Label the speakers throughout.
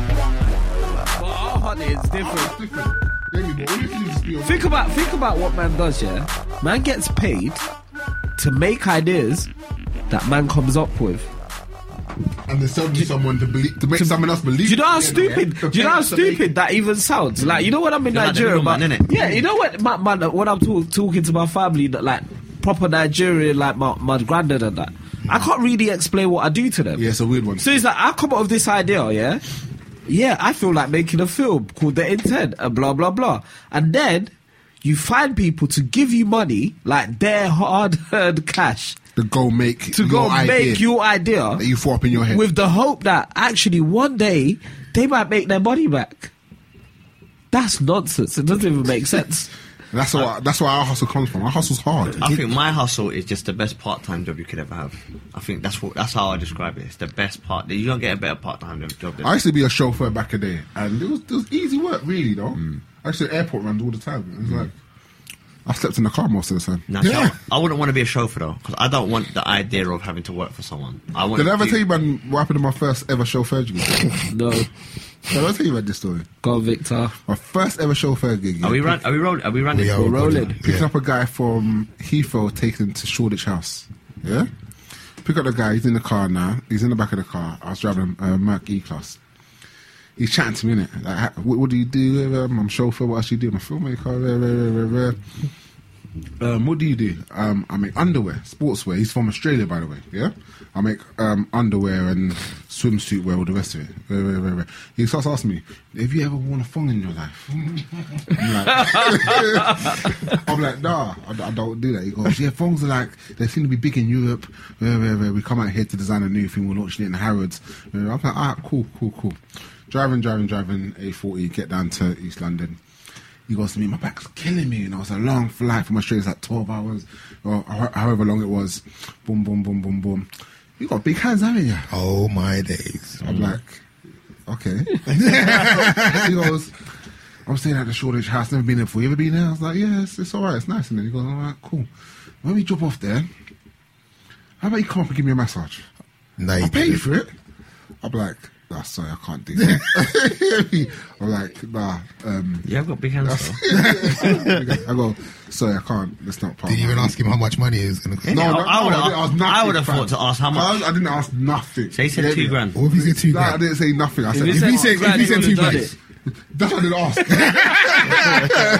Speaker 1: But our honey is different.
Speaker 2: Different. Yeah, me, but only thing is be
Speaker 1: Think about think about what man does, yeah? Man gets paid to make ideas that man comes up with.
Speaker 2: and they sell to someone to believe to make someone else believe.
Speaker 1: Do you know how
Speaker 2: Yeah, no, yeah.
Speaker 1: stupid?
Speaker 2: To
Speaker 1: Do you know
Speaker 2: pay
Speaker 1: how
Speaker 2: us to make
Speaker 1: stupid that even sounds? Like you know what I'm in
Speaker 3: You're like the
Speaker 1: Nigeria, but
Speaker 3: middleman, innit?
Speaker 1: yeah, you know what, my, my, when I'm talk, talking to my family, that like proper Nigerian, like my my granddad and that, I can't really explain what I do to them.
Speaker 2: Yeah, it's a weird one.
Speaker 1: So it's like I come up with this idea, yeah, yeah. I feel like making a film called The Intent and blah blah blah, and then you find people to give you money, like their hard-earned cash,
Speaker 2: to go make
Speaker 1: to go
Speaker 2: your idea
Speaker 1: make your idea
Speaker 2: that you throw up in your head.
Speaker 1: with the hope that actually one day they might make their money back. That's nonsense. It doesn't even make sense.
Speaker 2: And that's why that's where our hustle comes from. Our hustle's hard.
Speaker 1: Uh,
Speaker 3: I think my hustle is just the best part-time job you could ever have. I think that's what that's how I describe it. It's the best part. You don't get a better part-time job. Than
Speaker 2: I used to be a chauffeur back in the day, and it was, it was easy work, really, though.
Speaker 1: Mm.
Speaker 2: I used to do airport runs all the time. It was like I slept in the car most of the time.
Speaker 3: Nah, see,
Speaker 2: yeah.
Speaker 3: I, I wouldn't want to be a chauffeur though, because I don't want the idea of having to work for someone. I want.
Speaker 2: Did I
Speaker 3: to
Speaker 2: ever
Speaker 3: do-
Speaker 2: tell you man what happened to my first ever chauffeur gig? Did
Speaker 1: No,
Speaker 2: I ever tell you about this story?
Speaker 1: go on, Victor.
Speaker 2: My first ever chauffeur gig. yeah.
Speaker 3: Are we run? Are we rolling? Are we running?
Speaker 1: We're rolling.
Speaker 2: picking up a guy from Heathrow, taking him to Shoreditch House. Yeah, pick up the guy. He's in the car now. He's in the back of the car. I was driving a Merc E Class. He's chatting to me, innit? Like, "Ha- what, what do you do? Um, I'm chauffeur. What else do you do? I'm a filmmaker. Rah, rah, rah, rah, rah. Um, what do you do? Um, I make underwear, sportswear. He's from Australia, by the way. Yeah, I make um, underwear and swimsuit wear, all the rest of it. Rah, rah, rah, rah. He starts asking me, "Have you ever worn a thong in your life?" I'm like, I'm like, nah, I, don't- I don't do that. He goes, yeah, phones are like, they seem to be big in Europe. Where, where, where, We come out here to design a new thing, we're launching it in Harrods. I'm like, ah, cool, cool, cool. Driving, driving, driving, A40, get down to East London. He goes to me, my back's killing me. You know, it's a long flight from Australia, it's like 12 hours, or ho- however long it was. Boom, boom, boom, boom, boom. You got big hands, haven't you?
Speaker 4: Oh my days. Mm.
Speaker 2: I'm like, okay. he goes, I'm staying at the Shoreditch house, never been there before. You ever been there? I was like, yeah, it's, it's all right, it's nice. And then he goes, all right, cool. When we drop off there, how about you come up and give me a massage?
Speaker 4: No, you
Speaker 2: I'll pay you
Speaker 4: didn't.
Speaker 2: for it. I'm like, nah, sorry, I can't do that. I'm like, nah, um,
Speaker 3: Yeah, I've got big hands. though.
Speaker 2: I go, sorry, I can't, that's not part
Speaker 4: Didn't
Speaker 2: of my-
Speaker 4: even ask him how much money he was going to cost.
Speaker 2: No,
Speaker 3: Yeah,
Speaker 2: no,
Speaker 3: I- I
Speaker 2: no,
Speaker 3: would've-
Speaker 2: didn't ask
Speaker 3: I
Speaker 2: nothing,
Speaker 3: would've
Speaker 2: fam.
Speaker 3: thought to ask how much.
Speaker 2: I, I didn't ask nothing.
Speaker 3: So he said
Speaker 2: Yeah,
Speaker 3: two
Speaker 2: yeah.
Speaker 3: grand.
Speaker 4: What if he said two
Speaker 2: Nah, I
Speaker 4: grand?
Speaker 2: didn't say nothing. I said,
Speaker 1: you
Speaker 4: If he said, if
Speaker 1: grand,
Speaker 4: he
Speaker 1: he
Speaker 4: said
Speaker 1: would've
Speaker 4: two
Speaker 1: done
Speaker 4: grand,
Speaker 1: it.
Speaker 2: That's why I didn't ask.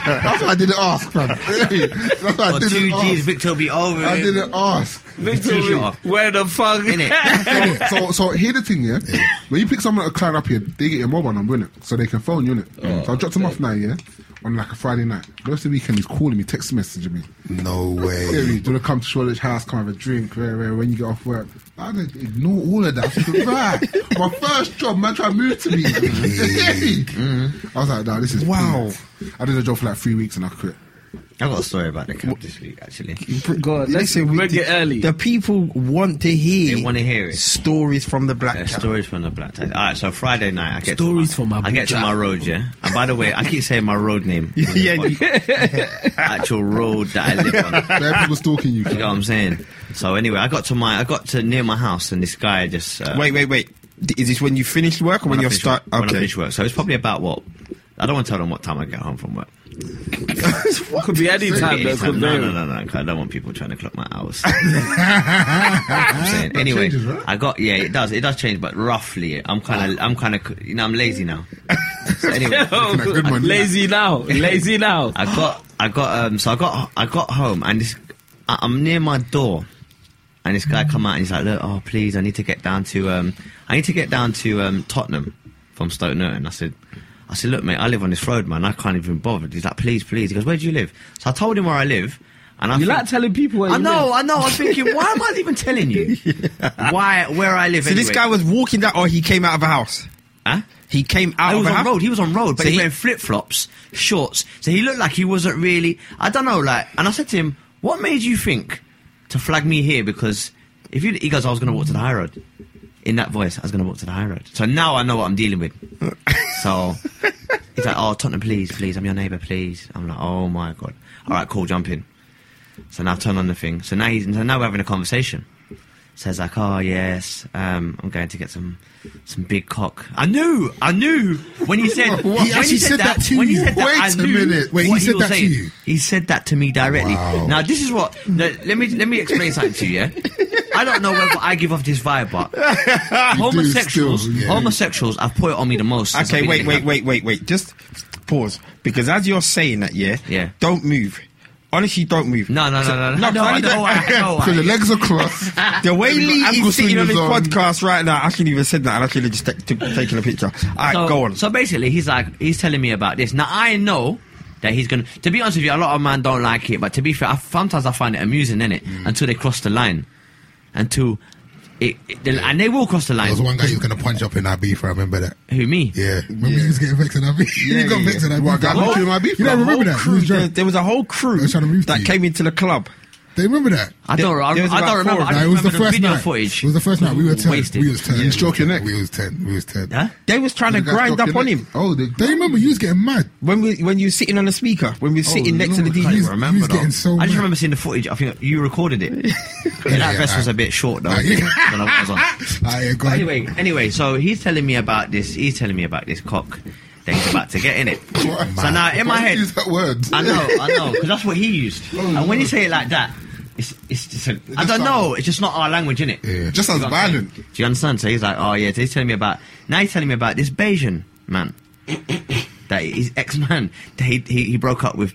Speaker 2: That's why I didn't ask, fam. That's why I
Speaker 3: Or two
Speaker 2: didn't
Speaker 3: G's,
Speaker 2: ask.
Speaker 3: Victor will be over.
Speaker 2: I
Speaker 3: it.
Speaker 2: didn't ask.
Speaker 3: T-shirt off.
Speaker 1: Where the fuck?
Speaker 3: Innit?
Speaker 2: So, so here the thing, yeah. When you pick someone to climb up here, they get your mobile number, innit? So they can phone you, innit?
Speaker 4: Oh,
Speaker 2: so I dropped him off now, yeah, on like a Friday night. The rest of the weekend, he's calling me, text messaging me.
Speaker 4: No
Speaker 2: Yeah,
Speaker 4: way.
Speaker 2: you want to come to Shoreditch House, come have a drink, rare, rare, when you get off work. I did ignore all of that. Right. My first job, man, try to move to me.
Speaker 5: Mm-hmm.
Speaker 2: Mm-hmm. I was like, nah, this is
Speaker 4: Wow.
Speaker 2: peanuts. I did a job for like three weeks and I quit.
Speaker 3: I've got a story about the cab this week, actually.
Speaker 1: God, let's
Speaker 4: Listen, we
Speaker 1: bring
Speaker 4: did-
Speaker 1: it early.
Speaker 4: The people want to hear.
Speaker 3: They wanna hear it.
Speaker 4: Stories from the black
Speaker 3: Uh,
Speaker 4: cat.
Speaker 3: stories from the black tag. All right, so Friday night, I get
Speaker 1: Stories
Speaker 3: to
Speaker 1: from
Speaker 3: my,
Speaker 1: Abuja.
Speaker 3: I get to my road, yeah. And by the way, I keep saying my road name.
Speaker 4: Yeah,
Speaker 3: actual road that I live on.
Speaker 2: There are people stalking you.
Speaker 3: You know what I'm saying? So anyway, I got to my, I got to near my house, and this guy just uh,
Speaker 4: Wait, wait, wait. D- Is this when you finished work or when,
Speaker 3: I
Speaker 4: you're
Speaker 3: finish
Speaker 4: start?
Speaker 3: work- when I finish work. So it's probably about what I don't want to tell them what time I get home from work.
Speaker 1: could be any time.
Speaker 3: Any
Speaker 1: That
Speaker 3: time-
Speaker 1: could
Speaker 3: No,
Speaker 1: vary.
Speaker 3: no, no, no. 'cause I don't want people trying to clock my hours. I'm saying. Anyway,
Speaker 2: changes, right?
Speaker 3: I got yeah, it does, it does change, but roughly, I'm kind of, I'm kind of, you know, I'm lazy now. So anyway,
Speaker 2: at good money.
Speaker 1: lazy now, lazy now.
Speaker 3: I got, I got, um, so I got, I got home, and this, I, I'm near my door, and this guy come out, and he's like, "Look, oh please, I need to get down to, um, I need to get down to um, Tottenham from Stoke Newton." I said, "I said, look, mate, I live on this road, man. I can't even bother." He's like, "Please, please." He goes, "Where do you live?" So I told him where I live, and I
Speaker 1: You
Speaker 3: think-
Speaker 1: like telling people where
Speaker 3: I
Speaker 1: you
Speaker 3: know,
Speaker 1: live.
Speaker 3: I know. I was thinking, why am I even telling you? Why, where I live?
Speaker 4: So this
Speaker 3: anyway?
Speaker 4: guy was walking that, or he came out of a house.
Speaker 3: Huh?
Speaker 4: He came out
Speaker 3: I
Speaker 4: of
Speaker 3: was
Speaker 4: a
Speaker 3: on
Speaker 4: house.
Speaker 3: road. He was on road, but
Speaker 4: So
Speaker 3: he
Speaker 4: he-
Speaker 3: was wearing flip flops, shorts. So he looked like he wasn't really. I don't know. Like, and I said to him, "What made you think to flag me here? Because If you, he goes, I was going to walk to the high road. In that voice, I was going to walk to the high road. So now I know what I'm dealing with. so he's like, oh, Tottenham, please, please, I'm your neighbour, please. I'm like, oh my god. All right, cool, jump in. So now I turn on the thing. So now he's, so now we're having a conversation. Says like, oh yes, um, I'm going to get some, some big cock. I knew, I knew when he said
Speaker 2: What?
Speaker 3: when
Speaker 2: He actually said that to
Speaker 3: when he
Speaker 2: you?
Speaker 3: said that,
Speaker 2: Wait
Speaker 3: I
Speaker 2: a
Speaker 3: knew
Speaker 2: minute. Wait, he
Speaker 3: what
Speaker 2: said
Speaker 3: was
Speaker 2: that to
Speaker 3: saying.
Speaker 2: you?
Speaker 3: He said that to me directly.
Speaker 2: Wow.
Speaker 3: Now this is what. no, let me let me explain something to you. Yeah, I don't know whether I give off this vibe, but homosexuals,
Speaker 2: still, yeah.
Speaker 3: homosexuals, have put it on me the most. since I've
Speaker 4: Okay,
Speaker 3: been
Speaker 4: wait,
Speaker 3: in
Speaker 4: wait,
Speaker 3: the-
Speaker 4: wait, wait, wait. Just pause. Because as you're saying that, yeah,
Speaker 3: Yeah.
Speaker 4: don't move. Honestly, don't move.
Speaker 3: No, no, no, no, no,
Speaker 4: No,
Speaker 3: no.
Speaker 4: I
Speaker 3: I
Speaker 4: don't-
Speaker 3: know, I know.
Speaker 2: So the
Speaker 3: I-
Speaker 2: legs are crossed.
Speaker 4: The way
Speaker 2: Everybody-
Speaker 4: Lee
Speaker 2: ankle
Speaker 4: is sitting on his
Speaker 2: swingers on.
Speaker 4: podcast right now, I shouldn't even said that. and I should have just ta- took- taken a picture. All right,
Speaker 3: So,
Speaker 4: go on.
Speaker 3: so basically, he's like, he's telling me about this. Now I know that he's gonna. To be honest with you, a lot of men don't like it, but to be fair, I, sometimes I find it amusing, innit?
Speaker 5: Mm.
Speaker 3: Until they cross the line, until it, it then- and they will cross the
Speaker 5: There
Speaker 3: line.
Speaker 5: was one guy who was going to punch up in Ibiza, I remember that.
Speaker 3: Who me?
Speaker 5: Yeah. Remember he was getting vexed in Ibiza?
Speaker 4: Yeah,
Speaker 5: he got
Speaker 4: yeah,
Speaker 5: vexed in Ibiza.
Speaker 2: What, guy punching him in Ibiza?
Speaker 5: You don't
Speaker 2: The
Speaker 5: remember that? He
Speaker 4: crew,
Speaker 5: was
Speaker 4: there,
Speaker 5: drunk.
Speaker 4: there was a whole crew
Speaker 5: They're trying to move to
Speaker 4: that
Speaker 5: you.
Speaker 4: came into the club.
Speaker 5: They remember that?
Speaker 3: I
Speaker 4: There-
Speaker 3: don't. I, I
Speaker 4: there was about
Speaker 3: don't remember.
Speaker 4: four.
Speaker 3: I
Speaker 5: Nah,
Speaker 3: just
Speaker 5: it was
Speaker 3: remember
Speaker 5: the
Speaker 3: the,
Speaker 5: first
Speaker 3: video
Speaker 5: night.
Speaker 3: footage.
Speaker 5: It was the first night. We were 10.
Speaker 3: Wasted.
Speaker 5: We was 10.
Speaker 2: You stroke your neck.
Speaker 5: We was 10. We was 10.
Speaker 3: Huh?
Speaker 4: They was trying to
Speaker 2: The guy
Speaker 4: grind
Speaker 2: stroke
Speaker 4: up
Speaker 2: your
Speaker 4: on
Speaker 2: neck.
Speaker 4: him.
Speaker 2: Oh, they,
Speaker 5: They remember you was getting mad.
Speaker 4: When we when you were sitting on the speaker, when
Speaker 2: Oh,
Speaker 4: we were sitting next to the
Speaker 5: Lord.
Speaker 4: DJ.
Speaker 5: He's- he's getting so
Speaker 3: I just
Speaker 5: mad.
Speaker 3: remember seeing the footage. I think you recorded it. yeah, that
Speaker 5: yeah,
Speaker 3: vest was
Speaker 5: I-
Speaker 3: a bit short though.
Speaker 5: I-
Speaker 3: than I was on.
Speaker 5: I ain't
Speaker 3: But
Speaker 5: going.
Speaker 3: anyway, anyway, so he's telling me about this. He's telling me about this cock that he's about to get in it. so now in my
Speaker 2: Why
Speaker 3: head,
Speaker 2: you use that word?
Speaker 3: I know, I know, because that's what he used. and when you say it like that, it's it's just a, I
Speaker 2: just
Speaker 3: don't
Speaker 2: sounds-
Speaker 3: know. It's just not our language, innit?
Speaker 5: Yeah.
Speaker 2: Just sounds violent.
Speaker 3: Do you understand? So he's like, oh yeah. So he's telling me about now. He's telling me about this Bayesian man that his ex man that he, he he broke up with.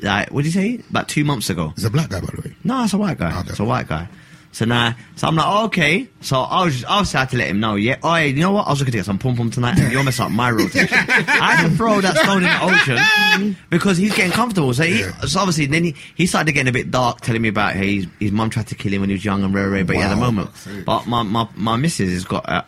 Speaker 3: Like what did he say? About two months ago.
Speaker 5: It's a black guy, by the way.
Speaker 3: No, it's a white guy.
Speaker 5: Okay.
Speaker 3: It's a white guy. So now, so I'm like, oh, okay. So I was, I was had to let him know. Yeah. Oh, yeah, you know what? I was looking to get some pom pom tonight, and you almost up my rotation. I had to throw that stone in the ocean because he's getting comfortable. So, he, so obviously, then he, he started getting a bit dark, telling me about hey, his, his mum tried to kill him when he was young and rare, rare, but he had a
Speaker 5: Wow.
Speaker 3: moment. But my my my missus has got a,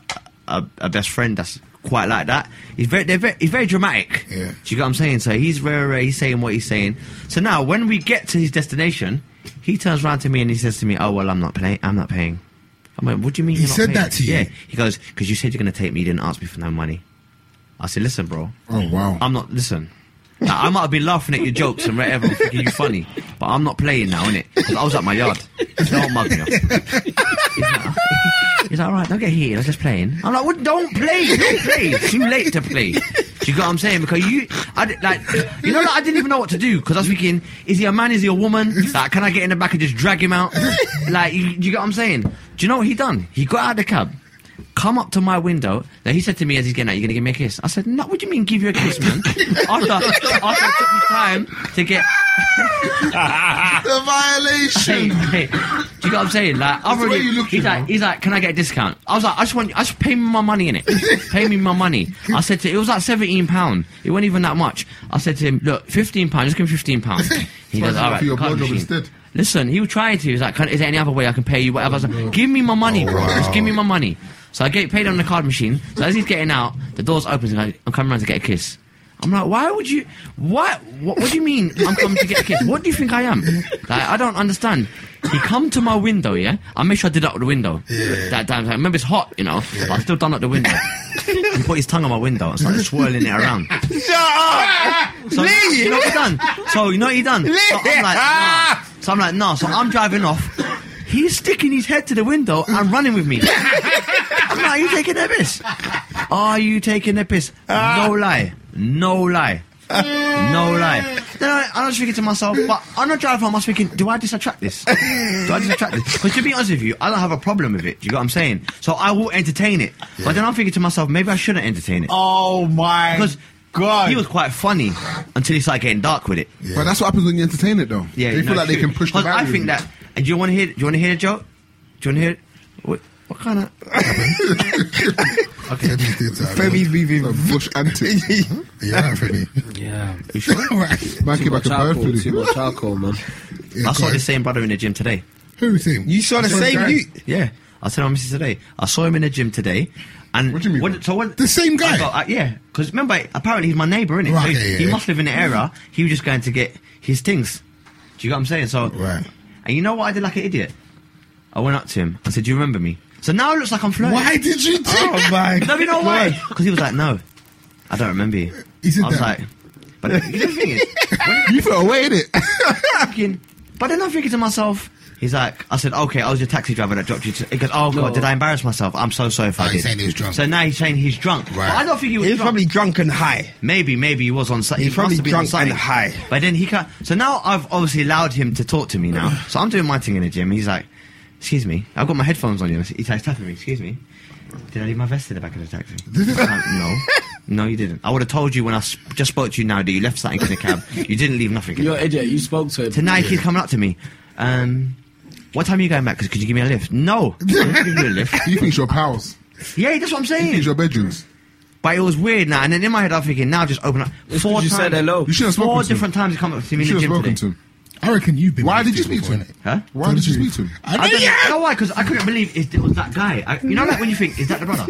Speaker 3: a, a best friend that's quite like that. He's very they're very, he's very dramatic.
Speaker 5: Yeah.
Speaker 3: Do you get what I'm saying? So he's rare, rare, he's saying what he's saying. So now when we get to his destination, he turns round to me and he says to me, "Oh well, I'm not playing. I'm not paying." I'm like, "What do you mean?"
Speaker 5: He
Speaker 3: you're not
Speaker 5: said
Speaker 3: paying?"
Speaker 5: that to you?
Speaker 3: Yeah. He goes, "Because you said you're going to take me. You didn't ask me for no money." I said, "Listen, bro,
Speaker 5: Oh, wow.
Speaker 4: Um,
Speaker 3: I'm not. Listen." Now, I might have been laughing at your jokes and whatever, and thinking you funny, but I'm not playing now, innit? 'Cause I was at my yard. Don't mug me up. He's like, all right, don't get heated. I was just playing. I'm like, well, don't play. Don't play. It's too late to play. Do you get what I'm saying? Because you, I di- like, you know, like, I didn't even know what to do because I was thinking, is he a man? Is he a woman? Like, can I get in the back and just drag him out? Like, you, you get what I'm saying? Do you know what he done? He got out of the cab. Come up to my window. Now he said to me as he's getting out, "You're gonna give me a kiss." I said, "No, what do you mean give you a kiss, man?" after, after it took me time to get
Speaker 2: The
Speaker 3: Hey,
Speaker 2: violation.
Speaker 3: hey, do you know what I'm saying? Like, I've
Speaker 2: the way
Speaker 3: already.
Speaker 2: you look, you
Speaker 3: he's like,
Speaker 2: know.
Speaker 3: he's like, can I get a discount? I was like, I just want, I just pay me my money in it. pay me my money. I said to, it was like seventeen pound. It wasn't even that much. I said to him, look, fifteen pound. Just give me fifteen pound. He
Speaker 2: Why
Speaker 3: goes,
Speaker 2: not
Speaker 3: all
Speaker 2: for
Speaker 3: right.
Speaker 2: your
Speaker 3: card
Speaker 2: blowjob
Speaker 3: machine."
Speaker 2: instead?
Speaker 3: Listen, he was trying to. He was like, can, is there any other way I can pay you? Whatever. I was like, give me my money, bro. Just give me my money. So I get paid on the card machine. So as he's getting out, the door's opens and I, I'm coming around to get a kiss. I'm like, why would you? Why? What, what do you mean? I'm coming to get a kiss. What do you think I am? Like, I don't understand. He come to my window, yeah. I make sure I did out the window. Yeah. That time, I remember it's hot, you know. But I still done out the window. he put his tongue on my window and started swirling it around. So you know what he done? So you know what he done? So I'm like, nah. So I'm like, nah. So I'm driving off. He's sticking his head to the window and running with me. I'm like, are you taking the piss? Are you taking the piss?
Speaker 6: Ah.
Speaker 3: No lie. No lie. No lie. Then I, I was thinking to myself, but on the drive home, I was thinking, do I disattract this? Do I disattract this? Because to be honest with you, I don't have a problem with it. Do you get what I'm saying? So I will entertain it. But then I'm thinking to myself, maybe I shouldn't entertain it.
Speaker 6: Oh my
Speaker 3: because
Speaker 6: god!
Speaker 3: he was quite funny until he started getting dark with it.
Speaker 2: But that's what happens when you entertain it, though.
Speaker 3: Yeah,
Speaker 2: they feel
Speaker 3: no,
Speaker 2: like they
Speaker 3: true.
Speaker 2: can push the
Speaker 3: 'Cause I
Speaker 2: boundaries.
Speaker 3: think that. And do you want to hear? Do you want to hear a joke? Do you want to hear? it? What, what kind of?
Speaker 5: Okay. Femi's did that.
Speaker 2: Femi's leaving bush antics.
Speaker 5: Yeah, right, Femi.
Speaker 1: Yeah.
Speaker 2: Man came back a bird
Speaker 1: Charcoal,
Speaker 2: for
Speaker 1: too
Speaker 2: this.
Speaker 1: much charcoal, man.
Speaker 5: Yeah,
Speaker 3: I saw
Speaker 5: go
Speaker 3: the
Speaker 5: ahead.
Speaker 3: same brother in the gym today.
Speaker 5: Who think?
Speaker 4: You saw the
Speaker 5: Same
Speaker 4: same
Speaker 5: guy.
Speaker 4: you.
Speaker 3: Yeah, I said, "I'm missus today." I saw him in the gym today, and
Speaker 2: What do you mean?
Speaker 3: so what,
Speaker 5: The same guy?
Speaker 3: I got- I- yeah, because remember, apparently he's my neighbour, innit?
Speaker 5: Right,
Speaker 3: so
Speaker 5: yeah,
Speaker 3: he,
Speaker 5: yeah,
Speaker 3: he
Speaker 5: yeah.
Speaker 3: must live in the area. He was just going to get his things. Do you get what I'm saying? So,
Speaker 5: Right.
Speaker 3: and you know what I did like an idiot? I went up to him. I said, "Do you remember me?" So now it looks like I'm flirting.
Speaker 5: Why did you do
Speaker 4: Oh,
Speaker 5: that?
Speaker 4: my
Speaker 3: No, you know why? Because he was like, "No, I don't remember you."
Speaker 5: He said
Speaker 3: I was
Speaker 5: that.
Speaker 3: like, "But the thing is,
Speaker 2: You threw away it.
Speaker 3: fucking- But then I'm thinking to myself." He's like, I said, okay, I was your taxi driver that dropped you. To, he goes, oh god, did I embarrass myself? I'm so sorry if
Speaker 5: Oh,
Speaker 3: I
Speaker 5: he's
Speaker 3: did.
Speaker 5: saying he was drunk.
Speaker 3: So now he's saying he's drunk. But
Speaker 5: Right.
Speaker 3: I don't think he was.
Speaker 4: He was
Speaker 3: drunk.
Speaker 4: probably drunk and high.
Speaker 3: Maybe, maybe he was on. so- He
Speaker 4: He's
Speaker 3: must
Speaker 4: probably
Speaker 3: have been on
Speaker 4: drunk and
Speaker 3: something.
Speaker 4: high.
Speaker 3: But then he can't. So now I've obviously allowed him to talk to me now. So I'm doing my thing in the gym. He's like, "Excuse me, I've got my headphones on." You know, he's like, tapping me. Excuse me, did I leave my vest in the back of the taxi? I'm like, no, no, you didn't. I would have told you when I s- just spoke to you now that you left something in the cab. You didn't leave nothing. in the
Speaker 1: You're an idiot. You spoke to him.
Speaker 3: Tonight he's coming up to me. Um, what time are you going back? 'Cause could you give me a lift? No, I won't give you a lift.
Speaker 2: He thinks your pals.
Speaker 3: Yeah, that's what I'm
Speaker 2: He thinks
Speaker 3: saying.
Speaker 2: your bedrooms.
Speaker 3: But it was weird now, and then in my head I'm thinking, now just open up.
Speaker 1: It's 'cause
Speaker 3: Four
Speaker 1: you
Speaker 3: times,
Speaker 1: said hello.
Speaker 2: You should have
Speaker 3: four
Speaker 2: spoken to him.
Speaker 3: different times he come up to me
Speaker 2: You
Speaker 3: in
Speaker 2: should
Speaker 3: the
Speaker 2: have
Speaker 3: gym
Speaker 2: spoken
Speaker 3: today.
Speaker 2: to him.
Speaker 5: I reckon you've been.
Speaker 2: Why did
Speaker 5: wasted
Speaker 2: you speak to
Speaker 5: before,
Speaker 2: him?
Speaker 5: innit?
Speaker 3: Huh?
Speaker 2: Why did you speak to him?
Speaker 5: I
Speaker 3: I
Speaker 5: know
Speaker 3: don't
Speaker 5: you
Speaker 3: you know
Speaker 5: have.
Speaker 3: why, because I couldn't believe it, it was that guy. I, you know, like when you think, is that the brother?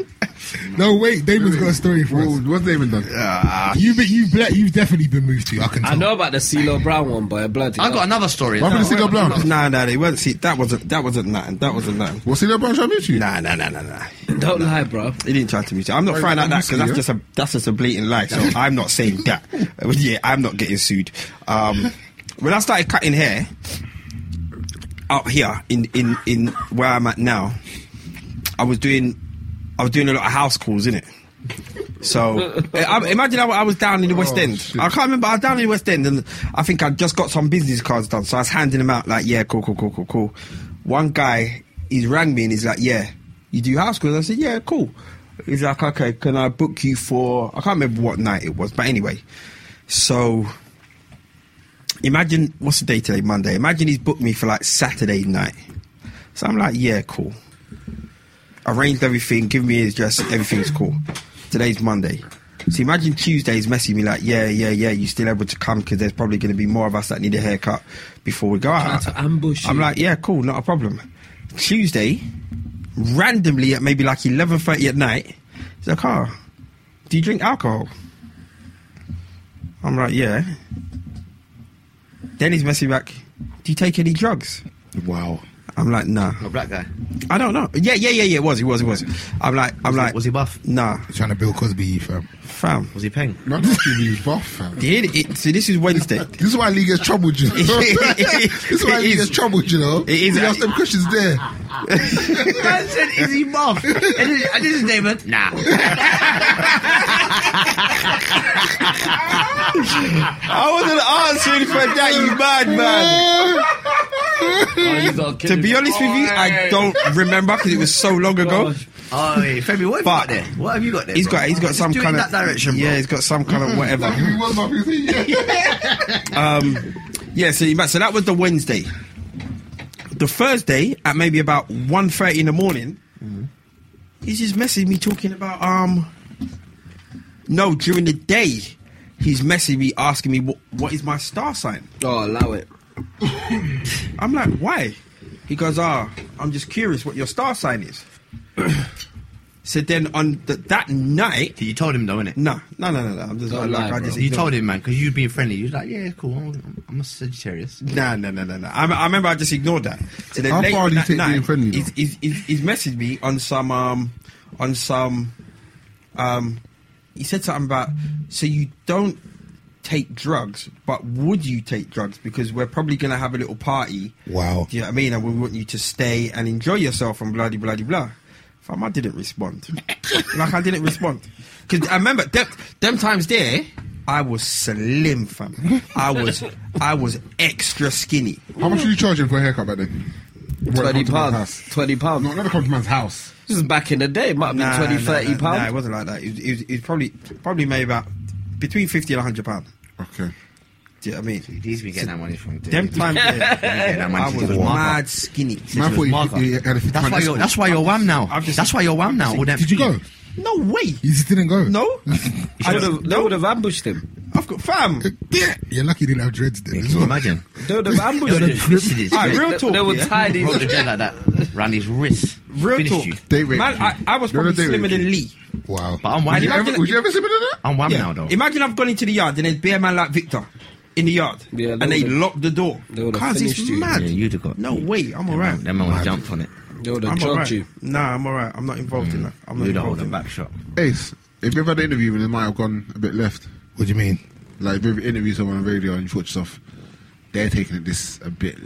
Speaker 5: No, wait. David's got a story for
Speaker 2: Well,
Speaker 5: us.
Speaker 2: what's David done? uh,
Speaker 5: You've been, you've, ble- you've definitely been moved to. I can. Tell.
Speaker 1: I know about the CeeLo Brown one, but bloody.
Speaker 3: I've got
Speaker 1: hell.
Speaker 3: another story.
Speaker 2: What happened to Cigar Brown?
Speaker 4: No, no, they weren't. See, that wasn't that wasn't that, and that wasn't that.
Speaker 2: Was he there about trying to meet you?
Speaker 4: Nah, nah, nah, nah, nah.
Speaker 1: Don't lie, bro.
Speaker 4: He didn't try to meet you. I'm not
Speaker 2: Wait,
Speaker 4: frying out
Speaker 2: let me
Speaker 4: that
Speaker 2: see,
Speaker 4: because that's
Speaker 2: yeah?
Speaker 4: just a that's just a blatant lie. So I'm not saying that. Uh, Yeah, I'm not getting sued. Um, when I started cutting hair out here in in in where I'm at now, I was doing I was doing a lot of house calls, in it. So eh, I, imagine I, I was down in the West
Speaker 2: Oh,
Speaker 4: End.
Speaker 2: shit.
Speaker 4: I can't remember. I was down in the West End, and I think I just got some business cards done. So I was handing them out, like, yeah, cool, cool, cool, cool, cool. One guy, he's rang me and he's like, yeah, you do house calls? I said, yeah, cool. He's like, okay, can I book you for? I can't remember what night it was, but anyway. So imagine what's the day today, Monday. Imagine he's booked me for like Saturday night. So I'm like, yeah, cool. Arranged everything, give me his address, everything's cool. Today's Monday. So imagine Tuesday's messaging me like, yeah, yeah, yeah, you still able to come because there's probably going to be more of us that need a haircut before we go out.
Speaker 1: to ambush
Speaker 4: I'm
Speaker 1: you.
Speaker 4: like, yeah, cool, not a problem. Tuesday, randomly at maybe like 11.30 at night, he's like, oh, do you drink alcohol? I'm like, yeah. Then he's messaging back, do you take any drugs?
Speaker 5: Wow.
Speaker 4: I'm like, nah.
Speaker 3: A black guy.
Speaker 4: I don't know. Yeah, yeah, yeah, yeah. It was, it was, it was. I'm like, I'm like,
Speaker 3: was he buff?
Speaker 4: Nah,
Speaker 5: Trying to Bill Cosby you, fam.
Speaker 4: fam.
Speaker 3: Was he paying?
Speaker 2: Not just give you buff, fam.
Speaker 4: Did it? See, this is Wednesday.
Speaker 2: This is why Lee gets troubled, you know. this is why
Speaker 4: It
Speaker 2: Lee
Speaker 4: is.
Speaker 2: gets troubled, you know.
Speaker 4: It is.
Speaker 2: You ask them questions there.
Speaker 3: I said, is he buff? And this, and this is David. Nah.
Speaker 4: I wasn't answering for that, you mad man.
Speaker 1: Oh, you got
Speaker 4: To be honest with you, I don't remember because it was so long ago.
Speaker 3: Oh, hey, Febby, what have you got
Speaker 4: But-
Speaker 3: there? What have you got there?
Speaker 4: He's
Speaker 3: bro?
Speaker 4: got, he's got
Speaker 3: Just
Speaker 4: some
Speaker 3: do it
Speaker 4: kind
Speaker 3: in
Speaker 4: of
Speaker 3: that direction.
Speaker 4: Yeah,
Speaker 3: bro.
Speaker 4: he's got some kind of whatever.
Speaker 2: Like, he was buff, he was- yeah.
Speaker 4: Um, yeah, so, you- so that was the Wednesday. The Thursday at maybe about 1.30 in the morning, he's just messaging me talking about um. No, during the day, he's messaging me asking me what, what is my star sign.
Speaker 1: Oh, allow it.
Speaker 4: I'm like, why? He goes, ah, I'm just curious what your star sign is. so then on th- that night,
Speaker 3: You told him though, innit?
Speaker 4: no, no, no, no, no. I'm just
Speaker 1: Don't
Speaker 4: like,
Speaker 1: lie,
Speaker 4: I
Speaker 1: bro.
Speaker 4: just
Speaker 3: You
Speaker 4: ignored
Speaker 3: told him, man, because you'd been friendly. You was like, yeah, cool. I'm, I'm a Sagittarius.
Speaker 4: Nah, nah, nah, nah, nah. I, I remember I just ignored that. So then
Speaker 2: How
Speaker 4: later
Speaker 2: far do you
Speaker 4: that
Speaker 2: take being
Speaker 4: night,
Speaker 2: friendly,
Speaker 4: He's, he's, he's, he's messaged me on some, um, on some, um, he said something about, so you don't take drugs, but would you take drugs? Because we're probably going to have a little party.
Speaker 5: Wow.
Speaker 4: Do you know what I mean? And we want you to stay and enjoy yourself and bloody, bloody, blah. Fam, I didn't respond. like, I didn't respond. Because I remember them, them times there, I was slim, fam. I was, I was extra skinny.
Speaker 2: How much were you charging for a haircut back then? What,
Speaker 1: Twenty
Speaker 2: come to man's
Speaker 1: pounds.
Speaker 2: house?
Speaker 1: Twenty pounds.
Speaker 2: No, not come to man's house.
Speaker 1: This is back in the day. It might have been
Speaker 4: Nah,
Speaker 1: twenty,
Speaker 4: nah,
Speaker 1: thirty 20, 30
Speaker 4: nah, nah, it
Speaker 1: pounds.
Speaker 4: wasn't like that. It was, it was, it was probably, probably maybe about between 50 and 100 pounds.
Speaker 2: Okay.
Speaker 4: Do you know what I mean?
Speaker 3: He's been getting that money from
Speaker 4: Them times there, I was mad skinny.
Speaker 2: Man thought he-
Speaker 3: Martha.
Speaker 2: he had a fifty
Speaker 3: That's
Speaker 2: pound
Speaker 3: why you're.
Speaker 2: escort.
Speaker 3: That's why you're wham now.
Speaker 4: I've just-
Speaker 3: that's why you're wham now. All them-
Speaker 5: Did you go?
Speaker 4: No way.
Speaker 5: You just didn't go.
Speaker 4: No.
Speaker 1: I
Speaker 4: I
Speaker 1: would have,
Speaker 4: don't,
Speaker 1: they would
Speaker 4: no.
Speaker 1: have ambushed him.
Speaker 4: I've got, fam.
Speaker 5: Yeah. You're lucky you didn't have dreads then.
Speaker 3: Can
Speaker 5: as
Speaker 3: you
Speaker 5: well.
Speaker 3: imagine?
Speaker 1: They would have ambushed
Speaker 3: Look at
Speaker 1: him.
Speaker 3: his wrist, it is.
Speaker 4: Alright, real
Speaker 1: They-
Speaker 4: talk.
Speaker 1: They would
Speaker 4: yeah?
Speaker 1: tie
Speaker 3: Rolled
Speaker 1: these.
Speaker 3: the dread like that around his wrist.
Speaker 4: Real
Speaker 3: Finished
Speaker 4: talk.
Speaker 3: you.
Speaker 2: Date rape.
Speaker 4: Man, I, I was
Speaker 2: You're
Speaker 4: probably
Speaker 2: the date
Speaker 4: slimmer
Speaker 2: rape.
Speaker 4: than Lee.
Speaker 5: Wow.
Speaker 3: But I'm wham.
Speaker 2: Would you
Speaker 4: Imagine-
Speaker 2: ever, would you ever see me do that?
Speaker 3: I'm wham
Speaker 4: Yeah.
Speaker 3: now though.
Speaker 4: Imagine I've gone into the yard and there's bear man like Victor. in the yard,
Speaker 1: Yeah,
Speaker 4: and
Speaker 1: they
Speaker 4: they
Speaker 1: would've-
Speaker 4: locked the door.
Speaker 1: they would've
Speaker 4: Cause it's
Speaker 1: finished you.
Speaker 4: mad.
Speaker 3: Yeah, you'd have got.
Speaker 4: No way, I'm
Speaker 3: Yeah,
Speaker 4: alright.
Speaker 3: man, Them man would have jumped on it.
Speaker 1: They would have
Speaker 4: I'm
Speaker 1: drugged
Speaker 4: alright.
Speaker 1: you.
Speaker 4: Nah, I'm alright. I'm not involved
Speaker 3: Mm.
Speaker 4: in that. I'm not
Speaker 3: You'd have hold
Speaker 4: involved
Speaker 3: a
Speaker 4: in that.
Speaker 3: back shot.
Speaker 5: Uh,
Speaker 2: Ace, if you've had an interview and it might have gone a bit left,
Speaker 5: What do you mean?
Speaker 2: like if you've interviewed someone on radio and you thought to yourself, they're taking it this a bit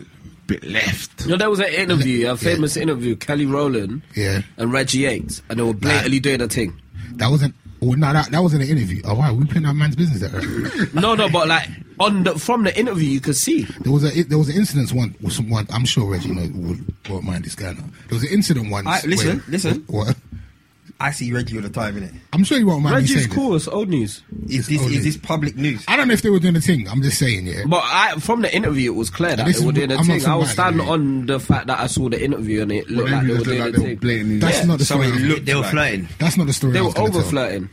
Speaker 2: bit left.
Speaker 1: No, there was an interview, a famous interview, Kelly Rowland
Speaker 5: Yeah.
Speaker 1: and Reggie Yates, and they were blatantly doing a thing.
Speaker 5: That wasn't. Well, no, that, that wasn't an interview. Oh wow, we putting that man's business out there.
Speaker 1: No, no, but like on the from the interview, you could see.
Speaker 5: There was a there was an incident one. with someone I'm sure Reggie will would, won't mind this guy now. There was an incident once.
Speaker 4: Alright, listen,
Speaker 5: where-
Speaker 4: listen.
Speaker 5: What?
Speaker 4: I see Reggie all the time, innit?
Speaker 5: I'm sure you won't mind me
Speaker 1: Reggie's
Speaker 5: saying
Speaker 1: cool. It's old news.
Speaker 4: Is
Speaker 5: It's
Speaker 4: this
Speaker 5: only-
Speaker 4: is this public news?
Speaker 5: this. I don't know if they were doing a thing. I'm just saying, yeah.
Speaker 1: But I, from the interview, it was clear that
Speaker 5: This
Speaker 1: they
Speaker 5: is
Speaker 1: were doing
Speaker 5: what-
Speaker 1: a
Speaker 5: I'm not
Speaker 1: thing.
Speaker 5: from
Speaker 1: I was
Speaker 5: Mali,
Speaker 1: standing
Speaker 5: mate.
Speaker 1: on the fact that I saw the interview and it looked like
Speaker 2: Well,
Speaker 1: they were
Speaker 2: maybe they
Speaker 1: doing a
Speaker 2: look like they were
Speaker 1: thing.
Speaker 2: blatantly-
Speaker 5: That's
Speaker 1: Yeah,
Speaker 5: not the
Speaker 4: Sorry,
Speaker 5: story. I'm-
Speaker 4: look-
Speaker 3: They were
Speaker 4: Like-
Speaker 3: flirting.
Speaker 5: That's not the story.
Speaker 1: They
Speaker 5: I
Speaker 1: were
Speaker 5: was gonna
Speaker 1: over
Speaker 5: tell.
Speaker 1: flirting.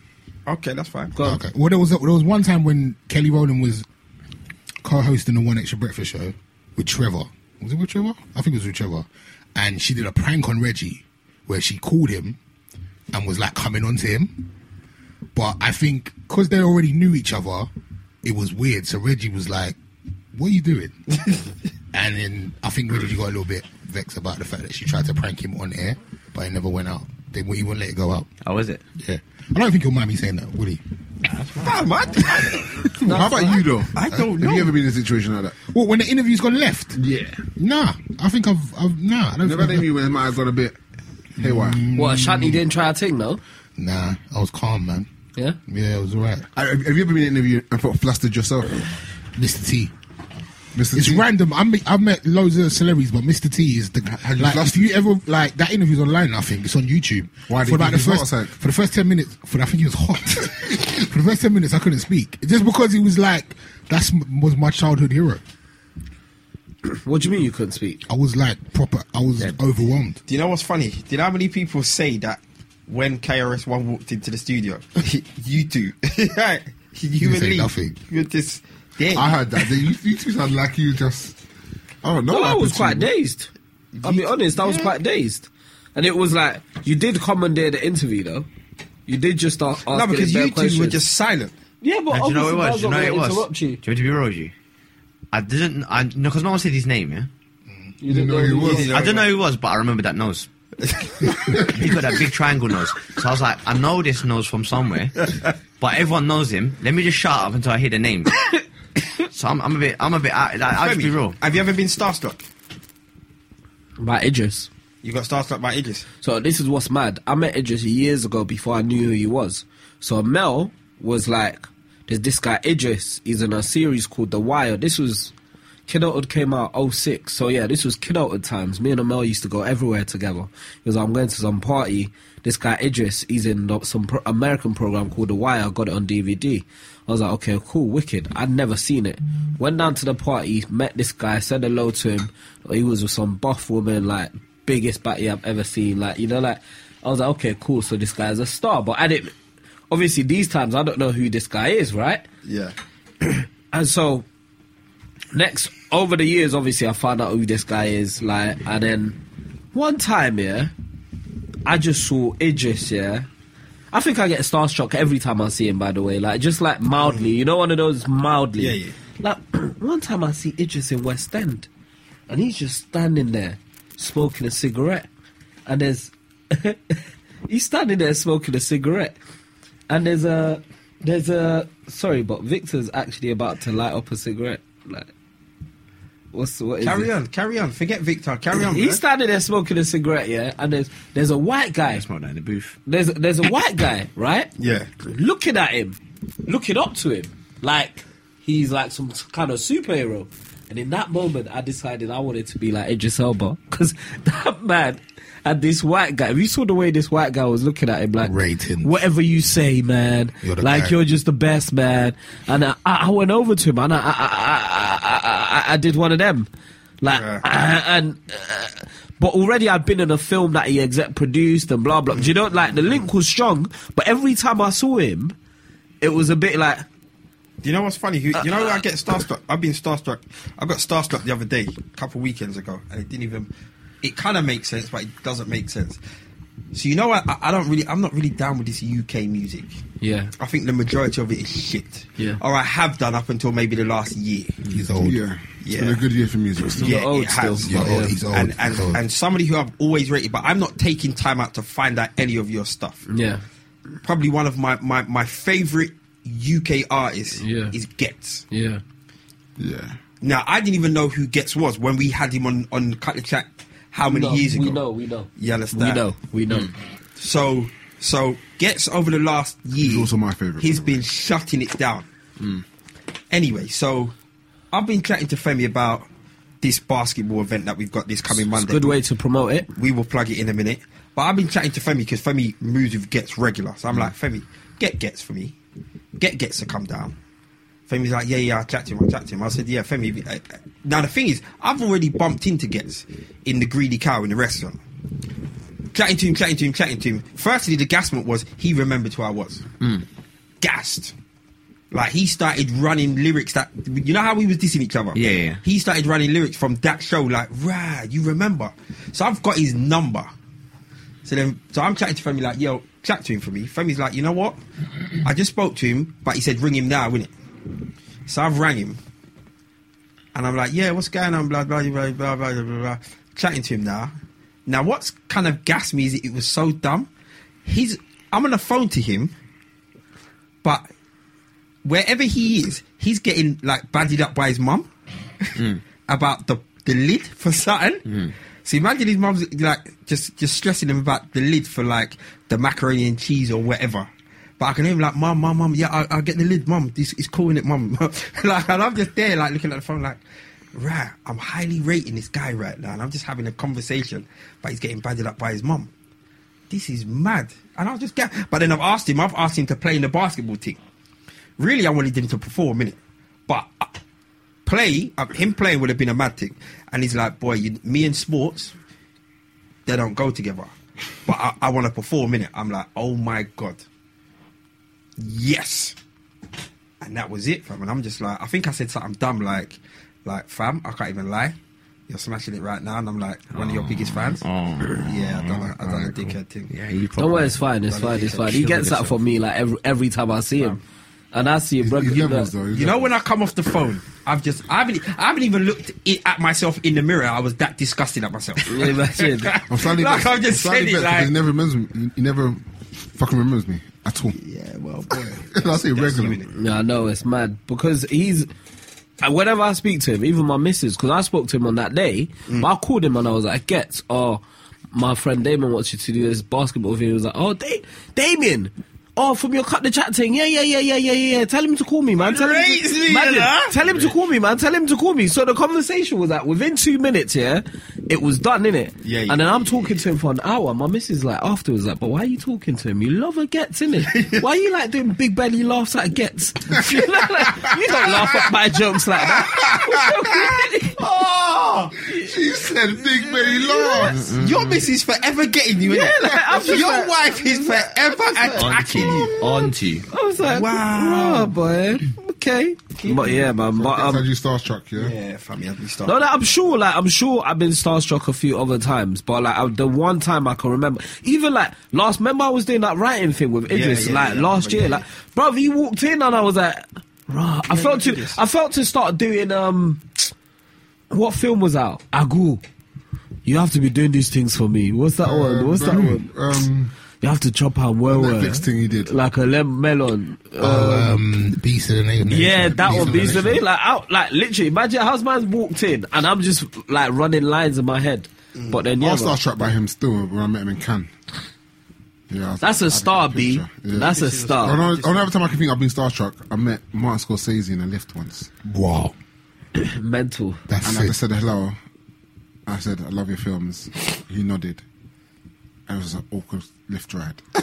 Speaker 4: Okay, that's fine.
Speaker 1: Go on.
Speaker 5: Okay. Well, there was a, there was one time when Kelly Rowland was co-hosting the One Extra Breakfast show with Trevor. Was it with Trevor? I think it was with Trevor. And she did a prank on Reggie, where she called him and was like coming on to him. But I think because they already knew each other, it was weird. So Reggie was like, "What are you doing?" and then I think Reggie got a little bit vexed about the fact that she tried to prank him on air, but it never went out. They wou- he wouldn't let it go out.
Speaker 3: How Oh, was it?
Speaker 5: Yeah, I don't think he'll mind me saying that, would he?
Speaker 4: Fam, I,
Speaker 2: How about you though?
Speaker 4: I don't
Speaker 2: Have
Speaker 4: know.
Speaker 2: you ever been in a situation like that?
Speaker 5: Well, when the interview's gone left.
Speaker 2: Yeah.
Speaker 5: Nah, I think I've, I've nah, I don't
Speaker 2: Never had an
Speaker 5: think I've-
Speaker 2: interview when it might have gone a bit haywire.
Speaker 1: What? Shanti didn't try a thing, no.
Speaker 5: Nah, I was calm, man.
Speaker 1: Yeah.
Speaker 5: Yeah, it was alright.
Speaker 2: I- Have you ever been in an interview and felt flustered yourself?
Speaker 5: Mr. T.
Speaker 2: Mr.
Speaker 5: It's
Speaker 2: T?
Speaker 5: random. I meet, I've met loads of celebrities, but Mr. T is the
Speaker 2: you
Speaker 5: like.
Speaker 2: lost
Speaker 5: If you ever like that interview's online, I think it's on YouTube.
Speaker 2: Why did
Speaker 5: for like
Speaker 2: you
Speaker 5: the
Speaker 2: use
Speaker 5: first
Speaker 2: motorcycle?
Speaker 5: for the first ten minutes? For I think he was hot. for the first ten minutes, I couldn't speak just because he was like that's m- was my childhood hero.
Speaker 1: What do you mean you couldn't speak?
Speaker 5: I was like proper. I was overwhelmed.
Speaker 4: do you know what's funny? Do you know how many people say that when KRS One walked into the studio? you do. you
Speaker 5: say
Speaker 4: and Lee,
Speaker 5: nothing.
Speaker 4: You're just dead.
Speaker 2: I heard that. You, you two sound like you just. I don't know.
Speaker 1: No,
Speaker 2: what
Speaker 1: I was
Speaker 2: happened to
Speaker 1: quite
Speaker 2: you.
Speaker 1: dazed. I'll be honest, I was quite dazed. And it was like, you did commandeer the interview, though. You did just start asking
Speaker 4: no, because
Speaker 1: bare
Speaker 4: you two were
Speaker 1: questions.
Speaker 4: just silent.
Speaker 1: Yeah, but
Speaker 3: And do you know what it was?
Speaker 1: obviously,
Speaker 3: Do you know what
Speaker 1: I
Speaker 3: it
Speaker 1: was going
Speaker 3: was?
Speaker 1: to interrupt you.
Speaker 3: Do you want me to be real with you? I didn't. I no, because no one said his name. Yeah.
Speaker 1: You didn't know who
Speaker 4: was.
Speaker 1: it
Speaker 4: Yeah,
Speaker 3: I don't
Speaker 4: yeah.
Speaker 3: know who it was, but I remember that nose. he got that big triangle nose. So I was like, I know this nose from somewhere, but everyone knows him. Let me just shut up until I hear the name. so I'm, I'm a bit, I'm a bit. I, I, I'll just be
Speaker 4: Femi,
Speaker 3: real.
Speaker 4: Have you ever been starstruck?
Speaker 1: By Idris.
Speaker 4: You got starstruck by Idris.
Speaker 1: So this is what's mad. I met Idris years ago before I knew who he was. So Mel was like, there's this guy Idris. He's in a series called The Wire. This was Kidulthood came out 06. So yeah, this was Kidulthood times. Me and Mel used to go everywhere together. He was like, I'm going to some party. This guy Idris, he's in the- some pro- American program called The Wire. I got it on DVD. I was like, okay, cool, wicked. I'd never seen it. Went down to the party, met this guy, said hello to him. He was with some buff woman, like biggest batty I've ever seen. Like, you know, like I was like, okay, cool. So this guy's a star, but I didn't. Obviously, these times I don't know who this guy is, right?
Speaker 4: Yeah.
Speaker 1: And so, next over the years, obviously, I found out who this guy is. Like, and then one time, yeah, I just saw Idris. Yeah, I think I get starstruck every time I see him. By the way, like just like mildly, you know, one of those mildly.
Speaker 4: Yeah, yeah.
Speaker 1: Like one time I see Idris in West End, and he's just standing there smoking a cigarette, and there's he's standing there smoking a cigarette, and there's a there's a sorry, but Victor's actually about to light up a cigarette. Like, what's what is
Speaker 4: Carry
Speaker 1: it?
Speaker 4: on, carry on. Forget Victor. Carry on.
Speaker 1: He's
Speaker 4: bro.
Speaker 1: standing there smoking a cigarette, yeah, and there's there's a white guy.
Speaker 3: It's not that in the booth.
Speaker 1: There's there's a white guy, right?
Speaker 4: Yeah.
Speaker 1: Looking at him, looking up to him, like he's like some kind of superhero. And in that moment, I decided I wanted to be like Idris Elba because that man and this white guy. We saw the way this white guy was looking at him, like
Speaker 5: Ratings.
Speaker 1: whatever you say, man.
Speaker 5: You're the
Speaker 1: like
Speaker 5: guy.
Speaker 1: you're just the best, man. And I, I I went over to him and I I, I, I, I, I did one of them, like
Speaker 4: Yeah.
Speaker 1: I- and. Uh, but already I'd been in a film that he exec produced and blah blah. Do you know like the link was strong, but every time I saw him, it was a bit like
Speaker 4: Do you know what's funny? Who- You know I get
Speaker 1: Uh,
Speaker 4: starstruck. I've been starstruck. I got starstruck the other day, a couple weekends ago, and it didn't even. It kind of makes sense, but it doesn't make sense. So you know, I, I I don't really, I'm not really down with this UK music.
Speaker 1: Yeah.
Speaker 4: I think the majority of it is shit.
Speaker 1: Yeah.
Speaker 4: Or I have done up until maybe the last year.
Speaker 5: He's old.
Speaker 2: Yeah, it's
Speaker 4: Yeah.
Speaker 2: been a good year for music.
Speaker 1: You're old
Speaker 4: it has.
Speaker 1: still.
Speaker 5: You're
Speaker 1: Yeah.
Speaker 5: old. He's old.
Speaker 4: and
Speaker 5: he's old.
Speaker 4: and, and somebody who I've always rated, but I'm not taking time out to find out any of your stuff.
Speaker 1: Yeah.
Speaker 4: Probably one of my my, my favorite UK artists
Speaker 1: Yeah.
Speaker 4: is Getz.
Speaker 1: Yeah.
Speaker 2: Yeah,
Speaker 4: Now I didn't even know who Getz was when we had him on on Cut the Chat how many years ago. Mm.
Speaker 1: We know, we know.
Speaker 4: You understand?
Speaker 1: We know, we know.
Speaker 4: So so Getz over the last year.
Speaker 2: He's also my favourite,
Speaker 4: He's
Speaker 2: by the way.
Speaker 4: been shutting it down.
Speaker 2: Mm.
Speaker 4: Anyway, so I've been chatting to Femi about this basketball event that we've got this coming
Speaker 1: It's a
Speaker 4: Monday.
Speaker 1: good way to promote it.
Speaker 4: We will plug it in a minute. But I've been chatting to Femi because Femi moves with Gets regular. So
Speaker 1: Mm.
Speaker 4: I'm like, Femi, get Gets for me. Get Gets to come down. Femi's like, yeah, yeah, I chat to him, I chat to him. I said, yeah, Femi. uh, uh." Now the thing is, I've already bumped into Gets in the Greedy Cow in the restaurant. Chatting to him, chatting to him, chatting to him. Firstly, the gasment was he remembered who I was.
Speaker 3: Mm.
Speaker 4: Gassed. Like he started running lyrics that you know how we was dissing each other.
Speaker 3: Yeah, yeah, yeah.
Speaker 4: He started running lyrics from that show. Like, rah, you remember? So I've got his number. So then, so I'm chatting to Femi like, yo, chat to him for me. Femi's like, you know what? I just spoke to him, but he said ring him now, wouldn't it? So I've rang him, and I'm like, yeah, what's going on? Blah blah blah blah blah blah blah. Chatting to him now. Now, what's kind of gassed me is it was so dumb. He's I'm on the phone to him, but wherever he is, he's getting like bandied up by his mum about the the lid for something. So imagine his mum's like just just stressing him about the lid for like the macaroni and cheese or whatever. But I can hear him like, mum, mum, mum, yeah, I, I get the lid, mum. This is calling it, mum. like, and I'm just there, like looking at the phone, like, right, I'm highly rating this guy right now, and I'm just having a conversation, but he's getting bandied up by his mum this is mad. And I was just, ga- but then I've asked him, I've asked him to play in the basketball team. Really, I wanted him to perform, innit? But uh, play, uh, him playing would have been a mad thing. And he's like, boy, you, me and sports, they don't go together. But I, I want to perform, innit? I'm like, oh my God. Yes. And that was it, fam. And I'm just like, I think I said something dumb, like, like, fam, I can't even lie. You're smashing it right now. And I'm like, one of your biggest fans.
Speaker 3: Oh.
Speaker 4: Yeah, I done a, I done a dickhead thing.
Speaker 3: Yeah, you
Speaker 1: Don't worry,
Speaker 3: probably.
Speaker 1: it's fine, it's
Speaker 4: Brother,
Speaker 1: fine,
Speaker 4: he's
Speaker 1: it's
Speaker 4: a
Speaker 1: fine. He
Speaker 3: killer
Speaker 1: gets that
Speaker 3: himself.
Speaker 1: from me like every, every time I see him. And I see him, bro.
Speaker 2: he's
Speaker 1: you
Speaker 2: levels
Speaker 1: know-
Speaker 2: though. he's
Speaker 4: You know
Speaker 2: levels.
Speaker 4: when I come off the phone, I've just I haven't I haven't even looked i- at myself in the mirror. I was that disgusted at myself.
Speaker 1: Yeah, imagine.
Speaker 2: I'm slightly
Speaker 4: like
Speaker 2: vexed-
Speaker 4: I'm just
Speaker 2: slightly
Speaker 4: saying
Speaker 2: vexed
Speaker 4: it
Speaker 2: because
Speaker 4: like
Speaker 2: he never remembers me. He never fucking remembers me at all.
Speaker 4: yeah, well, boy,
Speaker 2: I say regular.
Speaker 1: Yeah, I know it's mad because he's. and Whenever I speak to him, even my missus, because I spoke to him on that day,
Speaker 2: Mm.
Speaker 1: but I called him and I was like, "Gets, oh, my friend Damon wants you to do this basketball thing." He was like, "Oh, da- Damien, oh, from your cut the chat thing, yeah, yeah, yeah, yeah, yeah, yeah. yeah. Tell him to call me, man. Tell him,
Speaker 4: Rates
Speaker 1: to,
Speaker 4: me,
Speaker 1: Imagine,
Speaker 4: you know?
Speaker 1: tell him to call me, man. Tell him to call me." So the conversation was that within two minutes, yeah, it was done, innit?
Speaker 3: Yeah,
Speaker 1: And then I'm talking to him for an hour. My missus like afterwards, like, "But why are you talking to him? You love a Gets, innit? why are you like doing big belly laughs at Gets?" you know, like, you don't laugh at my jokes like that.
Speaker 4: Oh,
Speaker 2: She said big belly laughs.
Speaker 4: your missus forever getting you. Yeah,
Speaker 1: like, I'm just
Speaker 4: your
Speaker 1: like-
Speaker 4: wife is forever
Speaker 3: Onto
Speaker 4: attacking you.
Speaker 3: you. Onto you.
Speaker 1: I was like,
Speaker 4: Wow.
Speaker 1: "Wow, boy, okay." But yeah, man. But
Speaker 2: That's how
Speaker 1: um,
Speaker 2: you starstruck, yeah.
Speaker 4: Yeah, family, I'll be stuck.
Speaker 1: no, no, I'm sure. Like, I'm sure I've been starstruck a few other times, but like I, the one time I can remember, even like last. Remember, I was doing that writing thing with Idris,
Speaker 4: yeah,
Speaker 1: like
Speaker 4: yeah,
Speaker 1: last
Speaker 4: yeah.
Speaker 1: year. Like, bro, he walked in and I was like, "Rah." I felt to, I felt to start doing um, what film was out? Agu. You have to be doing these things for me. What's
Speaker 4: Uh,
Speaker 1: that one? What's that one?
Speaker 2: Um,
Speaker 1: You have to chop out well, well.
Speaker 2: Netflix thing he did.
Speaker 1: like a lem- melon. uh,
Speaker 5: Oh, um, Beast of the Nation.
Speaker 1: Yeah, that
Speaker 5: Beast
Speaker 1: one
Speaker 5: of the
Speaker 1: beats the
Speaker 5: Nation.
Speaker 1: me. Like out, like literally. Imagine how's man walked in and I'm just like running lines in my head.
Speaker 3: Mm.
Speaker 1: But then
Speaker 2: I
Speaker 1: yeah,
Speaker 2: was
Speaker 1: bro.
Speaker 2: starstruck by him still when I met him in Cannes. Yeah, I was-
Speaker 1: that's
Speaker 2: I
Speaker 1: a
Speaker 2: had to
Speaker 1: star,
Speaker 2: get
Speaker 1: B.
Speaker 2: picture. Yeah.
Speaker 1: That's a
Speaker 2: On
Speaker 1: star.
Speaker 2: another on another time I can think I've been starstruck, I met Martin Scorsese in a lift once.
Speaker 5: Wow,
Speaker 1: Mental.
Speaker 5: that's
Speaker 2: And I
Speaker 5: sick.
Speaker 2: just said hello. I said, I love your films. He nodded. And it was an awkward lift ride.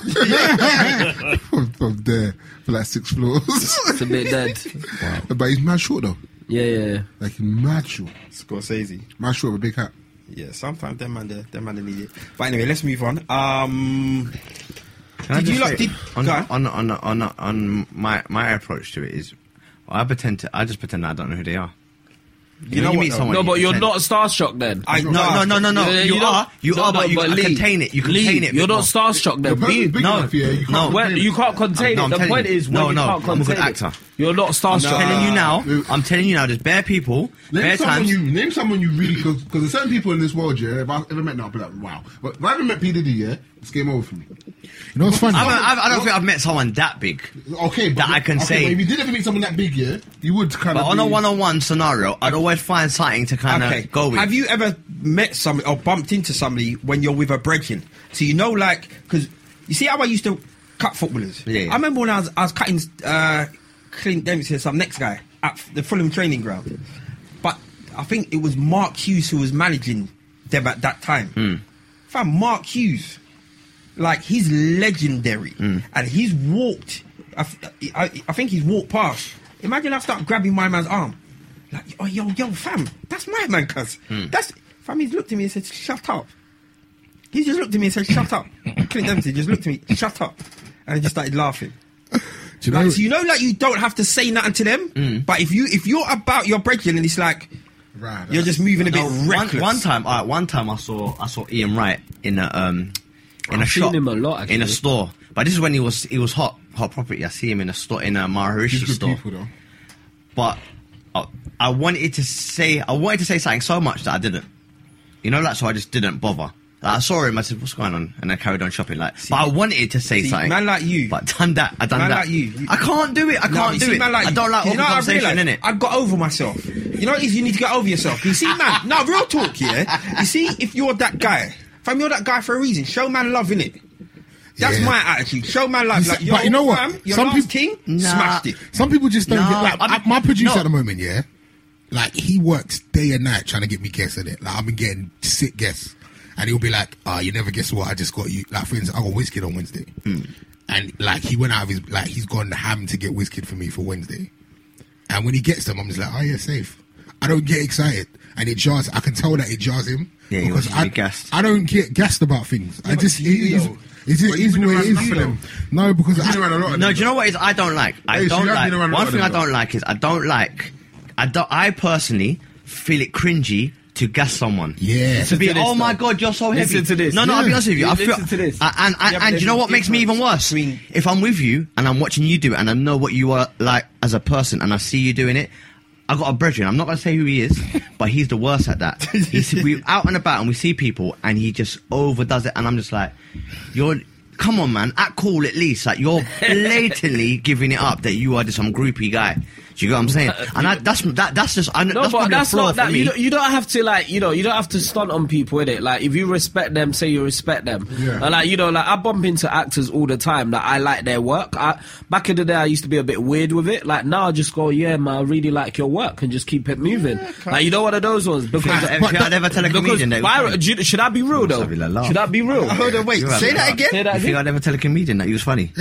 Speaker 2: from, from there for like six floors.
Speaker 1: It's a bit dead.
Speaker 2: but he's mad short though.
Speaker 1: Yeah, yeah, yeah.
Speaker 2: Like he's mad short.
Speaker 4: Scorsese.
Speaker 2: Mad short with a big hat.
Speaker 4: Yeah, sometimes them man, they- them man, they need it. But anyway, let's move on. Um,
Speaker 3: Can I
Speaker 4: Did
Speaker 3: just
Speaker 4: you like-
Speaker 3: say,
Speaker 4: did-
Speaker 3: on,
Speaker 4: go on.
Speaker 3: on, on, on, on, my, my approach to it is I pretend to, I just pretend I don't know who they are. You, know, you meet someone.
Speaker 1: No,
Speaker 3: you
Speaker 1: but you're
Speaker 3: pretend-
Speaker 1: not starstruck then.
Speaker 4: I-
Speaker 3: No, no, no, no, no.
Speaker 1: Yeah,
Speaker 3: You,
Speaker 1: you're not-
Speaker 3: are. You
Speaker 1: No,
Speaker 3: are,
Speaker 1: no,
Speaker 3: but you can
Speaker 1: Lee,
Speaker 3: contain it. You
Speaker 1: Lee,
Speaker 3: contain it.
Speaker 1: You're not
Speaker 3: before.
Speaker 1: starstruck then.
Speaker 2: The person's
Speaker 1: Be-
Speaker 2: big
Speaker 3: no,
Speaker 2: enough, yeah. You
Speaker 3: no.
Speaker 2: can't
Speaker 1: Well,
Speaker 2: contain
Speaker 1: you
Speaker 2: it.
Speaker 1: can't contain
Speaker 3: No,
Speaker 1: it.
Speaker 3: I'm
Speaker 1: The
Speaker 3: telling
Speaker 1: point
Speaker 3: you.
Speaker 1: is,
Speaker 3: No,
Speaker 1: when you
Speaker 3: no,
Speaker 1: can't
Speaker 3: I'm a
Speaker 1: contain
Speaker 3: good
Speaker 1: it,
Speaker 3: actor.
Speaker 1: you're not starstruck.
Speaker 3: I'm telling you now.
Speaker 2: Nah.
Speaker 3: I'm telling you now. There's bare people. bare
Speaker 2: Name someone,
Speaker 3: times.
Speaker 2: you, name someone you really because there's certain people in this world, yeah. If I ever met now, I'd be like, wow. But if I ever met P Diddy, yeah, it's game over for me.
Speaker 5: You know what's funny?
Speaker 3: I don't, I I don't think I've met someone that big.
Speaker 2: Okay, but
Speaker 3: That I can
Speaker 2: okay,
Speaker 3: say.
Speaker 2: But if you did ever meet someone that big, yeah, you would kind
Speaker 3: But
Speaker 2: of.
Speaker 3: on
Speaker 2: be,
Speaker 3: a one-on-one scenario, I'd always find something to kind of
Speaker 4: Okay.
Speaker 3: go with.
Speaker 4: Have you ever met somebody or bumped into somebody when you're with a break-in? So you know, like, because you see how I used to cut footballers.
Speaker 3: Yeah.
Speaker 4: I remember when I was, I was cutting uh, Clint Dempsey, some next guy at the Fulham training ground. But I think it was Mark Hughes who was managing them at that time.
Speaker 3: Hmm.
Speaker 4: Fam, Mark Hughes, like he's legendary, and he's walked. I, f- I- I think he's walked past. Imagine I start grabbing my man's arm, like oh yo yo fam, that's my man, cuz that's fam. He's looked at me and said, "Shut up." He just looked at me and said, "Shut up." Clint Dempsey just looked at me, "Shut up," and I just started laughing.
Speaker 5: Do you know,
Speaker 4: Like, so you know, like you don't have to say nothing to them, but if you if you're about your breaking and it's like
Speaker 2: Right,
Speaker 4: you're just moving a bit
Speaker 3: No, one,
Speaker 4: reckless.
Speaker 3: one time, alright, one time I saw I saw Ian Wright in a um in a
Speaker 1: I've seen
Speaker 3: shop
Speaker 1: him a lot,
Speaker 3: in a
Speaker 1: actually.
Speaker 3: store. But this is when he was he was hot hot property. I see him in a store in a Maharishi
Speaker 2: He's good
Speaker 3: store.
Speaker 2: people though.
Speaker 3: But I, I wanted to say I wanted to say something so much that I didn't. You know, like so I just didn't bother. Like, I saw him. I said, "What's going on?" And I carried on shopping. Like, but I wanted to say
Speaker 4: see,
Speaker 3: something.
Speaker 4: man like you-
Speaker 3: but done that. I done
Speaker 4: man
Speaker 3: that.
Speaker 4: like you, you-
Speaker 3: I can't do it. I
Speaker 4: No,
Speaker 3: can't
Speaker 4: you
Speaker 3: do
Speaker 4: see,
Speaker 3: it.
Speaker 4: man, like
Speaker 3: I don't like
Speaker 4: you
Speaker 3: open
Speaker 4: know what I
Speaker 3: conversation,
Speaker 4: realised?
Speaker 3: innit?
Speaker 4: I got over myself. You know what it is? You need to get over yourself. You see, man. no, real talk, yeah. You see, if you're that guy, fam, you're that guy for a reason. Show man love, innit? That's
Speaker 5: Yeah.
Speaker 4: my attitude. Show man love.
Speaker 5: You
Speaker 4: Like,
Speaker 5: see-
Speaker 4: yo,
Speaker 5: but you know what?
Speaker 4: Fam, your
Speaker 5: Some
Speaker 4: last
Speaker 5: people-
Speaker 4: king smashed it.
Speaker 5: Some people just don't
Speaker 3: No,
Speaker 5: get like
Speaker 3: I mean-
Speaker 5: I- my producer
Speaker 3: no.
Speaker 5: at the moment. Yeah, like he works day and night trying to get me guests in it. Like I've been getting sick guests, and he'll be like, "Ah, you never guess what I just got you." Like for instance, I got Wizkid on Wednesday,
Speaker 2: Hmm.
Speaker 5: and like he went out of his like he's gone ham to get Wizkid for me for Wednesday, and when he gets them, I'm just like, "Oh yeah, safe." I don't get excited, and it jars. I can tell that it jars him
Speaker 3: Yeah, he wants
Speaker 5: because
Speaker 3: you to
Speaker 5: I,
Speaker 3: be gassed.
Speaker 5: I don't get gassed about things. I
Speaker 2: but
Speaker 5: just
Speaker 2: you
Speaker 5: it is.
Speaker 2: though.
Speaker 5: It is,
Speaker 2: But
Speaker 5: it
Speaker 2: you've
Speaker 5: is
Speaker 2: been
Speaker 5: what it
Speaker 2: around
Speaker 5: is.
Speaker 2: enough of them.
Speaker 5: No, because
Speaker 2: You've been
Speaker 5: I,
Speaker 2: around a lot of
Speaker 3: No,
Speaker 2: them.
Speaker 3: do you know what is? I don't like. I
Speaker 2: Hey, so
Speaker 3: don't
Speaker 2: you have
Speaker 3: like.
Speaker 2: been around a lot
Speaker 3: One
Speaker 2: of
Speaker 3: thing I
Speaker 2: them,
Speaker 3: don't
Speaker 2: though.
Speaker 3: like is I don't like. I don't. I personally feel it cringy to gas someone.
Speaker 5: Yeah.
Speaker 3: To
Speaker 5: Listen
Speaker 3: be.
Speaker 1: to this,
Speaker 3: oh my
Speaker 1: though.
Speaker 3: god, you're so heavy.
Speaker 1: Listen to this.
Speaker 3: No, no. I'll be
Speaker 5: Yeah.
Speaker 3: honest with you. I
Speaker 1: Yeah,
Speaker 3: feel.
Speaker 1: listen to this.
Speaker 3: I- and and,
Speaker 4: Yeah, but
Speaker 3: and do you know
Speaker 4: there's
Speaker 3: what
Speaker 4: a
Speaker 3: makes me even
Speaker 4: difference
Speaker 3: worse?
Speaker 4: between-
Speaker 3: If I'm with you and I'm watching you do it and I know what you are like as a person and I see you doing it. I got a brethren. I'm not gonna say who he is, but he's the worst at that. He's we out and about and we see people and he just overdoes it and I'm just like, You're come on man, at cool at least. Like you're blatantly giving it up that you are just some groupie guy. Do you get what I'm saying? And I, that's that, that's just I,
Speaker 1: No,
Speaker 3: that's
Speaker 1: but
Speaker 3: probably
Speaker 1: that's
Speaker 3: a flaw
Speaker 1: not that.
Speaker 3: for me.
Speaker 1: You don't, you don't have to like you know you don't have to stunt on people in it. Like if you respect them, say you respect them.
Speaker 2: Yeah.
Speaker 1: And like you know, like I bump into actors all the time that I like their work. I, back in the day, I used to be a bit weird with it. Like now, I just go, yeah, man, I really like your work, and just keep it moving. like you know, one of those ones because.
Speaker 3: If you had ever tell a
Speaker 1: Because
Speaker 3: comedian that
Speaker 1: why- do you- should I be real though?
Speaker 3: having a laugh.
Speaker 1: Should I be real?
Speaker 4: Hold on, wait.
Speaker 3: You're
Speaker 4: say
Speaker 3: having
Speaker 4: that
Speaker 3: a-
Speaker 4: again.
Speaker 1: Say that
Speaker 3: You think
Speaker 1: again.
Speaker 3: I'd ever tell a comedian that he was funny?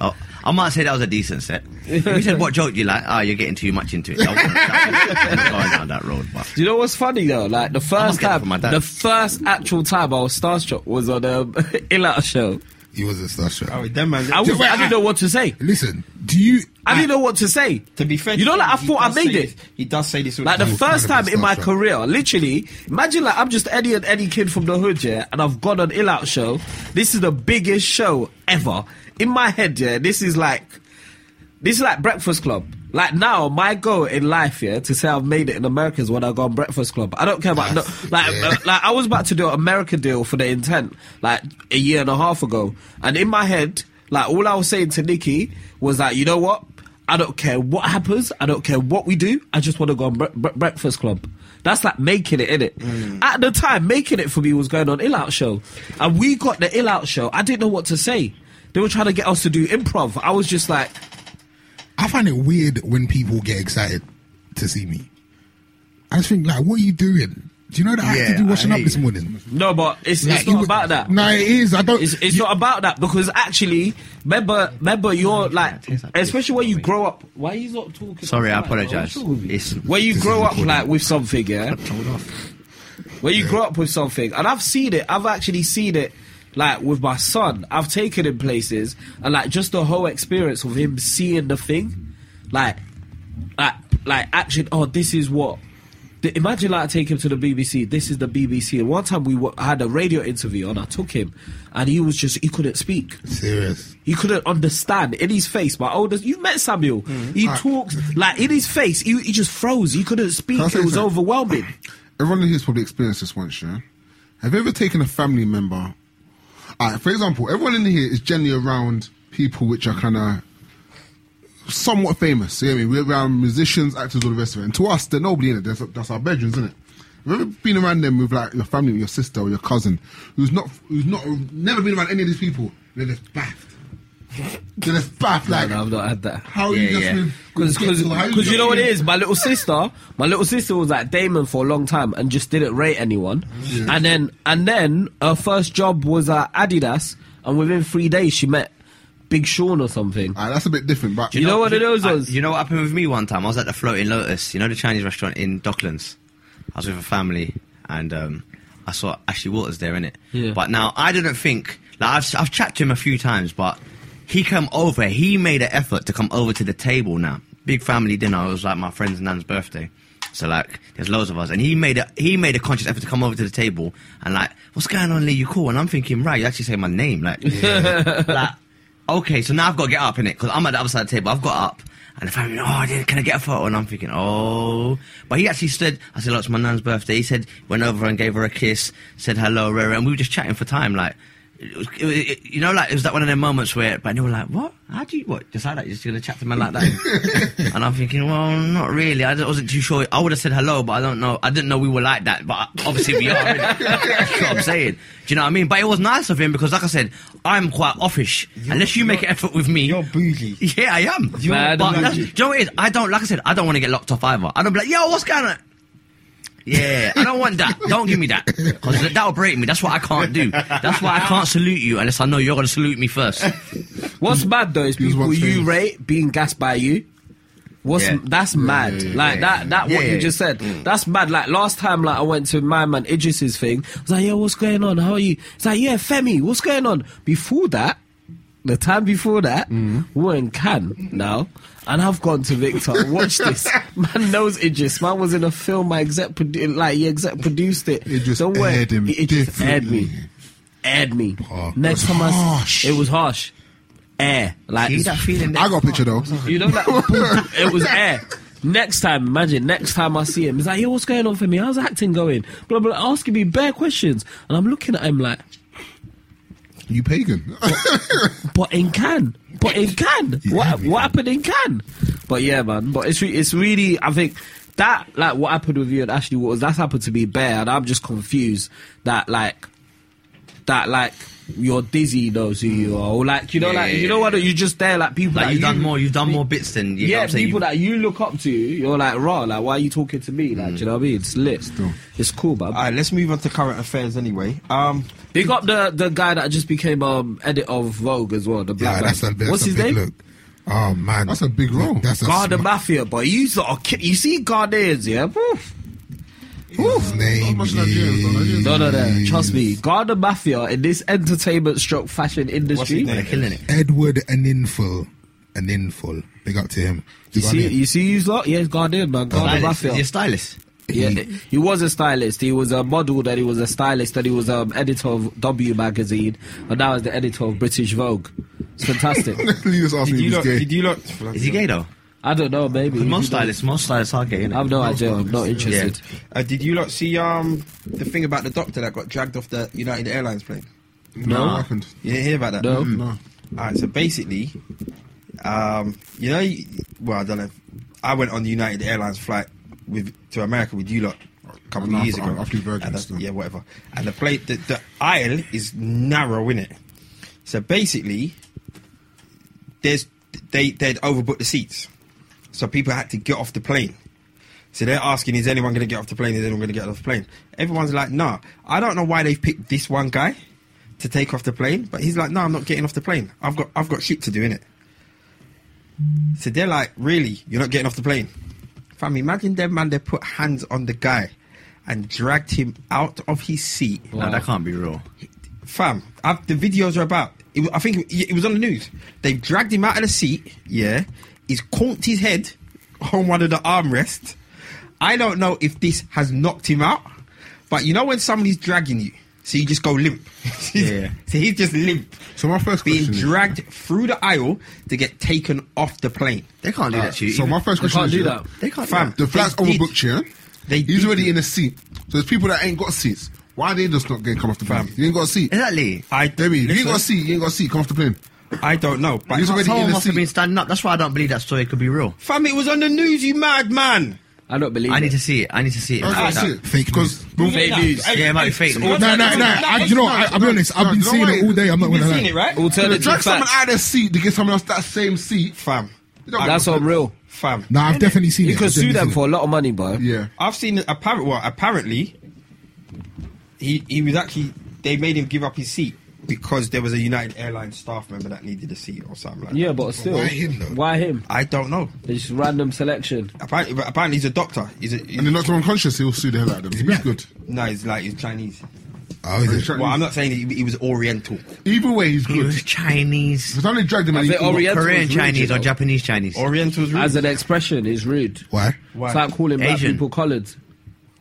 Speaker 3: oh, I might say that was a decent set. If you said, what joke do you like? Oh, you're getting too much into it. I wouldn't- I'm not going down that road, but...
Speaker 1: Do you know what's funny though? Like the first
Speaker 3: get that
Speaker 1: time,
Speaker 3: from my dad.
Speaker 1: the first actual time I was starstruck was on a Ilat show.
Speaker 5: he was a starstruck.
Speaker 4: Oh, them man.
Speaker 1: I, was,
Speaker 5: wait,
Speaker 1: I didn't
Speaker 5: I-
Speaker 1: know what to say.
Speaker 5: Listen, do you?
Speaker 1: I didn't know what to say.
Speaker 4: to be fair,
Speaker 1: you know, like I
Speaker 4: he
Speaker 1: thought I
Speaker 4: does
Speaker 1: made
Speaker 4: say
Speaker 1: it.
Speaker 4: this- He does say this. all
Speaker 1: Like the
Speaker 5: Oh,
Speaker 1: first time
Speaker 5: kind of
Speaker 1: in my
Speaker 5: starstruck.
Speaker 1: career, literally, imagine like I'm just Eddie and any kid from the hood, yeah, and I've gone on Ill Out show. This is the biggest show ever. In my head, yeah, this is like this is like Breakfast Club. Like now, my goal in life, yeah, to say I've made it in America is when I go on Breakfast Club. I don't care about no, like,
Speaker 5: yeah.
Speaker 1: uh, like I was about to do an America deal for the intent, like a year and a half ago, and in my head, like all I was saying to Nikki was like, you know what? I don't care what happens. I don't care what we do. I just want to go on bre- Bre- Breakfast Club. That's like making it, in it. At the time, making it for me was going on Ill Out Show, and we got the Ill Out Show. I didn't know what to say. They were trying to get us to do improv. I was just like.
Speaker 5: I find it weird when people get excited to see me. I just think, like, what are you doing? Do you know that I had
Speaker 3: Yeah,
Speaker 5: to do
Speaker 3: I
Speaker 5: washing up
Speaker 3: hate
Speaker 5: this
Speaker 3: it.
Speaker 5: morning?
Speaker 1: No, but it's,
Speaker 5: Like,
Speaker 1: it's
Speaker 5: it
Speaker 1: not
Speaker 5: would-
Speaker 1: about that.
Speaker 5: No, it is. I don't.
Speaker 1: It's, it's not about that because actually, remember, remember, you're like,
Speaker 3: tastes like
Speaker 1: especially when
Speaker 3: piss,
Speaker 1: you
Speaker 3: by the
Speaker 1: grow up. Why are you not talking?
Speaker 3: Sorry, I
Speaker 1: outside, bro? What's
Speaker 3: apologise.
Speaker 1: wrong with you?
Speaker 3: It's-
Speaker 1: When you
Speaker 5: this
Speaker 1: grow
Speaker 5: is
Speaker 1: up
Speaker 5: recorded.
Speaker 1: like with something, yeah,
Speaker 5: Hold off.
Speaker 1: when you grow up with something, and I've seen it. I've actually seen it. Like with my son, I've taken him places, and like just the whole experience of him seeing the thing, like, like like action. Oh, this is what. the- Imagine like I take him to the BBC. This is the BBC. And one time we wa had a radio interview and I took him, and he was just he couldn't speak.
Speaker 5: Serious.
Speaker 1: He couldn't understand in his face. My oldest, you met Samuel.
Speaker 2: Mm.
Speaker 1: He
Speaker 2: Ah.
Speaker 1: talks like in his face. He, he just froze. He couldn't speak.
Speaker 2: Can I say
Speaker 1: It was
Speaker 2: something?
Speaker 1: overwhelming.
Speaker 2: Everyone here's probably experienced this once, yeah? Have you ever taken a family member? All right, for example, everyone in here is generally around people which are kind of somewhat famous. You know what I mean? We're around musicians, actors, all the rest of it. And to us, they're nobody in it. That's, that's our bedrooms, isn't it? Have you ever been around them with like your family, your sister or your cousin, who's not, who's not, never been around any of these people? They're just baffed. They're just baffed. Like,
Speaker 1: No, no, I've not had that.
Speaker 2: how are you
Speaker 3: Yeah,
Speaker 2: just
Speaker 3: yeah.
Speaker 2: with? how
Speaker 1: Because you
Speaker 2: just
Speaker 1: know what it
Speaker 2: with-
Speaker 1: is, my little sister, my little sister was at Damon for a long time and just didn't rate anyone. And then, and then her first job was at Adidas, and within three days she met Big Sean or something.
Speaker 2: All right, that's a bit different, but
Speaker 1: You know what it is,
Speaker 2: Ah,
Speaker 3: I-
Speaker 1: us?
Speaker 3: You know what happened with me one time? I was at the Floating Lotus, you know the Chinese restaurant in Docklands. I was with a family and um, I saw Ashley Waters there, innit?
Speaker 1: Yeah.
Speaker 3: But now, I didn't think... Like, I've, I've chatted to him a few times, but he came over. He made an effort to come over to the table now. Big family dinner. It was like my friend's nan's birthday. So like, there's loads of us, and he made a he made a conscious effort to come over to the table and like, what's going on, Lee? You cool? And I'm thinking, right, you actually say my name, like, like, okay, so now I've got to get up in it because I'm at the other side of the table. I've got up, and the family, oh, I didn't- can I get a photo? And I'm thinking, oh, but he actually stood. I said, look, it's my nan's birthday. He said, went over and gave her a kiss, said hello, rare, and we were just chatting for time, like. It was, it, it- you know, like it was that one of them moments where, but they were like, Uh, "What? How do you what? Just like that? You're just gonna chat to man like that?" and I'm thinking, "Well, not really. I just wasn't too sure. I would have said hello, but I don't know. I didn't know we were like that. But obviously we are. innit? That's what I'm saying. Do you know what I mean? But it was nice of him because, like I said, I'm quite offish. Unless you make an effort with me,
Speaker 4: You're bougie.
Speaker 3: yeah, I am.
Speaker 1: Mad
Speaker 3: but
Speaker 1: and
Speaker 3: that's- do
Speaker 1: logic.
Speaker 3: you know what it is? I don't, like I said, I don't want to get locked off either. I don't be like, yo, what's going on? Yeah, I don't want that. Don't give me that. Because that'll break me. That's what I can't do. That's why I can't salute you unless I know you're going to salute me first.
Speaker 1: What's mad though is
Speaker 2: Use
Speaker 1: people
Speaker 2: one
Speaker 1: you
Speaker 2: thing.
Speaker 1: rate being gassed by you. What's
Speaker 3: Yeah.
Speaker 1: that's mad?
Speaker 2: yeah,
Speaker 1: like that, that what
Speaker 3: Yeah,
Speaker 1: you
Speaker 3: yeah. Mm.
Speaker 1: just said. That's mad. Like last time, like I went to my man Idris's thing. I was like, "Yo, what's going on? How are you?" It's like, "Yeah, Femi, what's going on?" Before that, the time before that,
Speaker 2: Mm.
Speaker 1: we we're in Cannes now, and I've gone to Victor. Watch this, man knows Idris. Man was in a film. My exec, produ- like he exec produced it.
Speaker 2: It just
Speaker 1: Don't worry.
Speaker 2: aired him
Speaker 1: It just aired me.
Speaker 2: differently.
Speaker 1: Aired me.
Speaker 5: Oh,
Speaker 1: Next time I,
Speaker 2: harsh.
Speaker 1: s- it was harsh air. Like
Speaker 3: See that feeling there?
Speaker 2: I got a picture though.
Speaker 1: you know that it was air. Next time, imagine next time I see him, he's like, "Yo, what's going on for me? How's acting going?" Blah blah, blah, asking me bare questions, and I'm looking at him like,
Speaker 2: You pagan.
Speaker 1: "But in can, but in can, what what happened in can?" But yeah, man. But it's re- it's really, I think that like what happened with you and Ashley Waters, that's happened to be bare, and I'm just confused that like that like you're dizzy knows who you are, or like you know,
Speaker 3: Yeah,
Speaker 1: like
Speaker 3: yeah,
Speaker 1: you know
Speaker 3: yeah.
Speaker 1: what, you just there like people
Speaker 3: Like,
Speaker 1: that
Speaker 3: you've
Speaker 1: you-
Speaker 3: done more, you've done more bits than, you know what
Speaker 1: yeah,
Speaker 3: I'm saying?
Speaker 1: people
Speaker 3: You-
Speaker 1: that you look up to, you're like, rah, like, why are you talking to me? Like, do you know what I mean? It's lit. It's cool, man.
Speaker 4: All right, let's move on to current affairs anyway. Um,
Speaker 1: Big up the the guy that just became um edit of Vogue as well. The black
Speaker 5: Yeah,
Speaker 1: guy.
Speaker 5: Ah, that's a, that's
Speaker 1: What's
Speaker 5: a
Speaker 1: his
Speaker 5: big
Speaker 1: name?
Speaker 5: look. Oh man,
Speaker 2: That's a big role.
Speaker 5: That's a
Speaker 1: Garda
Speaker 5: sm-
Speaker 1: Mafia, but you sort of oh, ki- you see Ghanaians, yeah. Woof.
Speaker 5: His name
Speaker 2: much Nigerians, though, Nigerians.
Speaker 5: is-
Speaker 1: No, no, no. Trust me, Garda Mafia in this entertainment-struck fashion industry.
Speaker 4: his name?
Speaker 3: They're killing it.
Speaker 5: Edward Aninful. Aninful. Big up to him.
Speaker 1: You
Speaker 5: He's
Speaker 1: see,
Speaker 5: Ghanaian.
Speaker 1: you see, you lot. Yeah, Ghanaian, man. Garda
Speaker 3: Stylist.
Speaker 1: Mafia.
Speaker 3: You're stylist.
Speaker 1: Yeah, he was a stylist. He was a model. That he was a stylist. That he was um, editor of W magazine, and now is the editor of British Vogue. It's fantastic.
Speaker 2: Lee just asked
Speaker 4: did
Speaker 2: me
Speaker 4: you
Speaker 2: if
Speaker 4: look?
Speaker 2: he's
Speaker 4: Did
Speaker 2: gay.
Speaker 4: you look?
Speaker 3: Is he gay though?
Speaker 1: I don't know, maybe
Speaker 3: Most stylists, most stylists are gay, innit?
Speaker 1: I've no idea. I'm not interested.
Speaker 4: Uh, did you lot see um the thing about the doctor that got dragged off the United Airlines plane?
Speaker 2: No, what happened?
Speaker 4: You didn't hear about that? Mm.
Speaker 1: No.
Speaker 2: No.
Speaker 4: Alright, so basically, um, you know, well, I don't know. If, I went on the United Airlines flight with to America with you lot a couple
Speaker 2: No,
Speaker 4: of years
Speaker 2: I-
Speaker 4: ago.
Speaker 2: I flew Virgin
Speaker 4: And that's-
Speaker 2: still.
Speaker 4: Yeah, whatever. And the plate, the, the aisle is narrow in it. So basically, there's they they'd overbooked the seats, so people had to get off the plane. So they're asking, is anyone going to get off the plane? Is anyone going to get off the plane? Everyone's like, nah. I don't know why they've picked this one guy to take off the plane, but he's like, no, I'm not getting off the plane. I've got, I've got shit to do in it. So they're like, really, you're not getting off the plane, fam? Imagine them man. They put hands on the guy and dragged him out of his seat,
Speaker 3: No, that can't be real.
Speaker 4: fam. i the videos are about. It, wa- I think it, it was on the news. They've dragged him out of the seat. Yeah, he's conked his head on one of the armrests. I don't know if this has knocked him out, but you know when somebody's dragging you, so you just go limp.
Speaker 3: Yeah.
Speaker 4: so he's just limp,
Speaker 2: So my first
Speaker 4: being
Speaker 2: question is-
Speaker 4: dragged through the aisle to get taken off the plane.
Speaker 3: They can't do that to you.
Speaker 2: So
Speaker 3: even-
Speaker 2: my first
Speaker 1: You
Speaker 2: question
Speaker 1: can't
Speaker 2: is,
Speaker 1: do
Speaker 2: yeah,
Speaker 1: that.
Speaker 3: they can't.
Speaker 4: Fam.
Speaker 2: the flight's
Speaker 4: They did.
Speaker 2: overbooked, yeah.
Speaker 4: They
Speaker 2: He's
Speaker 4: did.
Speaker 2: already in a seat. So there's people that ain't got seats. Why they just not getting come off the plane? You ain't got a seat.
Speaker 3: Do that. Exactly.
Speaker 4: I
Speaker 2: Baby, you ain't
Speaker 4: listen,
Speaker 2: got a seat. You ain't got a seat. Come off the plane.
Speaker 4: I don't know, but
Speaker 2: He's already in
Speaker 3: Someone
Speaker 2: the
Speaker 3: must have been
Speaker 2: seat.
Speaker 3: standing up. That's why I don't believe that story could be real.
Speaker 4: fam, it was on the news. You mad man?
Speaker 1: I don't believe.
Speaker 3: I
Speaker 1: it.
Speaker 3: need to see it. I need to see it.
Speaker 2: I
Speaker 3: Like
Speaker 2: can't
Speaker 3: that.
Speaker 2: see it.
Speaker 5: Fake
Speaker 2: Because
Speaker 1: Fake news.
Speaker 3: Yeah, it might be fake. news.
Speaker 5: No, no, no. I, you know, I, I'll be honest. I've been
Speaker 2: No, no,
Speaker 5: seeing it
Speaker 2: no.
Speaker 5: all day. I'm not
Speaker 4: You've
Speaker 5: gonna
Speaker 4: seen
Speaker 5: lie.
Speaker 4: it, right?
Speaker 2: they
Speaker 1: Alternative
Speaker 2: drag someone
Speaker 1: facts.
Speaker 2: out of their seat to get someone else that same seat.
Speaker 4: Fam,
Speaker 2: They don't
Speaker 1: That's
Speaker 2: get-
Speaker 1: unreal.
Speaker 4: fam.
Speaker 5: No, I've definitely seen it.
Speaker 1: You could
Speaker 5: I've
Speaker 1: sue
Speaker 5: definitely
Speaker 1: them
Speaker 5: seen
Speaker 1: for a lot of money, bro.
Speaker 2: Yeah.
Speaker 4: I've seen apparent. Well, apparently, he he was actually they made him give up his seat because there was a United Airlines staff member that needed a seat or something like.
Speaker 1: Yeah, but still,
Speaker 5: why him, though?
Speaker 1: Why him?
Speaker 4: that. I don't know.
Speaker 1: It's just random selection.
Speaker 4: Apparently, but apparently he's a doctor. He's a
Speaker 2: And
Speaker 4: he's,
Speaker 2: they're not so unconscious, he'll sue the hell out of them. He's
Speaker 5: black.
Speaker 2: good.
Speaker 1: Mm-hmm.
Speaker 4: no, he's like he's Chinese.
Speaker 5: Oh, is it?
Speaker 4: Well, I'm not saying he, he was Oriental.
Speaker 2: Either way, he's
Speaker 3: He
Speaker 2: good.
Speaker 3: was Chinese,
Speaker 2: Because only dragged him
Speaker 1: I
Speaker 2: and
Speaker 1: think
Speaker 2: he- he-
Speaker 1: Oriental
Speaker 3: Korean
Speaker 1: is rude, you
Speaker 3: Chinese, or
Speaker 1: know.
Speaker 3: Japanese Chinese.
Speaker 4: Oriental's
Speaker 1: As an expression, is rude.
Speaker 5: Why?
Speaker 1: It's like calling black
Speaker 3: Asian.
Speaker 1: people coloured.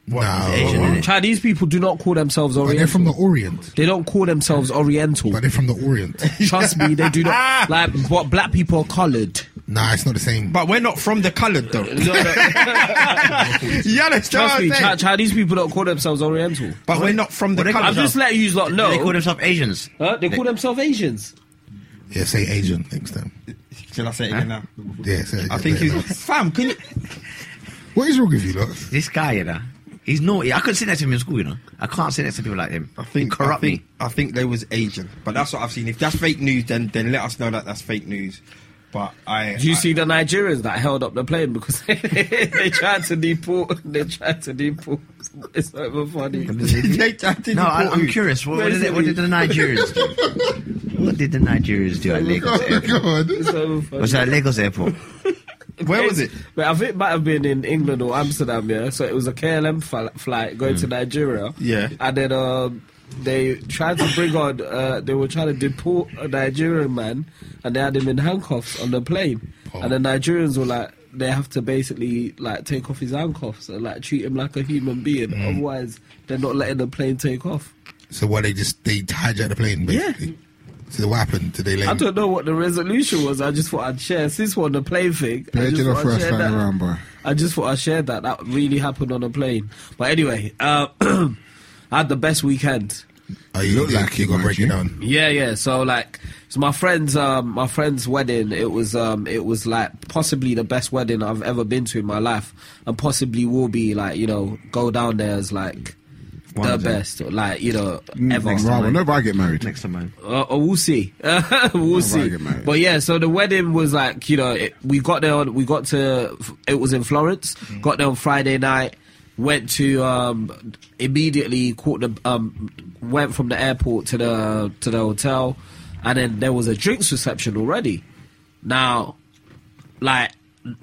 Speaker 5: No.
Speaker 3: Asian, innit?
Speaker 1: Chinese people do not call themselves
Speaker 5: But
Speaker 1: Oriental.
Speaker 5: they're from the Orient.
Speaker 1: They don't call themselves Oriental.
Speaker 5: But they're from the Orient.
Speaker 1: Trust me, they do not. Like, what black people are coloured.
Speaker 5: Nah, it's not the same.
Speaker 4: but we're not from the coloured though.
Speaker 1: No, no,
Speaker 4: you understand what
Speaker 1: trust
Speaker 4: I'm
Speaker 1: me, Chi-
Speaker 4: saying?
Speaker 1: Chinese people don't call themselves Oriental.
Speaker 4: But we're not from the
Speaker 3: Well, they-
Speaker 1: I'm
Speaker 4: coloured.
Speaker 1: just letting you lot know.
Speaker 3: They call themselves Asians.
Speaker 1: Huh? They call themselves Asians.
Speaker 5: Yeah, say Asian next time.
Speaker 4: Shall I say it again now?
Speaker 5: Yeah, say
Speaker 4: I think
Speaker 5: yeah,
Speaker 4: he's fam. Can you?
Speaker 5: What is wrong with you, lot?
Speaker 3: This guy, you know, he's naughty. I couldn't sit next to him in school, you know. I can't sit next to people like him. I think corrupt
Speaker 4: I think,
Speaker 3: me.
Speaker 4: I think they was Asian, but that's what I've seen. If that's fake news, then then let us know that that's fake news. But I,
Speaker 1: Do you
Speaker 4: I-
Speaker 1: see the Nigerians that held up the plane because they tried to deport? They tried to deport. It's over funny.
Speaker 4: they tried to
Speaker 3: No, I,
Speaker 4: deport
Speaker 3: I'm
Speaker 4: you.
Speaker 3: curious. What, what, did they, what did the Nigerians do? What did the Nigerians do at Lagos
Speaker 2: Oh,
Speaker 3: Airport?
Speaker 2: God.
Speaker 1: It's over funny.
Speaker 3: Was that at Lagos Airport?
Speaker 4: Where was it?
Speaker 1: But I think it might have been in England or Amsterdam, yeah. So it was a KLM fl- flight going to Nigeria.
Speaker 4: Mm. Yeah.
Speaker 1: And then um, they tried to bring on, uh, they were trying to deport a Nigerian man and they had him in handcuffs on the plane.
Speaker 4: Oh.
Speaker 1: And the Nigerians were like, they have to basically like take off his handcuffs and like treat him like a human being.
Speaker 4: Mm.
Speaker 1: Otherwise, they're not letting the plane take off.
Speaker 5: So what? They just they hijacked the plane, basically. So what happened? Did they
Speaker 1: I
Speaker 4: Mm.
Speaker 5: land?
Speaker 1: don't know what the resolution was. I just thought I'd share. Since we're on the plane thing, I
Speaker 2: Pledge
Speaker 1: just
Speaker 2: it off
Speaker 1: thought I'd
Speaker 2: for us
Speaker 1: share
Speaker 2: flying
Speaker 1: that.
Speaker 2: around, boy.
Speaker 1: I just thought I shared that. That really happened on a plane. But anyway, uh, I had the best weekend.
Speaker 5: Oh, you look
Speaker 2: Yeah,
Speaker 5: like you
Speaker 2: keep
Speaker 5: gonna break it
Speaker 2: marching.
Speaker 5: down.
Speaker 1: Yeah, yeah. So like, it's my friend's um, my friend's wedding. It was um, it was like possibly the best wedding I've ever been to in my life, and possibly will be like you know go down there as like
Speaker 3: One
Speaker 1: the
Speaker 3: of them.
Speaker 1: best, like you know ever.
Speaker 2: Next time, whenever I get married.
Speaker 3: Next time, man.
Speaker 1: Uh, uh, we'll see. we'll see.
Speaker 2: get married.
Speaker 1: But yeah, so the wedding was like, you know, it, we got there. On, we got to. It was in Florence. Got there on Friday night. Went to um, immediately caught the um, went from the airport to the to the hotel, and then there was a drinks reception already. Now, like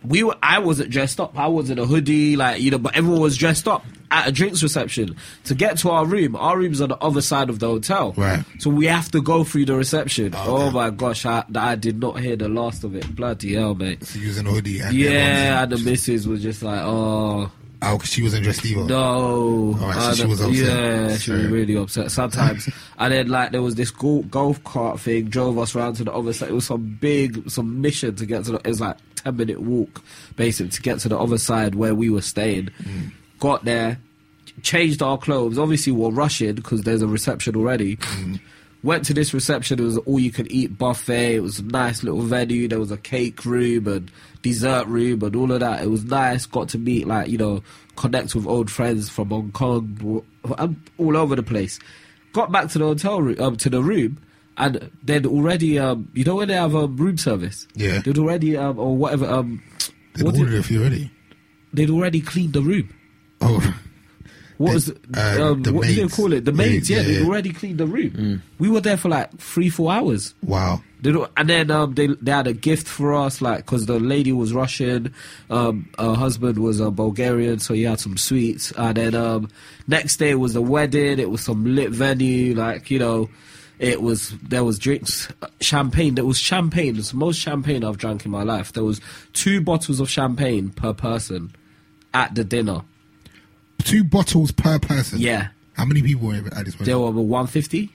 Speaker 1: we were, I wasn't dressed up. I was in a hoodie, like you know, but everyone was dressed up at a drinks reception to get to our room. Our room's on the other side of the hotel,
Speaker 5: Right.
Speaker 1: So we have to go through the reception.
Speaker 5: Oh,
Speaker 1: Oh,
Speaker 5: okay.
Speaker 1: my gosh, I, I did not hear the last of it. Bloody hell, mate.
Speaker 5: So you was in a hoodie. And
Speaker 1: Yeah,
Speaker 5: everyone's
Speaker 1: and the missus was just like, oh
Speaker 5: in- Oh, 'cause she wasn't dressed either.
Speaker 1: no,
Speaker 5: All Oh, right, so
Speaker 1: I
Speaker 5: she
Speaker 1: don't-
Speaker 5: was upset.
Speaker 1: yeah, she was
Speaker 5: Sorry.
Speaker 1: really upset sometimes. and then like there was this go- golf cart thing drove us round to the other side. It was some big some mission to get to. The, it was like ten minute walk basically to get to the other side where we were staying.
Speaker 5: Mm.
Speaker 1: Got there, changed our clothes. Obviously, we're rushing because there's a reception already.
Speaker 5: Mm.
Speaker 1: Went to this reception. It was all you could eat buffet. It was a nice little venue. There was a cake room and dessert room and all of that. It was nice. Got to meet like you know, connect with old friends from Hong Kong, w- um, all over the place. Got back to the hotel room, um, to the room, and they'd already um, you know when they have um, room service,
Speaker 5: Yeah.
Speaker 1: they'd already um, or whatever um,
Speaker 5: They
Speaker 1: what did-
Speaker 5: ordered a few already.
Speaker 1: they'd already cleaned the room.
Speaker 5: Oh,
Speaker 1: What
Speaker 5: The-
Speaker 1: was the,
Speaker 5: uh,
Speaker 1: um,
Speaker 5: the
Speaker 1: what do they
Speaker 5: maids.
Speaker 1: call it? The maids,
Speaker 5: Maids,
Speaker 1: yeah,
Speaker 5: yeah, Mm.
Speaker 1: they'd
Speaker 5: yeah.
Speaker 1: already cleaned the room. We were there for like three, four hours.
Speaker 5: wow.
Speaker 1: They don't, and then um, they they had a gift for us, like because the lady was Russian, um, her husband was a Bulgarian, so he had some sweets. And then um, next day was the wedding. It was some lit venue, like you know, It was there was drinks, uh, champagne. There was champagne. It's the most champagne I've drunk in my life. There was two bottles of champagne per person at the dinner.
Speaker 5: Two bottles per person.
Speaker 1: Yeah.
Speaker 5: How many people were at this
Speaker 1: There
Speaker 5: one?
Speaker 1: were one fifty.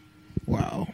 Speaker 5: Wow.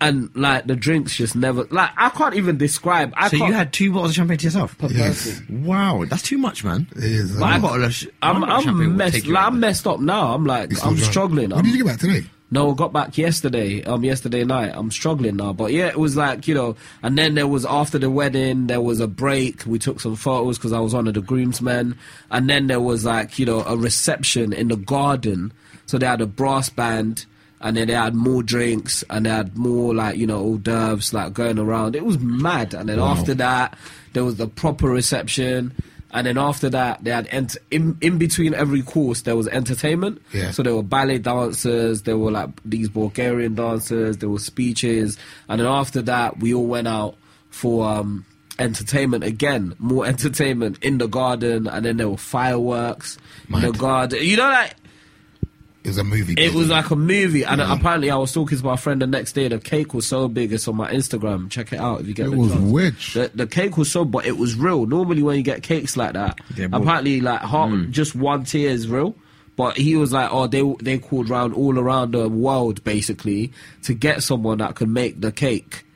Speaker 1: and like the drinks just never like I can't even describe. I
Speaker 3: So
Speaker 1: can't,
Speaker 3: you had two bottles of champagne to yourself?
Speaker 5: Yes.
Speaker 3: Wow, that's too much, man.
Speaker 5: It is.
Speaker 1: But
Speaker 5: uh,
Speaker 3: One bottle of sh-
Speaker 1: I'm,
Speaker 3: one bottle of champagne
Speaker 1: I'm
Speaker 3: would
Speaker 1: messed.
Speaker 3: take you
Speaker 1: Like,
Speaker 3: over.
Speaker 1: I'm messed up now. I'm like
Speaker 5: it's still
Speaker 1: I'm
Speaker 5: drunk.
Speaker 1: struggling.
Speaker 5: What did
Speaker 1: I'm,
Speaker 5: you get back today?
Speaker 1: no, I got back yesterday. Um, yesterday night. I'm struggling now. But yeah, it was like you know. And then there was after the wedding. There was a break. We took some photos because I was one of the groomsmen. And then there was like you know a reception in the garden. So they had a brass band. And then they had more drinks, and they had more like you know hors d'oeuvres like going around. It was mad. And then after that, there was the proper reception, and then after that, they had ent- in in between every course there was entertainment.
Speaker 5: Yeah.
Speaker 1: So there were ballet dancers, there were like these Bulgarian dancers, there were speeches, and then after that, we all went out for um, entertainment again, more entertainment in the garden, and then there were fireworks in
Speaker 5: Mad.
Speaker 1: the garden. You know, like
Speaker 5: It was a movie.
Speaker 1: it was
Speaker 5: basically.
Speaker 1: like a movie, and apparently I was talking to my friend the next day. The cake was so big. It's on my Instagram. Check it out if you get.
Speaker 2: It
Speaker 1: the
Speaker 2: was
Speaker 1: chance.
Speaker 2: wedge.
Speaker 1: The, the cake was so, but it was real. Normally when you get cakes like that,
Speaker 3: They're more-
Speaker 1: apparently like half,
Speaker 5: Hmm.
Speaker 1: just one tear is real. But he was like, oh, they they called round all around the world basically to get someone that could make the cake.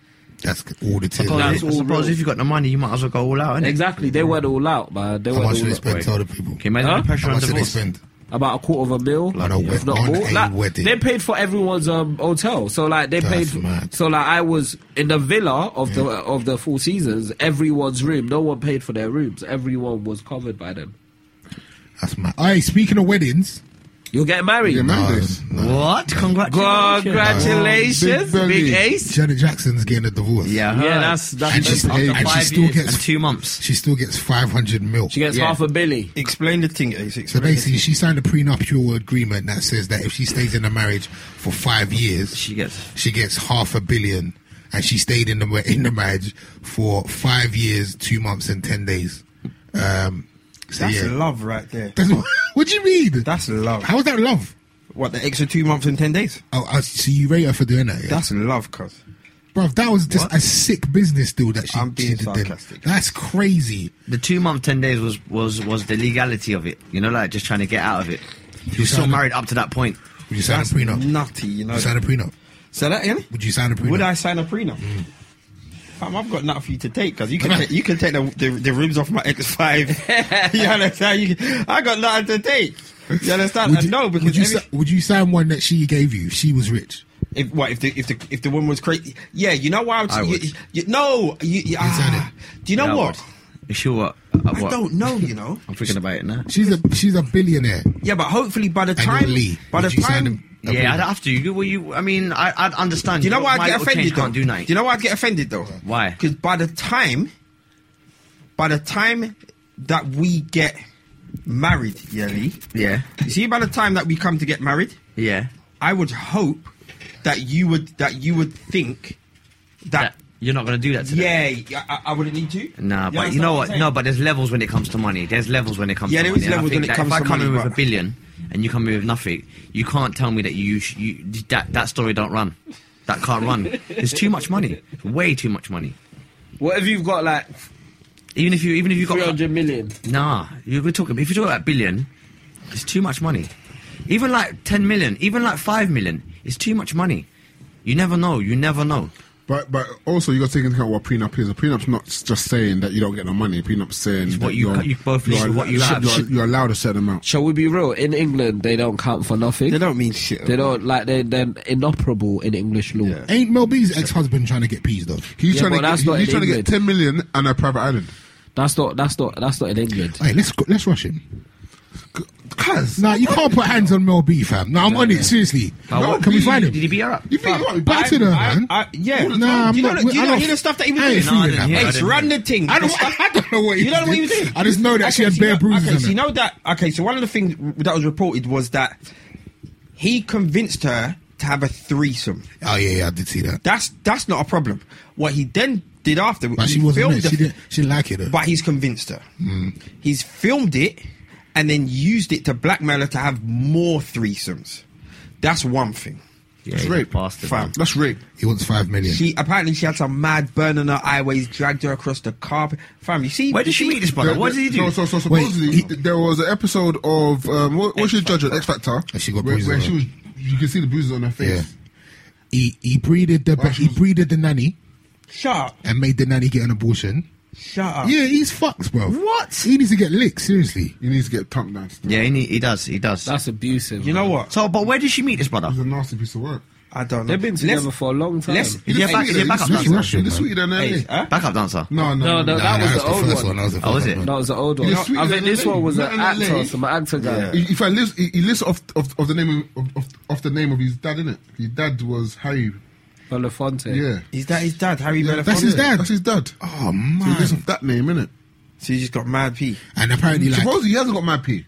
Speaker 5: That's all the tears.
Speaker 3: Well,
Speaker 1: That's
Speaker 3: I
Speaker 1: all
Speaker 3: suppose
Speaker 1: real.
Speaker 3: if you've got the money, you might as well go all out, innit?
Speaker 1: Exactly, they went all out, man. They
Speaker 5: How
Speaker 1: went
Speaker 5: much
Speaker 1: all
Speaker 5: did they
Speaker 1: out.
Speaker 5: spend? Tell the people.
Speaker 3: Can you imagine
Speaker 1: Huh?
Speaker 3: the pressure
Speaker 5: How
Speaker 3: on
Speaker 5: much did they
Speaker 3: divorce?
Speaker 5: spend?
Speaker 1: about a quarter of a mil.
Speaker 5: Like a wed-
Speaker 1: if not
Speaker 5: on
Speaker 1: more.
Speaker 5: a
Speaker 1: Like,
Speaker 5: wedding.
Speaker 1: They paid for everyone's um, hotel. So like they
Speaker 5: That's
Speaker 1: paid.
Speaker 5: mad.
Speaker 1: So like I was in the villa of the of the Four Seasons. Everyone's room. No one paid for their rooms. Everyone was covered by them.
Speaker 5: That's mad. Hey, speaking of weddings,
Speaker 1: You're getting married.
Speaker 2: Yeah, man, this.
Speaker 3: What? Congratulations.
Speaker 1: Congratulations,
Speaker 2: Big
Speaker 1: big,
Speaker 2: belly.
Speaker 1: ace.
Speaker 5: Janet Jackson's getting a divorce.
Speaker 3: Yeah, I
Speaker 1: Yeah,
Speaker 3: heard.
Speaker 1: that's that's.
Speaker 5: And she's-
Speaker 1: that's-
Speaker 5: hey,
Speaker 3: After
Speaker 5: and she
Speaker 3: five
Speaker 5: still
Speaker 3: years
Speaker 5: gets-
Speaker 3: and two months.
Speaker 5: She still gets 500 mil.
Speaker 1: she gets
Speaker 3: yeah.
Speaker 1: half a billy.
Speaker 4: Explain the thing. Ace,
Speaker 5: So
Speaker 4: explain the
Speaker 5: basically, she signed a prenuptial agreement that says that if she stays in a marriage for five years,
Speaker 3: She gets
Speaker 5: she gets half a billion, and she stayed in the in the marriage for five years, two months, and ten days. Um, so
Speaker 4: That's
Speaker 5: yeah,
Speaker 4: love right there.
Speaker 5: That's- what do you mean?
Speaker 4: That's love.
Speaker 5: How is that love?
Speaker 4: What, the extra two months and 10 days?
Speaker 5: Oh, I so you rate her for doing that? Yeah?
Speaker 4: That's love, cuz.
Speaker 5: Bro, that was just a sick business deal that she,
Speaker 4: I'm being
Speaker 5: she did. then.
Speaker 4: sarcastic.
Speaker 5: That's crazy.
Speaker 3: the two month, ten days was was was the legality of it. You know, like just trying to get out of it. She was still
Speaker 5: sound-
Speaker 3: married up to that point.
Speaker 5: Would you sign a prenup?
Speaker 4: Nutty, you know.
Speaker 5: Would you sign a prenup?
Speaker 4: Say that again?
Speaker 5: Would you sign a prenup?
Speaker 4: Would I sign a prenup? Fam, I've got nothing for you to take because you can take, you can take the, the, the rims off my X five. you understand? You can, I got nothing to take. You understand?
Speaker 5: Would
Speaker 4: And
Speaker 5: you,
Speaker 4: no, because
Speaker 5: would you,
Speaker 4: every-
Speaker 5: si- would you sign one that she gave you? if She was rich.
Speaker 4: if what if the if the if the woman was crazy? Yeah, you know why? I'm
Speaker 3: I
Speaker 4: you-
Speaker 3: would.
Speaker 4: You, no, you, you, ah, do you know
Speaker 3: Yeah, I
Speaker 4: what?
Speaker 3: would. You sure what? Uh,
Speaker 4: I
Speaker 3: what?
Speaker 4: don't know. You know.
Speaker 3: I'm thinking about it now.
Speaker 5: She's a she's a billionaire.
Speaker 4: Yeah, but hopefully by the
Speaker 5: And you're
Speaker 4: time
Speaker 5: Lee.
Speaker 4: by the
Speaker 5: Would you sign
Speaker 4: time.
Speaker 5: a- a
Speaker 3: Yeah, I'd
Speaker 5: prenup?
Speaker 3: have to. You, well, you, I mean, I, I'd understand.
Speaker 4: Do you know why I
Speaker 3: My
Speaker 4: get
Speaker 3: little change
Speaker 4: offended though?
Speaker 3: Can't do nothing.
Speaker 4: you know why I get offended though?
Speaker 3: Why?
Speaker 4: Because by the time, by the time that we get married, yeah, Lee,
Speaker 3: yeah,
Speaker 4: You see, by the time that we come to get married,
Speaker 3: yeah.
Speaker 4: I would hope that you would that you would think that,
Speaker 3: That- you're not gonna do that. To them.
Speaker 4: yeah, I, I wouldn't need to.
Speaker 3: Nah,
Speaker 4: You
Speaker 3: but you
Speaker 4: understand
Speaker 3: know
Speaker 4: I'm
Speaker 3: what?
Speaker 4: saying?
Speaker 3: No, but there's levels when it comes to money. There's levels when it comes.
Speaker 4: Yeah,
Speaker 3: to
Speaker 4: there is
Speaker 3: money. And I
Speaker 4: levels
Speaker 3: think
Speaker 4: when it
Speaker 3: that
Speaker 4: comes
Speaker 3: If I
Speaker 4: to
Speaker 3: come in
Speaker 4: money,
Speaker 3: with a
Speaker 4: but-
Speaker 3: billion and you come in with nothing, you can't tell me that you, sh- you that that story don't run. That can't run. There's too much money. Way too much money.
Speaker 1: What if you've got like
Speaker 3: Even if you even if you got
Speaker 1: three hundred million?
Speaker 3: Nah, you- we're talking. If you talk about billion, it's too much money. Even like ten million, even like five million, it's too much money. You never know. You never know.
Speaker 2: But but also you got to take into account what prenup is. A prenup's not just saying that you don't get no money. A prenup's saying
Speaker 3: what
Speaker 2: that
Speaker 3: you
Speaker 2: you're-
Speaker 3: cut- you both
Speaker 2: you're,
Speaker 3: leave what you have.
Speaker 2: You're, you're allowed a certain amount.
Speaker 1: Shall we be real? In England, they don't count for nothing.
Speaker 4: they don't mean shit.
Speaker 1: They don't like they they're inoperable in English law.
Speaker 4: Yeah.
Speaker 5: Ain't Mel B's ex husband trying to get peas though?
Speaker 2: He's
Speaker 1: Yeah,
Speaker 2: trying,
Speaker 1: but
Speaker 2: to get,
Speaker 1: that's not
Speaker 2: he's
Speaker 1: in
Speaker 2: trying to get
Speaker 1: England.
Speaker 2: ten million and a private island.
Speaker 1: That's not that's not that's not in England.
Speaker 5: Hey, let's go, let's rush him.
Speaker 2: Cause
Speaker 5: Nah, you can't put hands on Mel B, fam. Nah, I'm on it seriously.
Speaker 3: But what-
Speaker 5: Can we
Speaker 2: B-
Speaker 5: find
Speaker 3: Did he
Speaker 5: him?
Speaker 3: beat her up?
Speaker 2: you think what?
Speaker 5: Back to
Speaker 4: I-
Speaker 5: the
Speaker 4: I-
Speaker 5: man.
Speaker 4: I- yeah.
Speaker 5: nah, I'm
Speaker 4: Do you know- do you
Speaker 5: I
Speaker 4: know
Speaker 5: don't-
Speaker 4: hear the stuff that he was
Speaker 5: I ain't
Speaker 4: doing?
Speaker 5: feeling
Speaker 3: No, I
Speaker 5: that,
Speaker 3: didn't
Speaker 5: man.
Speaker 3: hear
Speaker 4: Hey,
Speaker 3: I
Speaker 4: it's
Speaker 3: didn't
Speaker 4: run the thing.
Speaker 5: I don't,
Speaker 4: It's-
Speaker 5: I don't know what he
Speaker 4: You don't know what he was doing.
Speaker 5: I just know that she
Speaker 4: Okay,
Speaker 5: had
Speaker 4: so you
Speaker 5: bare
Speaker 4: know-
Speaker 5: bruises
Speaker 4: Okay, so you
Speaker 5: on her.
Speaker 4: know that. Okay, so one of the things that was reported was that he convinced her to have a threesome.
Speaker 5: Oh yeah, yeah, I did see that.
Speaker 4: That's that's not a problem. What he then did after,
Speaker 5: But
Speaker 4: he
Speaker 5: she wasn't.
Speaker 4: filmed
Speaker 5: It. She
Speaker 4: the-
Speaker 5: didn't. Mm. She didn't like it though.
Speaker 4: But he's convinced her. He's filmed it and then used it to blackmail her to have more threesomes. That's one thing.
Speaker 3: Yeah,
Speaker 2: It's
Speaker 3: he's a
Speaker 2: rape.
Speaker 3: bastard.
Speaker 4: Fam.
Speaker 3: man.
Speaker 2: That's rape.
Speaker 5: He wants five million.
Speaker 4: She apparently she had some mad burn on her eyeways, dragged her across the carpet. Fam, you see?
Speaker 3: Where did
Speaker 4: you
Speaker 3: she
Speaker 4: see-
Speaker 3: meet this brother?
Speaker 2: The-
Speaker 3: What did
Speaker 2: the-
Speaker 3: he do?
Speaker 2: No, so, so supposedly
Speaker 5: Wait,
Speaker 2: th- there was an episode of um, what, what's your judge on X Factor?
Speaker 5: And she got
Speaker 2: where,
Speaker 5: bruises
Speaker 2: where
Speaker 5: on
Speaker 2: she
Speaker 5: her.
Speaker 2: was, you can see the bruises on her face.
Speaker 5: Yeah. He he breeded the
Speaker 2: Why she
Speaker 5: he
Speaker 2: was-
Speaker 5: breeded the nanny
Speaker 4: Shut up.
Speaker 5: and made the nanny get an abortion.
Speaker 4: Shut up.
Speaker 5: Yeah, he's fucked, bro. What? He needs to get licked seriously.
Speaker 2: You need to get pumped down. Still.
Speaker 3: yeah, he, need- he does. He does.
Speaker 1: That's abusive.
Speaker 4: You know what?
Speaker 3: so, but where did she meet this brother?
Speaker 2: It was a nasty piece of work.
Speaker 4: I don't know.
Speaker 1: They've been together
Speaker 4: Let's-
Speaker 1: for a long time.
Speaker 4: let's-
Speaker 3: Is he a
Speaker 2: Hey,
Speaker 3: back- is he a
Speaker 2: he's
Speaker 3: backup
Speaker 2: sweet,
Speaker 3: dancer?
Speaker 5: Russian,
Speaker 2: He's
Speaker 5: man.
Speaker 2: sweeter than
Speaker 4: Hey,
Speaker 2: LA.
Speaker 4: huh?
Speaker 3: Backup dancer.
Speaker 2: No, no,
Speaker 1: No,
Speaker 2: no,
Speaker 1: no,
Speaker 2: no.
Speaker 1: that was
Speaker 5: that's
Speaker 1: the old
Speaker 5: first
Speaker 1: one.
Speaker 5: That was the
Speaker 3: Oh, was
Speaker 5: first
Speaker 3: it?
Speaker 5: one.
Speaker 1: That was the old one.
Speaker 2: You're sweeter
Speaker 1: I think
Speaker 2: than
Speaker 1: this one was
Speaker 2: Not
Speaker 1: an
Speaker 2: in LA.
Speaker 1: actor, some actor guy.
Speaker 4: Yeah.
Speaker 2: If I list, he he lists off, off, off the name of, of, off the name of his dad, innit? His dad was Harry.
Speaker 1: Belafonte.
Speaker 2: Yeah,
Speaker 4: Is that his dad, Harry
Speaker 2: Yeah,
Speaker 4: Belafonte?
Speaker 2: that's his dad. That's his dad. So
Speaker 5: Oh
Speaker 2: he lists
Speaker 5: man!
Speaker 2: off that name, innit?
Speaker 4: So you just got mad pee.
Speaker 5: And apparently, like
Speaker 2: Supposedly he hasn't got my P.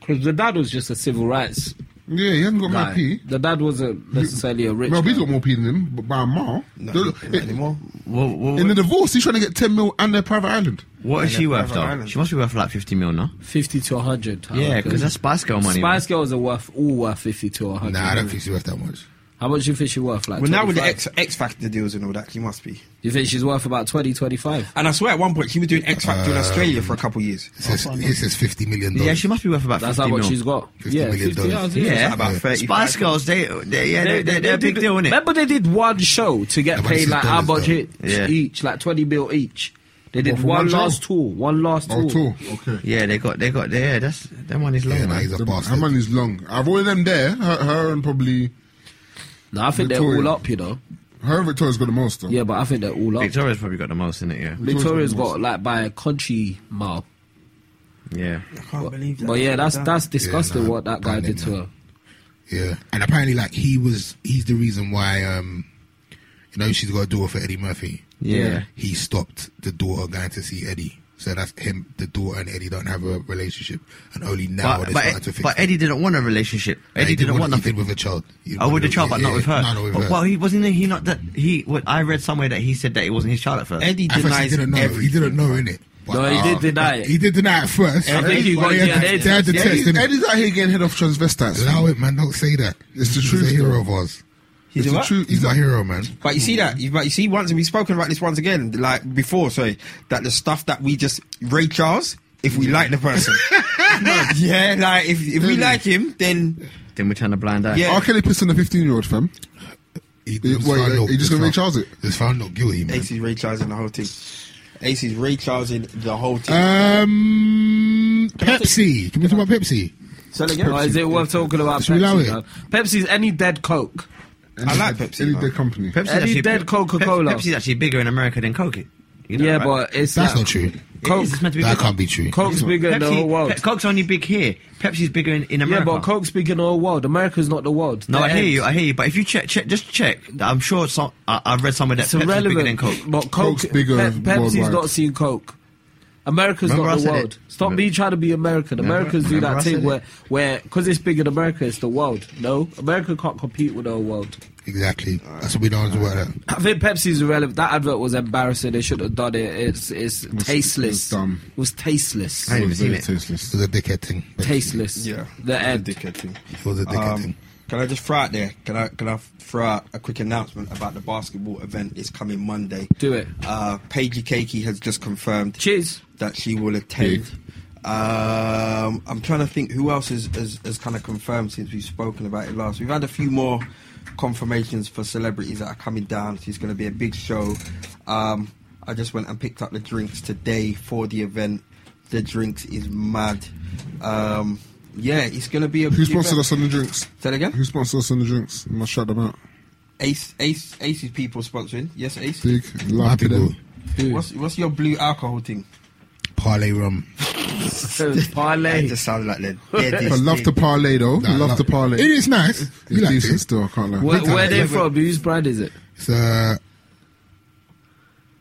Speaker 1: Because the dad was just a civil rights
Speaker 2: Yeah, he hasn't got
Speaker 1: guy.
Speaker 2: my P.
Speaker 1: The dad wasn't necessarily a rich.
Speaker 2: Mel B's
Speaker 1: guy.
Speaker 2: got more P than him, but by a mile.
Speaker 4: No,
Speaker 2: They're-
Speaker 4: not anymore.
Speaker 3: Wha- wha-
Speaker 2: In the divorce, he's trying to get 10 mil and their private island.
Speaker 3: what is
Speaker 4: Yeah,
Speaker 3: she
Speaker 4: they're
Speaker 3: worth
Speaker 4: private
Speaker 3: though?
Speaker 4: islands.
Speaker 3: She must be worth like fifty mil, no?
Speaker 1: 50 to 100. I
Speaker 3: Yeah,
Speaker 1: reckon.
Speaker 3: because that's Spice Girl money.
Speaker 1: Oh, uh, Spice Girls are worth all worth 50 to 100.
Speaker 5: nah, I don't think she's worth that much.
Speaker 1: How much do you think she's worth? Like
Speaker 4: Well, now with the
Speaker 1: 25?
Speaker 4: X, X Factor deals and all that, she must be.
Speaker 1: You think she's worth about 20, 25?
Speaker 4: And I swear at one point she was doing X Factor in Australia for a couple years.
Speaker 5: It says, it says fifty million
Speaker 3: Yeah,
Speaker 5: dollars.
Speaker 3: she must be worth about
Speaker 1: That's
Speaker 3: fifty
Speaker 1: how much
Speaker 3: mil.
Speaker 1: she's got.
Speaker 5: 50
Speaker 1: yeah,
Speaker 5: million
Speaker 1: 50
Speaker 5: dollars.
Speaker 1: yeah.
Speaker 3: yeah,
Speaker 4: about 35.
Speaker 3: Spice Girls, they, they yeah, they,
Speaker 1: They,
Speaker 3: they, are a
Speaker 1: did-
Speaker 3: big deal, innit?
Speaker 1: Remember they did one show to get
Speaker 5: Yeah, but this
Speaker 1: paid
Speaker 5: is
Speaker 1: like how
Speaker 5: dollars,
Speaker 1: much
Speaker 5: though.
Speaker 1: each,
Speaker 3: Yeah.
Speaker 1: each, like 20 bill each. They did
Speaker 2: What, for
Speaker 1: one,
Speaker 2: one show?
Speaker 1: last tour, one last tour.
Speaker 2: Oh, tall. Okay.
Speaker 3: Yeah, they got, they got, yeah, that's that money's long,
Speaker 5: Yeah, nah,
Speaker 3: man.
Speaker 5: he's a
Speaker 2: Her
Speaker 5: bastard.
Speaker 2: man is long. I've all of them there. Her, her and probably.
Speaker 1: No, I think
Speaker 2: Victoria.
Speaker 1: they're all up, you know.
Speaker 2: Her and Victoria's got the most, though.
Speaker 1: Yeah, but I think they're all up.
Speaker 3: Victoria's probably got the most in it, yeah,
Speaker 1: Victoria's
Speaker 2: Victoria's got the
Speaker 1: got like by a country mile.
Speaker 3: yeah.
Speaker 4: I can't believe that.
Speaker 1: But yeah, that's that's
Speaker 5: Yeah,
Speaker 1: disgusting
Speaker 5: nah,
Speaker 1: what that guy
Speaker 5: banned
Speaker 1: did
Speaker 5: him,
Speaker 1: to
Speaker 5: man.
Speaker 1: her.
Speaker 5: Yeah, and apparently, like he was, he's the reason why, um, you know, she's got a daughter for Eddie Murphy.
Speaker 3: Yeah.
Speaker 5: he stopped the daughter going to see Eddie, so that's him. The daughter and Eddie don't have a relationship, and only now
Speaker 3: But,
Speaker 5: they're starting
Speaker 3: but,
Speaker 5: to fix.
Speaker 3: but
Speaker 5: it.
Speaker 3: Eddie didn't want a relationship.
Speaker 5: Like,
Speaker 3: Eddie
Speaker 5: he
Speaker 3: didn't want
Speaker 5: he
Speaker 3: nothing.
Speaker 5: did with a child. He
Speaker 3: Oh, with the
Speaker 5: wanted-
Speaker 3: child, but
Speaker 5: yeah,
Speaker 3: not with her. Oh,
Speaker 5: No, not with her.
Speaker 3: Well, he wasn't. He not that he. What I read somewhere that he said that it wasn't his child at first.
Speaker 4: Eddie
Speaker 5: At first
Speaker 4: denies
Speaker 5: he didn't know.
Speaker 4: everything.
Speaker 5: He didn't know in it.
Speaker 1: No, he did deny it.
Speaker 5: He did deny it first.
Speaker 1: I think he
Speaker 5: But
Speaker 1: got
Speaker 5: they had
Speaker 1: DNA
Speaker 5: to- they had to
Speaker 1: tested.
Speaker 5: test
Speaker 2: Eddie's,
Speaker 5: him.
Speaker 2: Eddie's out here getting head off transvestites.
Speaker 5: Allow it, man. Don't say that.
Speaker 2: It's the
Speaker 5: He's
Speaker 2: truth,
Speaker 5: a hero
Speaker 2: though.
Speaker 5: of ours.
Speaker 4: He's
Speaker 2: It's
Speaker 4: a
Speaker 2: the
Speaker 4: what?
Speaker 2: truth.
Speaker 5: He's
Speaker 2: He's
Speaker 5: a
Speaker 2: like,
Speaker 5: hero, man.
Speaker 4: But you see that, you- but you see once, and we've spoken about this once again, like before, sorry, that the stuff that we just, Ray Charles, if we like the person. yeah, like, if, if we like him, then
Speaker 3: Then we turn a blind eye.
Speaker 4: Yeah.
Speaker 2: R. Kelly pissed on a 15 year old, fam.
Speaker 5: He,
Speaker 2: Wait, wait, he just gonna
Speaker 5: found-
Speaker 2: make Charles it?
Speaker 5: He was found not guilty, man.
Speaker 4: Ace is Ray Charles in the whole team. Ace is Ray Charles in the whole team.
Speaker 5: Um, Pepsi. Can we talk about Pepsi?
Speaker 1: So again, or is it worth talking about
Speaker 5: Should we allow
Speaker 1: Pepsi?
Speaker 5: it?
Speaker 1: man? Pepsi's any dead Coke.
Speaker 2: And
Speaker 4: I like
Speaker 2: he-
Speaker 4: Pepsi,
Speaker 2: and he
Speaker 4: man.
Speaker 2: did company.
Speaker 3: Pepsi's
Speaker 1: Eddie
Speaker 3: actually-
Speaker 1: dead
Speaker 3: Pep-
Speaker 1: Coca-Cola.
Speaker 3: Pepsi's actually bigger in America than Coke. You know
Speaker 1: Yeah,
Speaker 3: that, right?
Speaker 1: but it's
Speaker 5: That's
Speaker 1: like-
Speaker 5: not true.
Speaker 3: It is,
Speaker 1: Coke,
Speaker 3: it's meant to be
Speaker 5: That
Speaker 3: bigger.
Speaker 5: can't be true.
Speaker 1: Coke's bigger in the whole world.
Speaker 3: Pe- Coke's only big here. Pepsi's bigger in, in
Speaker 1: yeah,
Speaker 3: America.
Speaker 1: but Coke's bigger in the whole world. America's not the world.
Speaker 3: No, I
Speaker 1: That
Speaker 3: hear
Speaker 1: ends.
Speaker 3: you. I hear you. But if you check, check just check. I'm sure some, I, I've read somewhere that
Speaker 1: It's
Speaker 3: Pepsi's bigger
Speaker 1: irrelevant.
Speaker 3: than Coke.
Speaker 1: But Coke,
Speaker 2: Coke's bigger
Speaker 1: Pe- Pepsi's
Speaker 2: worldwide.
Speaker 1: not seen Coke. America's
Speaker 3: Remember
Speaker 1: not
Speaker 3: I
Speaker 1: the
Speaker 3: said
Speaker 1: world.
Speaker 3: it?
Speaker 1: Stop me trying to be American.
Speaker 3: Remember-
Speaker 1: Americans do
Speaker 3: remember
Speaker 1: that
Speaker 3: I said
Speaker 1: thing
Speaker 3: it?
Speaker 1: where, where, because it's bigger than America, it's the world. No, America can't compete with the whole world.
Speaker 5: Exactly. That's what we don't want to work out.
Speaker 1: I think Pepsi's irrelevant. That advert was embarrassing. They should have done it. It's it's tasteless.
Speaker 2: it's dumb.
Speaker 1: It was tasteless.
Speaker 3: I ain't even
Speaker 2: Very
Speaker 3: seen it.
Speaker 5: It
Speaker 2: tasteless.
Speaker 5: was a dickhead thing.
Speaker 1: Tasteless.
Speaker 4: Yeah.
Speaker 1: The end.
Speaker 5: It was a dickhead
Speaker 4: Um,
Speaker 5: thing.
Speaker 4: can I just throw out there? Can I can I throw out a quick announcement about the basketball event? It's coming Monday.
Speaker 1: Do it.
Speaker 4: Uh, Paige Keiki has just confirmed
Speaker 1: Cheers.
Speaker 4: that she will attend. Um, I'm trying to think who else has, has, has kind of confirmed since we've spoken about it last. We've had a few more confirmations for celebrities that are coming down. So it's going to be a big show. Um, I just went and picked up the drinks today for the event. The drinks is mad. Um, yeah, it's going to be a.
Speaker 2: Who
Speaker 4: big
Speaker 2: sponsored
Speaker 4: event.
Speaker 2: us on the drinks?
Speaker 4: Say that again.
Speaker 2: Who sponsored us on the drinks? I must shout them out.
Speaker 4: Ace, Ace, Ace's people sponsoring. Yes, Ace.
Speaker 2: Big,
Speaker 5: Happy
Speaker 2: happy
Speaker 5: people.
Speaker 2: them.
Speaker 4: What's what's your blue alcohol thing?
Speaker 5: Parlay rum.
Speaker 1: Parlay.
Speaker 4: It just sounded like the
Speaker 2: I
Speaker 4: deadest
Speaker 2: love
Speaker 4: thing.
Speaker 2: to parlay, though.
Speaker 5: Nah,
Speaker 2: love
Speaker 5: nah.
Speaker 2: to parlay.
Speaker 5: It is nice. You
Speaker 2: It's
Speaker 5: like
Speaker 2: decent
Speaker 5: it?
Speaker 2: still, I can't lie.
Speaker 1: Where,
Speaker 5: Big time.
Speaker 1: where they
Speaker 5: Yeah,
Speaker 1: from? Whose brand is it?
Speaker 5: It's uh,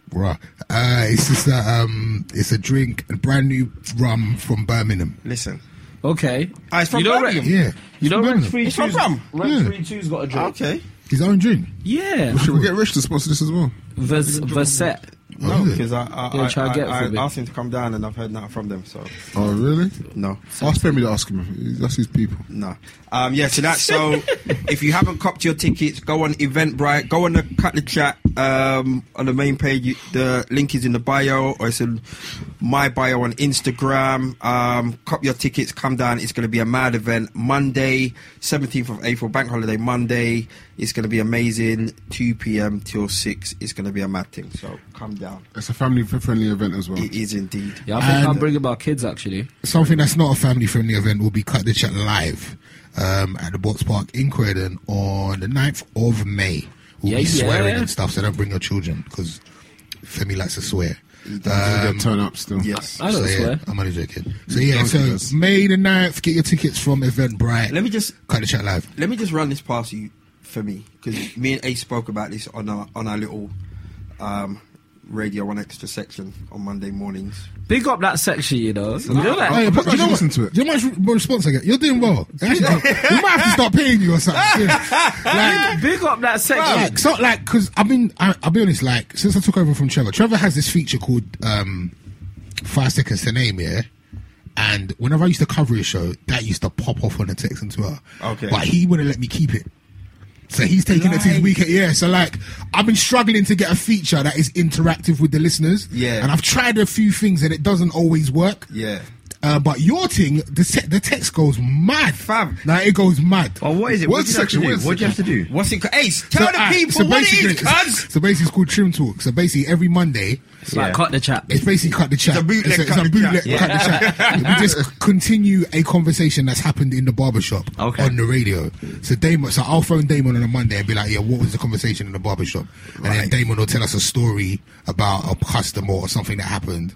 Speaker 5: bruh. Uh, it's just a um, it's a drink, a brand new rum from Birmingham.
Speaker 4: Listen,
Speaker 1: Okay.
Speaker 4: Ah, it's from
Speaker 1: you know,
Speaker 4: Birmingham.
Speaker 1: Re-
Speaker 5: Yeah,
Speaker 1: you
Speaker 5: it's
Speaker 1: know, Rent
Speaker 5: from Birmingham.
Speaker 1: Free
Speaker 4: It's from Ram.
Speaker 5: Yeah.
Speaker 1: Rent Free Two's got a drink.
Speaker 4: okay.
Speaker 5: His own drink.
Speaker 1: Yeah.
Speaker 2: Should we get Rich to sponsor this as well?
Speaker 1: Vers- Verset.
Speaker 4: No,
Speaker 5: is it?
Speaker 4: because I I,
Speaker 1: Yeah,
Speaker 4: I,
Speaker 1: try
Speaker 4: I,
Speaker 1: and get
Speaker 4: I,
Speaker 1: for me.
Speaker 4: asked him to come down and I've heard nothing from them. So
Speaker 2: Oh, really?
Speaker 4: no,
Speaker 2: Ask Femi to ask him. That's his people.
Speaker 4: no. Um, yeah, so that's so. if you haven't copped your tickets, go on Eventbrite, go on the cut the chat um, on the main page. you- The link is in the bio or it's in my bio on Instagram. Um, cop your tickets, come down. It's going to be a mad event. Monday, seventeenth of April, bank holiday Monday. It's going to be amazing. Two p.m. till six. It's going to be a mad thing. So come down.
Speaker 2: It's a family friendly event as well.
Speaker 4: It is indeed.
Speaker 1: Yeah, I think
Speaker 5: And-
Speaker 1: I'm bringing my kids actually.
Speaker 5: Something that's not a family friendly event will be Cut the Chat live um, at the Box Park in Croydon on the 9th of May. We'll
Speaker 1: Yeah,
Speaker 5: be swearing
Speaker 1: yeah.
Speaker 5: and stuff, so don't bring your children because Femi likes to swear.
Speaker 2: They'll
Speaker 5: Um,
Speaker 2: turn up still.
Speaker 4: Yes.
Speaker 1: I don't
Speaker 5: so, yeah,
Speaker 1: swear.
Speaker 5: I'm only joking. So yeah, so
Speaker 2: Yes.
Speaker 5: May the 9th, get your tickets from Eventbrite.
Speaker 4: Let me just
Speaker 5: Cut the Chat live.
Speaker 4: let me just run this past you for me because me and Ace spoke about this on our on our little um, radio one extra section on Monday mornings.
Speaker 1: Big up that section, you know. You know
Speaker 5: Oh, yeah,
Speaker 1: that?
Speaker 5: but
Speaker 2: I
Speaker 5: you know
Speaker 2: should
Speaker 5: what?
Speaker 2: listen to it.
Speaker 5: Do you know how much re- response I get? You're doing well. Actually, we might have to start paying you or something. Yeah. Like,
Speaker 1: Big up that section.
Speaker 5: like, so, like, because I mean, I, I'll be honest. Like, since I took over from Trevor, Trevor has this feature called um, Five Seconds to Name, yeah. And whenever I used to cover his show, that used to pop off on the text and Twitter.
Speaker 4: Okay.
Speaker 5: But he wouldn't let me keep it. So he's taking it to his
Speaker 4: Right.
Speaker 5: weekend. Yeah. So like, I've been struggling to get a feature that is interactive with the listeners.
Speaker 4: Yeah.
Speaker 5: And I've tried a few things and it doesn't always work.
Speaker 4: Yeah.
Speaker 5: Uh, but your thing, the te- the text goes mad,
Speaker 4: Fam.
Speaker 5: Now it goes mad.
Speaker 3: Oh, what is it?
Speaker 2: What
Speaker 3: What do you have to
Speaker 2: section?
Speaker 3: do?
Speaker 2: What
Speaker 3: What do you have to do? ah,
Speaker 4: What's it? ca- Ace, tell the
Speaker 5: uh,
Speaker 4: people what it is, cuz.
Speaker 5: So basically, it's called Trim Talk. So basically, every Monday,
Speaker 1: It's like
Speaker 3: Yeah.
Speaker 1: cut the chat.
Speaker 5: it's basically cut the chat.
Speaker 4: a bootleg
Speaker 5: it's
Speaker 4: cut
Speaker 5: a
Speaker 4: the
Speaker 5: bootleg
Speaker 4: chat.
Speaker 5: cut the chat. We just continue a conversation that's happened in the barbershop
Speaker 3: Okay.
Speaker 5: on the radio. So Damon, so I'll phone Damon on a Monday and be like, "Yeah, what was the conversation in the barbershop?" And then Damon will tell us a story about a customer or something that happened,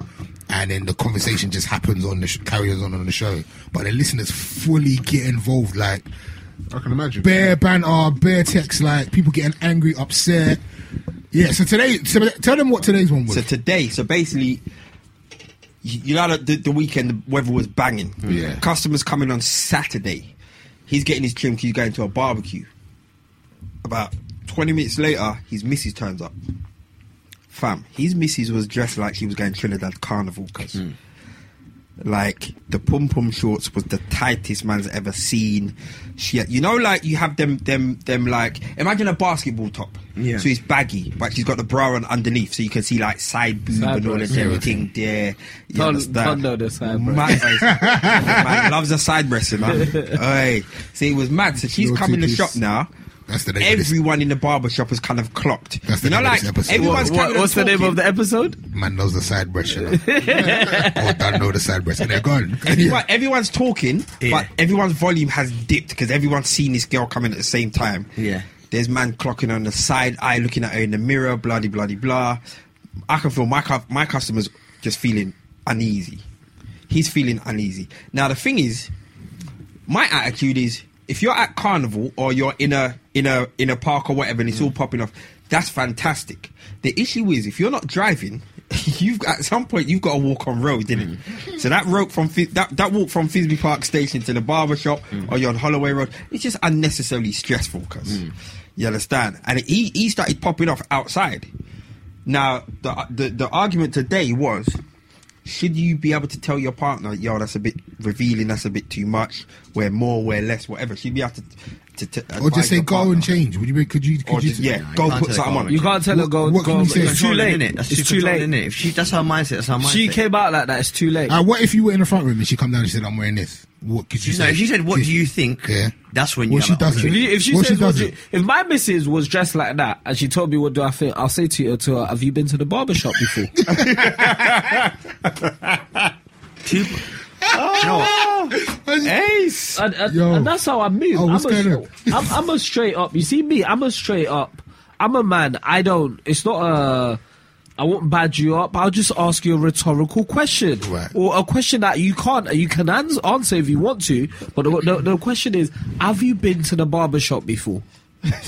Speaker 5: and then the conversation just happens on the sh- carries on on the show. But the listeners fully get involved, like
Speaker 2: I can imagine.
Speaker 5: bare banter, bare text, like people getting angry, upset. Yeah, so today, so tell them what today's one was.
Speaker 4: So today, so basically, you you know that the, the weekend the weather was banging.
Speaker 2: Yeah.
Speaker 4: Customers coming on Saturday. He's getting his trim 'cause he's going to a barbecue. About 20 minutes later, his missus turns up. Fam, his missus was dressed like she was going Trinidad Carnival, cuz. Like the pum pum shorts was the tightest man's ever seen. She, had- you know, like you have them, them, them. Like imagine a basketball top.
Speaker 3: Yeah.
Speaker 4: So it's baggy, but she's got the bra on underneath, so you can see like side boob
Speaker 1: Side
Speaker 4: and all
Speaker 1: breast,
Speaker 4: this
Speaker 1: yeah.
Speaker 4: everything there. You
Speaker 1: Don't-
Speaker 4: understand?
Speaker 1: don't know the side breast.
Speaker 4: Man, man loves a side breast, man. Oi. So it was mad. So she's
Speaker 5: Your
Speaker 4: come in the
Speaker 5: titties.
Speaker 4: shop now.
Speaker 5: That's the name of this
Speaker 4: Everyone in the barber shop has kind of clocked.
Speaker 5: That's the
Speaker 4: you know,
Speaker 5: name of
Speaker 4: like
Speaker 5: this episode.
Speaker 4: everyone's
Speaker 1: What-
Speaker 4: kind of
Speaker 1: what's the name of
Speaker 4: talking.
Speaker 1: the episode?
Speaker 5: man knows the side breast, you know. or don't know the side breast, and they're gone.
Speaker 4: Everyone, everyone's talking, but everyone's volume has dipped because everyone's seen this girl coming at the same time.
Speaker 3: Yeah.
Speaker 4: There's man clocking on the side eye, looking at her in the mirror, bloody, bloody, blah. I can feel my cu- my customers just feeling uneasy. He's feeling uneasy. Now the thing is, my attitude is if you're at carnival or you're in a in a in a park or whatever and it's all popping off that's fantastic the issue is if you're not driving you've got- at some point you've got to walk on road didn't you so that road from Fi- that, that walk from Fisby Park station to the barber shop or you're on Holloway Road it's just unnecessarily stressful cuz you understand and he, he started popping off outside now the, the the argument today was should you be able to tell your partner, yo, that's a bit revealing, that's a bit too much, wear more, wear less, whatever? Should you be able to, to, to
Speaker 5: or
Speaker 4: advise
Speaker 5: just say
Speaker 4: your
Speaker 5: go
Speaker 4: partner?
Speaker 5: and change. Would you? be- Could you? Could
Speaker 4: Or
Speaker 5: you
Speaker 4: just,
Speaker 5: do-
Speaker 4: yeah,
Speaker 3: you
Speaker 4: go
Speaker 3: can't
Speaker 4: put
Speaker 3: tell
Speaker 4: something
Speaker 3: her
Speaker 4: on.
Speaker 3: go.
Speaker 1: You can't tell her go.
Speaker 5: What- what
Speaker 1: go
Speaker 5: can you say?
Speaker 1: It's too
Speaker 3: Controlling,
Speaker 1: late.
Speaker 3: innit? That's
Speaker 1: It's
Speaker 3: too
Speaker 1: too
Speaker 3: controlling,
Speaker 1: late.
Speaker 3: innit? If she, that's her mindset. That's her mindset.
Speaker 1: She came out like that. It's too late.
Speaker 5: Uh, what if you were in the front room and she come down and said, "I'm wearing this"? What could you
Speaker 3: No,
Speaker 5: say?
Speaker 3: if she said, "What
Speaker 5: Yeah.
Speaker 3: do you think?"
Speaker 5: Yeah.
Speaker 3: That's when you.
Speaker 5: Well,
Speaker 3: have
Speaker 5: she
Speaker 3: an
Speaker 5: doesn't.
Speaker 1: If
Speaker 3: opportunity.
Speaker 1: you- if she
Speaker 5: Well, she
Speaker 1: says, what do
Speaker 5: doesn't.
Speaker 1: you- if my missus was dressed like that and she told me what do I think, I'll say to her, to her have you been to the barber shop before?
Speaker 3: Two, you know what?
Speaker 4: Ace!
Speaker 1: and, and,
Speaker 5: Yo.
Speaker 1: and that's how I move.
Speaker 5: Oh, what's
Speaker 1: I'm, a,
Speaker 5: going on?
Speaker 1: I'm, I'm a straight up. You see me? I'm a straight up. I'm a man. I don't. It's not a. I won't bad you up. I'll just ask you a rhetorical question,
Speaker 5: Right.
Speaker 1: or a question that you can't, you can ans- answer if you want to. But the, the, the question is, have you been to the barber shop before?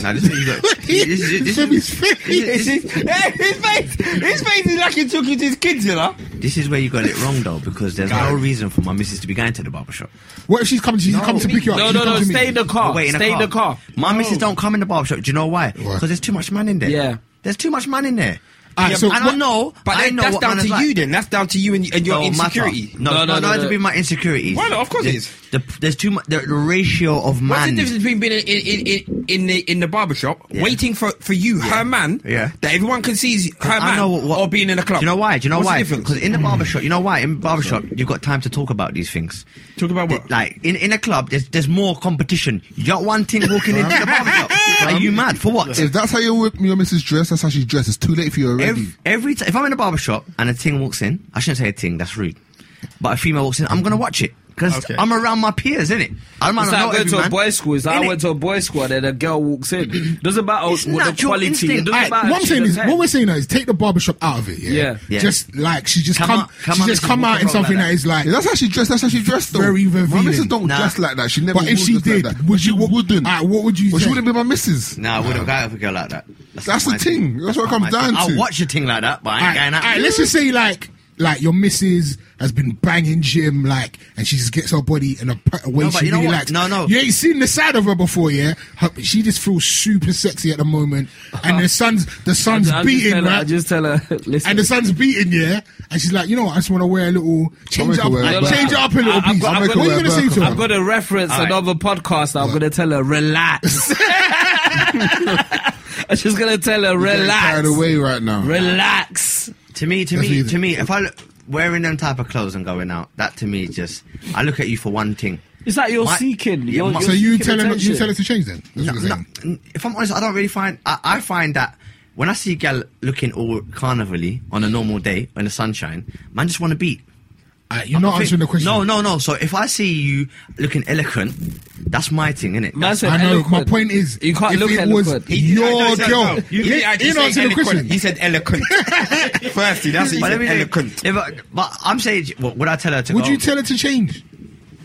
Speaker 3: Now this is you got. This is this
Speaker 5: Femi's
Speaker 3: is-
Speaker 5: face.
Speaker 3: this
Speaker 4: It's
Speaker 3: is-
Speaker 4: his, hey, his face! His face is like he took it to his kids, you know?
Speaker 3: this is where you got it wrong though, because there's no reason for my missus to be going to the barber shop.
Speaker 5: What if she's coming? She's come to pick you up.
Speaker 1: No,
Speaker 5: She's
Speaker 1: no,
Speaker 5: come
Speaker 1: no.
Speaker 5: to meet
Speaker 1: Stay
Speaker 5: you.
Speaker 1: in the car.
Speaker 3: Oh, wait, in a
Speaker 1: stay in the car.
Speaker 4: Oh.
Speaker 3: My missus don't come in the barber shop. Do you know why?
Speaker 5: Why?
Speaker 3: Because there's too much man in there.
Speaker 1: Yeah.
Speaker 3: There's too much man in there.
Speaker 5: All right,
Speaker 4: Yeah,
Speaker 5: so
Speaker 4: and
Speaker 3: and
Speaker 5: what-
Speaker 3: I know,
Speaker 4: But
Speaker 3: I
Speaker 4: then
Speaker 3: know
Speaker 4: that's
Speaker 3: what
Speaker 4: down
Speaker 3: man
Speaker 4: to
Speaker 3: is like.
Speaker 4: you. Then that's down to you and, and your
Speaker 3: Don't matter.
Speaker 4: insecurity.
Speaker 3: No,
Speaker 1: No,
Speaker 3: no,
Speaker 1: no,
Speaker 3: no,
Speaker 1: no,
Speaker 3: to
Speaker 1: no.
Speaker 3: be my insecurities.
Speaker 4: Why not? Of course it
Speaker 3: The-
Speaker 4: is.
Speaker 3: The, there's too much. The, the ratio of man.
Speaker 4: What's the difference between being in in, in, in the in the barbershop,
Speaker 3: Yeah.
Speaker 4: waiting for, for you, her man,
Speaker 3: Yeah.
Speaker 4: that everyone can see is her man, or being in a club?
Speaker 3: Do you know why? Do you know
Speaker 4: What's
Speaker 3: why?
Speaker 4: The difference?
Speaker 3: Because in the barbershop, you know why? In barbershop, you've got time to talk about these things.
Speaker 4: Talk about what?
Speaker 3: Th- Like in, in a club, there's there's more competition. You got one thing walking into the barbershop. Are you mad for what?
Speaker 2: If that's how your your missus dressed, that's how she's dressed. It's too late for you already.
Speaker 3: Every, every t- if I'm in a barbershop and a ting walks in, I shouldn't say a ting, that's rude. But a female walks in, I'm gonna watch it because
Speaker 4: Okay.
Speaker 3: I'm around my peers, innit? I might
Speaker 1: It's like
Speaker 3: not know
Speaker 1: going
Speaker 3: every
Speaker 1: to a
Speaker 3: man.
Speaker 1: boys' school. It's like I
Speaker 3: Innit?
Speaker 1: went to a boys' school and then a girl walks in. Doesn't matter
Speaker 3: It's
Speaker 1: what the
Speaker 3: natural
Speaker 1: quality.
Speaker 3: instinct.
Speaker 1: It doesn't
Speaker 5: Alright,
Speaker 1: matter.
Speaker 5: what I'm
Speaker 1: She's
Speaker 5: saying
Speaker 1: a
Speaker 5: is,
Speaker 1: 10.
Speaker 5: what we're saying now is take the barbershop out of it. Yeah,
Speaker 1: Yeah.
Speaker 3: Yeah.
Speaker 5: Just like she just
Speaker 3: Come
Speaker 5: come,
Speaker 3: on- come
Speaker 5: she
Speaker 3: on,
Speaker 5: just
Speaker 3: Mrs.
Speaker 5: come out in
Speaker 3: Walker,
Speaker 5: something
Speaker 3: like
Speaker 5: that is like.
Speaker 2: Yeah, that's how she dressed. That's how she dressed. Though.
Speaker 5: Very
Speaker 2: My
Speaker 5: revealing.
Speaker 2: missus don't
Speaker 3: Nah.
Speaker 2: dress like that. She never.
Speaker 5: But if
Speaker 2: will
Speaker 5: she
Speaker 2: dress like
Speaker 5: did,
Speaker 2: that.
Speaker 5: would you?
Speaker 2: She wouldn't.
Speaker 5: Alright, what would you
Speaker 2: Well, she
Speaker 5: say?
Speaker 2: wouldn't be my missus.
Speaker 3: Nah, I wouldn't go out with a girl like that.
Speaker 2: That's
Speaker 3: not
Speaker 2: the
Speaker 3: my thing.
Speaker 2: thing. That's what it
Speaker 3: not
Speaker 2: comes
Speaker 3: my thing.
Speaker 2: down to.
Speaker 3: I'll watch a ting like that, but I ain't
Speaker 5: Alright,
Speaker 3: going out.
Speaker 5: alright, Ah, let's just say like like your missus has been banging gym like and she just gets her body in a, p- a way
Speaker 3: No, but
Speaker 5: she
Speaker 3: you know
Speaker 5: really
Speaker 3: what?
Speaker 5: likes.
Speaker 3: No, no.
Speaker 5: You ain't seen the side of her before, yeah. Her, she just feels super sexy at the moment, and the sun's the sun's
Speaker 1: I just
Speaker 5: beating,
Speaker 1: tell her- I
Speaker 5: right?
Speaker 1: just tell her. Listen.
Speaker 5: and the sun's beating, yeah. And she's like, you know what? I just want to wear a little change
Speaker 2: make
Speaker 5: it
Speaker 2: her
Speaker 5: up,
Speaker 2: wear a
Speaker 1: burqa.
Speaker 5: change oh, it up a little
Speaker 1: I- I've
Speaker 5: piece.
Speaker 1: got- I've
Speaker 5: what
Speaker 1: got-
Speaker 5: are you gonna say to her?
Speaker 1: I'm going to reference
Speaker 3: All right.
Speaker 1: another podcast. I'm going to tell her, relax. I'm just going to tell her,
Speaker 2: You're getting
Speaker 1: relax.
Speaker 2: Carried away right now.
Speaker 1: Relax.
Speaker 3: To me, to
Speaker 2: That's
Speaker 3: me,
Speaker 2: easy.
Speaker 3: to me, if I look, wearing them type of clothes and going out, that to me is just I look at you for one thing.
Speaker 1: It's like you're
Speaker 3: My-
Speaker 1: seeking.
Speaker 3: Yeah,
Speaker 1: You're,
Speaker 3: my-
Speaker 1: you're
Speaker 5: so you
Speaker 1: seeking
Speaker 5: tell her, you
Speaker 1: attention.
Speaker 5: tell her to change then. That's
Speaker 3: No,
Speaker 5: what you're
Speaker 3: no,
Speaker 5: saying.
Speaker 3: n- if I'm honest, I don't really find. I, I find that when I see gal looking all carnivaly on a normal day in the sunshine, man, just want to beat.
Speaker 5: Alright, you're not answering the question.
Speaker 3: No, no, no. So if I see you looking eloquent, that's my thing, innit?
Speaker 1: Man
Speaker 3: That's-
Speaker 1: said
Speaker 5: I know. My
Speaker 1: eloquent.
Speaker 5: point is,
Speaker 1: you can't
Speaker 5: if
Speaker 1: look
Speaker 5: it
Speaker 1: eloquent.
Speaker 5: was-
Speaker 1: He-
Speaker 5: Your
Speaker 4: I just said-
Speaker 5: girl.
Speaker 4: You
Speaker 5: You-
Speaker 4: didn't actually
Speaker 5: you don't
Speaker 4: say
Speaker 5: answer the
Speaker 4: eloquent.
Speaker 5: question.
Speaker 4: He said eloquent. Firstly, that's what he
Speaker 3: But
Speaker 4: said.
Speaker 3: let me say-
Speaker 4: Eloquent.
Speaker 3: Yeah, but, but I'm saying, what, would I tell her to
Speaker 5: Would
Speaker 3: go?
Speaker 5: you tell her to change?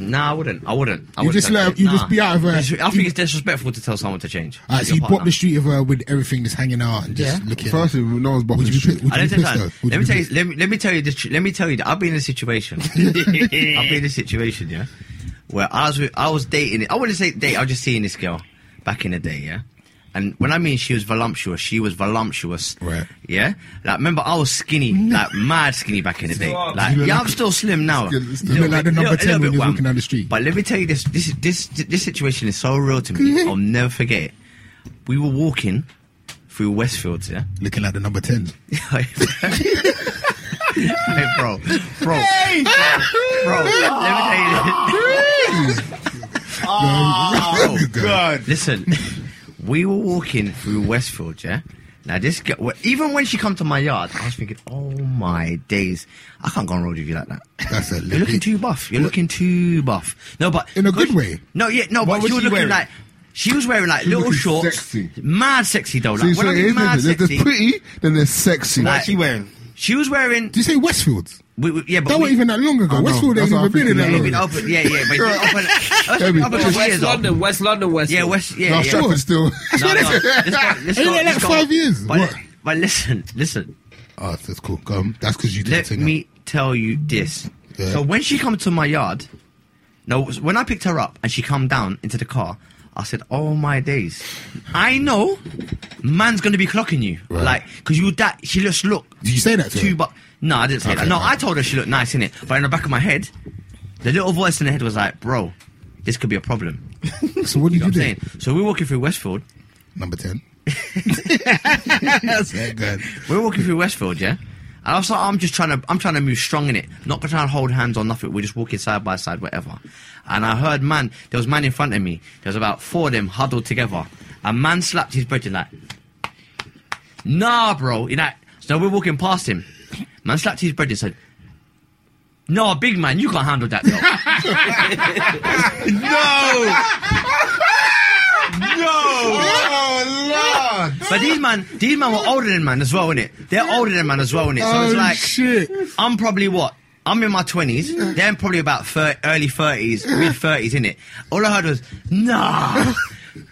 Speaker 3: No, I wouldn't. I wouldn't. I
Speaker 5: You
Speaker 3: wouldn't
Speaker 5: just
Speaker 3: tell
Speaker 5: let-
Speaker 3: her to
Speaker 5: you
Speaker 3: change.
Speaker 5: just be out of her-
Speaker 3: It's- I
Speaker 5: you-
Speaker 3: think it's disrespectful to tell someone to change.
Speaker 5: Alright, so
Speaker 3: Your
Speaker 5: you bought
Speaker 3: partner.
Speaker 5: the street of her with everything that's hanging out and just looking.
Speaker 2: Firstly, no one's bopping
Speaker 5: Would you be
Speaker 2: the street.
Speaker 5: pi- would
Speaker 3: I don't
Speaker 5: you be
Speaker 3: think
Speaker 5: pissed
Speaker 3: that.
Speaker 5: though? Would
Speaker 3: Let me
Speaker 5: be
Speaker 3: tell you.
Speaker 5: pissed?
Speaker 3: Let me, let me tell you. The, tr- let me tell you. That I've been in a situation. I've been in a situation, yeah, where I was with, I was dating. I wouldn't say date. I was just seeing this girl back in the day, yeah. And when I mean she was voluptuous, she was voluptuous.
Speaker 5: Right.
Speaker 3: Yeah. Like remember, I was skinny, like mad skinny back in the day. Like
Speaker 5: look
Speaker 3: yeah,
Speaker 5: like-
Speaker 3: I'm still slim now.
Speaker 5: You look
Speaker 3: Little
Speaker 5: like
Speaker 3: bit-
Speaker 5: the number
Speaker 3: little-
Speaker 5: 10
Speaker 3: little
Speaker 5: when
Speaker 3: bit
Speaker 5: you're
Speaker 3: wham.
Speaker 5: walking down the street.
Speaker 3: But let me tell you this. This this this situation is so real to me. I'll never forget. it. We were walking through Westfields, yeah.
Speaker 5: Looking like the number ten.
Speaker 3: hey, bro, bro, bro. Let me tell you. this. Bro, Listen, we were walking through Westfield, yeah. Now this girl, well, even when she come to my yard, I was thinking, oh my days, I can't go on road with you like that.
Speaker 5: That's a
Speaker 3: You're looking
Speaker 5: legit.
Speaker 3: too buff. You're looking too buff. No, but
Speaker 5: In a good way?
Speaker 3: No, yeah, no, but
Speaker 5: What was
Speaker 3: she was
Speaker 5: she
Speaker 3: looking
Speaker 5: wearing?
Speaker 3: like. She was wearing like little
Speaker 2: looking
Speaker 3: shorts,
Speaker 2: sexy.
Speaker 3: mad sexy though. Like,
Speaker 2: See,
Speaker 3: when
Speaker 2: so
Speaker 3: I
Speaker 2: it
Speaker 3: mean
Speaker 2: is,
Speaker 3: mad
Speaker 2: isn't it?
Speaker 3: sexy,
Speaker 2: There's pretty, then there's sexy.
Speaker 3: Like-
Speaker 4: What's she wearing?
Speaker 3: she was wearing
Speaker 5: Did you say Westfields?
Speaker 3: we, we, yeah, but
Speaker 5: That
Speaker 3: we,
Speaker 5: wasn't even that long
Speaker 2: I
Speaker 5: ago.
Speaker 2: know.
Speaker 5: Westfield
Speaker 2: That's
Speaker 5: ain't
Speaker 2: what
Speaker 5: even
Speaker 2: I'm
Speaker 5: been in that
Speaker 3: yeah,
Speaker 2: thinking.
Speaker 5: long.
Speaker 3: it's been open, yeah, yeah, but it's been
Speaker 2: Debbie,
Speaker 3: open, open
Speaker 2: just-
Speaker 3: for
Speaker 1: West
Speaker 3: years old.
Speaker 1: London, West London, West.
Speaker 3: Yeah, West, yeah,
Speaker 2: Now
Speaker 3: yeah.
Speaker 2: Stratford still.
Speaker 3: No, no, this guy- this
Speaker 5: Ain't
Speaker 3: guy-
Speaker 5: that like
Speaker 3: this guy-
Speaker 5: five years?
Speaker 3: But,
Speaker 5: What?
Speaker 3: but listen, listen.
Speaker 5: Oh, that's cool. Go on. That's because you did
Speaker 3: Let
Speaker 5: the thing
Speaker 3: me tell you this.
Speaker 5: Yeah.
Speaker 3: So when she come to my yard, no, when I picked her up and she come down into the car, I said, "Oh my days, I know, man's gonna be clocking you,
Speaker 5: Right.
Speaker 3: like, cause you that she just look."
Speaker 5: Did you say that to
Speaker 3: too
Speaker 5: her?
Speaker 3: but no, I didn't say
Speaker 5: Okay,
Speaker 3: that. No,
Speaker 5: okay.
Speaker 3: I told her she looked nice in it, but in the back of my head, the little voice in the head was like, "Bro, this could be a problem."
Speaker 5: up. So what did
Speaker 3: You know what
Speaker 5: you
Speaker 3: I'm
Speaker 5: do?
Speaker 3: saying? So we're walking through Westfield.
Speaker 5: Number ten. Yeah, good.
Speaker 3: We're walking through Westfield, yeah. And I was like, I'm just trying to, I'm trying to move strong in it, not trying to hold hands or nothing. We're just walking side by side, whatever. And I heard man, there was man in front of me. There was about four of them huddled together. A man slapped his brethren like, Nah, bro. You know. So we're walking past him. Man slapped his brethren said, No, big man, you can't handle that. Though. But these man, these man were older than man as well, innit? They're older than man as well, innit? So
Speaker 5: Oh,
Speaker 3: it's like,
Speaker 5: shit.
Speaker 3: I'm probably what? I'm in my twenties. They're probably about thir- early thirties, mid thirties, innit? All I heard was, nah.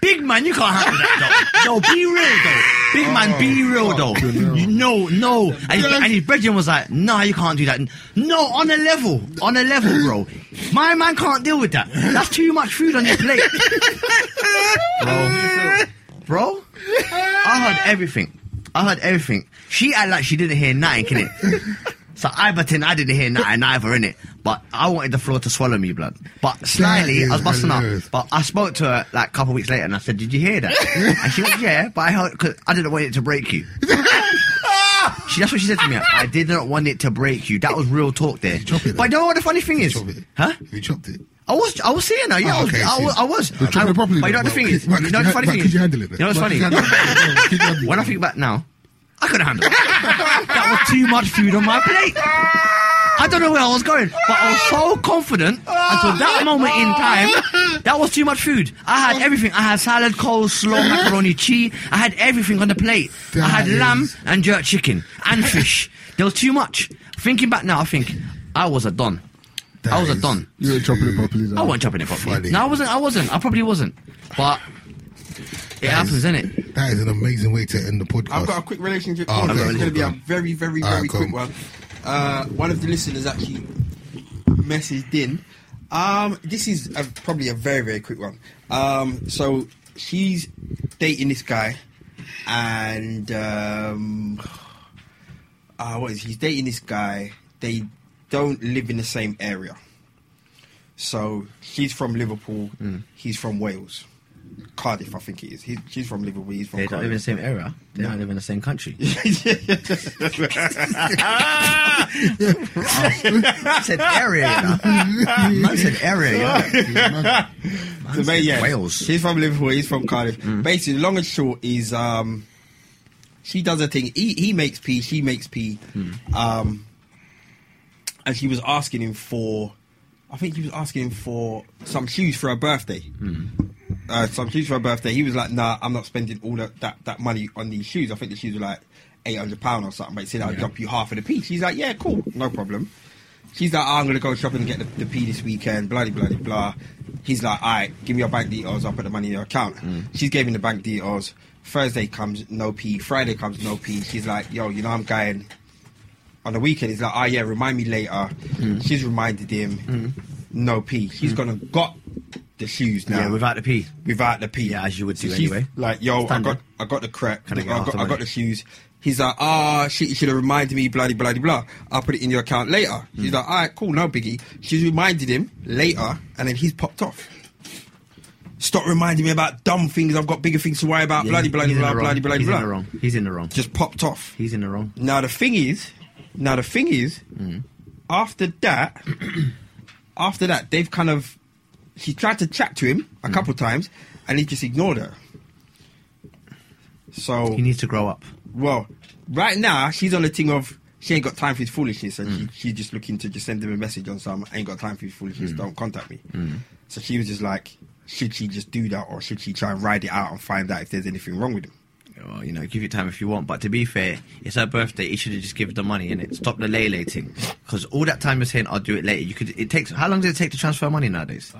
Speaker 3: Big man, you can't handle that though. No, be real though. Big man, be real though. You- No, no. And, his- and his brethren was like, nah, you can't do that. No, on a level, on a level, bro. My man can't deal with that. That's too much food on your plate. bro. Bro, I heard everything. I heard everything. She acted like she didn't hear nothing, innit? so I pretend I didn't hear nothing either, innit? But I wanted the floor to swallow me, blood. But slyly, I
Speaker 5: is
Speaker 3: was busting up.
Speaker 5: hilarious.
Speaker 3: But I spoke to her like a couple weeks later and I said, Did you hear that? and she went, Yeah, but I heard, cause I didn't want it to break you. She, that's what she said to me. I did not want it to break you. That was real talk there.
Speaker 5: chop it,
Speaker 3: But you
Speaker 5: though?
Speaker 3: know what the funny thing is?
Speaker 5: Chop it.
Speaker 3: Huh?
Speaker 5: You chopped it.
Speaker 3: I was, I was seeing her. Yeah,
Speaker 5: Ah, okay,
Speaker 3: I was,
Speaker 5: see.
Speaker 3: I was, I
Speaker 5: You
Speaker 3: was.
Speaker 5: chopped
Speaker 3: I-
Speaker 5: it properly.
Speaker 3: But you know what the
Speaker 5: though.
Speaker 3: thing
Speaker 5: Well,
Speaker 3: is?
Speaker 5: but
Speaker 3: You
Speaker 5: could
Speaker 3: know the
Speaker 5: you-
Speaker 3: funny
Speaker 5: but
Speaker 3: thing
Speaker 5: Could
Speaker 3: is?
Speaker 5: you handle it?
Speaker 3: You know what's funny? When I think back now, I could handle it. that was too much food on my plate. I don't know where I was going, but I was so confident until that moment in time. That was too much food. I had everything. I had salad, coleslaw, macaroni, cheese. I had everything on the plate. I had
Speaker 5: That is-
Speaker 3: lamb and jerk chicken and fish. There was too much. Thinking back now, I think I was a don. I was a don.
Speaker 2: You ain't chopping it properly.
Speaker 3: I
Speaker 2: Though.
Speaker 3: wasn't chopping it properly.
Speaker 5: funny.
Speaker 3: No, I wasn't. I wasn't. I probably wasn't. But it happens, innit?
Speaker 5: That is an amazing way to end the podcast.
Speaker 4: I've got a quick relationship.
Speaker 5: Oh,
Speaker 4: Oh,
Speaker 5: okay,
Speaker 4: it's
Speaker 5: cool,
Speaker 4: going to be a
Speaker 5: go.
Speaker 4: very, very, very
Speaker 5: All right, cool.
Speaker 4: quick one. Uh, one of the listeners actually messaged in. Um, this is a, probably a very, very quick one. Um, so she's dating this guy, and um, uh, what is he's dating this guy? They don't live in the same area. So she's from Liverpool.
Speaker 3: Hmm.
Speaker 4: He's from Wales, Cardiff, I think it is. He, she's from Liverpool. He's from.
Speaker 3: They don't
Speaker 4: Cardiff.
Speaker 3: live in the same area. They don't live in the same country. I said area. I said area. yeah.
Speaker 4: So, but yeah,
Speaker 3: Wales.
Speaker 4: He's from Liverpool. He's from Cardiff. Basically, long and short is um, she does her thing. He he makes pee. She makes pee. Um, and she was asking him for, I think he was asking him for some shoes for her birthday. Uh, some shoes for her birthday. He was like, "Nah, I'm not spending all that that, that money on these shoes." I think the shoes were like eight hundred pound or something. But he said, "I'll drop you half of the piece." She's like, "Yeah, cool, no problem." She's like, "Oh, "I'm gonna go shopping and get the, the pee this weekend." Bloody bloody blah. He's like, "All right, give me your bank details. I'll put the money in your account."
Speaker 3: Mm.
Speaker 4: She's giving the bank details. Thursday comes, no pee. Friday comes, no pee. She's like, "Yo, you know I'm going." on the weekend he's like, oh yeah, remind me later.
Speaker 3: Mm.
Speaker 4: She's reminded him, no P. She's gonna got the shoes now
Speaker 3: Yeah, without the P.
Speaker 4: without the P.
Speaker 3: Yeah, as you would do
Speaker 4: She's
Speaker 3: anyway.
Speaker 4: Like yo, I
Speaker 3: Standard.
Speaker 4: got I got the crap. I,
Speaker 3: Can I get half
Speaker 4: got
Speaker 3: the
Speaker 4: I got
Speaker 3: money?
Speaker 4: the shoes. He's like, ah, oh, shit, you should have reminded me, bloody, bloody, blah. I'll put it in your account later. She's
Speaker 3: Hmm.
Speaker 4: like, all right, cool, no biggie. She's reminded him later, and then he's popped off. Stop reminding me about dumb things. I've got bigger things to worry about.
Speaker 3: Yeah,
Speaker 4: bloody,
Speaker 3: he's
Speaker 4: bloody,
Speaker 3: in the
Speaker 4: blah,
Speaker 3: wrong.
Speaker 4: bloody, bloody,
Speaker 3: He's
Speaker 4: blah.
Speaker 3: in the wrong. He's in the wrong.
Speaker 4: Just popped off.
Speaker 3: He's in the wrong.
Speaker 4: Now the thing is, now the thing is, after that, after that, they've kind of she tried to chat to him a couple times, and he just ignored her. So
Speaker 3: He needs to grow up.
Speaker 4: well, right now she's on the thing of she ain't got time for his foolishness, and she, she just looking to just send him a message on some ain't got time for his foolishness. Don't contact me. So she was just like, should she just do that, or should she try and ride it out and find out if there's anything wrong with him?
Speaker 3: Well, you know, give it time if you want. But to be fair, it's her birthday. You should have just given the money in it. Stop the lay thing. Because all that time you're saying, "I'll do it later." You could. It takes. How long does it take to transfer money nowadays?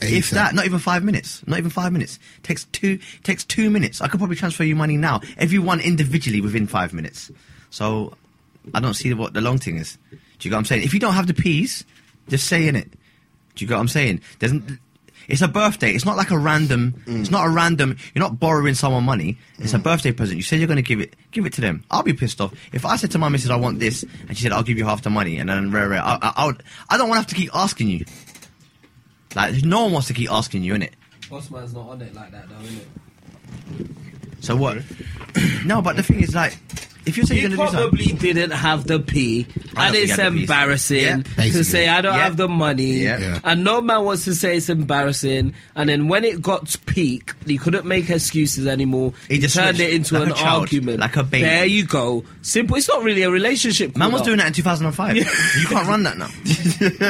Speaker 3: If that, not even five minutes. Not even five minutes. Takes two. Takes two minutes. I could probably transfer you money now. Everyone individually within five minutes. So, I don't see what the long thing is. Do you get what I'm saying? If you don't have the peas, just say in it. Do you get what I'm saying? There's, n- it's a birthday. It's not like a random. It's not a random. You're not borrowing someone money. It's a birthday present. You said you're going to give it. Give it to them. I'll be pissed off if I said to my missus I want this, and she said I'll give you half the money, and then rare, rare. I, I, I, would, I don't want to have to keep asking you. Like no one wants to keep asking you, innit?
Speaker 6: Boss man's not on it like that though, innit?
Speaker 3: So what? no, but the thing is, like, if you're saying
Speaker 6: You
Speaker 3: you're going to do something,
Speaker 6: probably didn't have the P,
Speaker 3: I
Speaker 6: and
Speaker 3: don't think
Speaker 6: it's
Speaker 3: I had the Ps.
Speaker 6: embarrassing
Speaker 3: Yeah.
Speaker 5: Basically.
Speaker 6: to say I don't
Speaker 3: Yeah.
Speaker 6: have the money,
Speaker 3: Yeah.
Speaker 5: Yeah.
Speaker 6: and no man wants to say it's embarrassing. And then when it got to peak, he couldn't make excuses anymore.
Speaker 3: He just
Speaker 6: turned
Speaker 3: switched,
Speaker 6: it into
Speaker 3: like
Speaker 6: an
Speaker 3: a child,
Speaker 6: argument,
Speaker 3: like a baby.
Speaker 6: There you go. Simple. It's not really a relationship.
Speaker 3: Man was
Speaker 6: call-up.
Speaker 3: doing that in 2005. You can't run that now.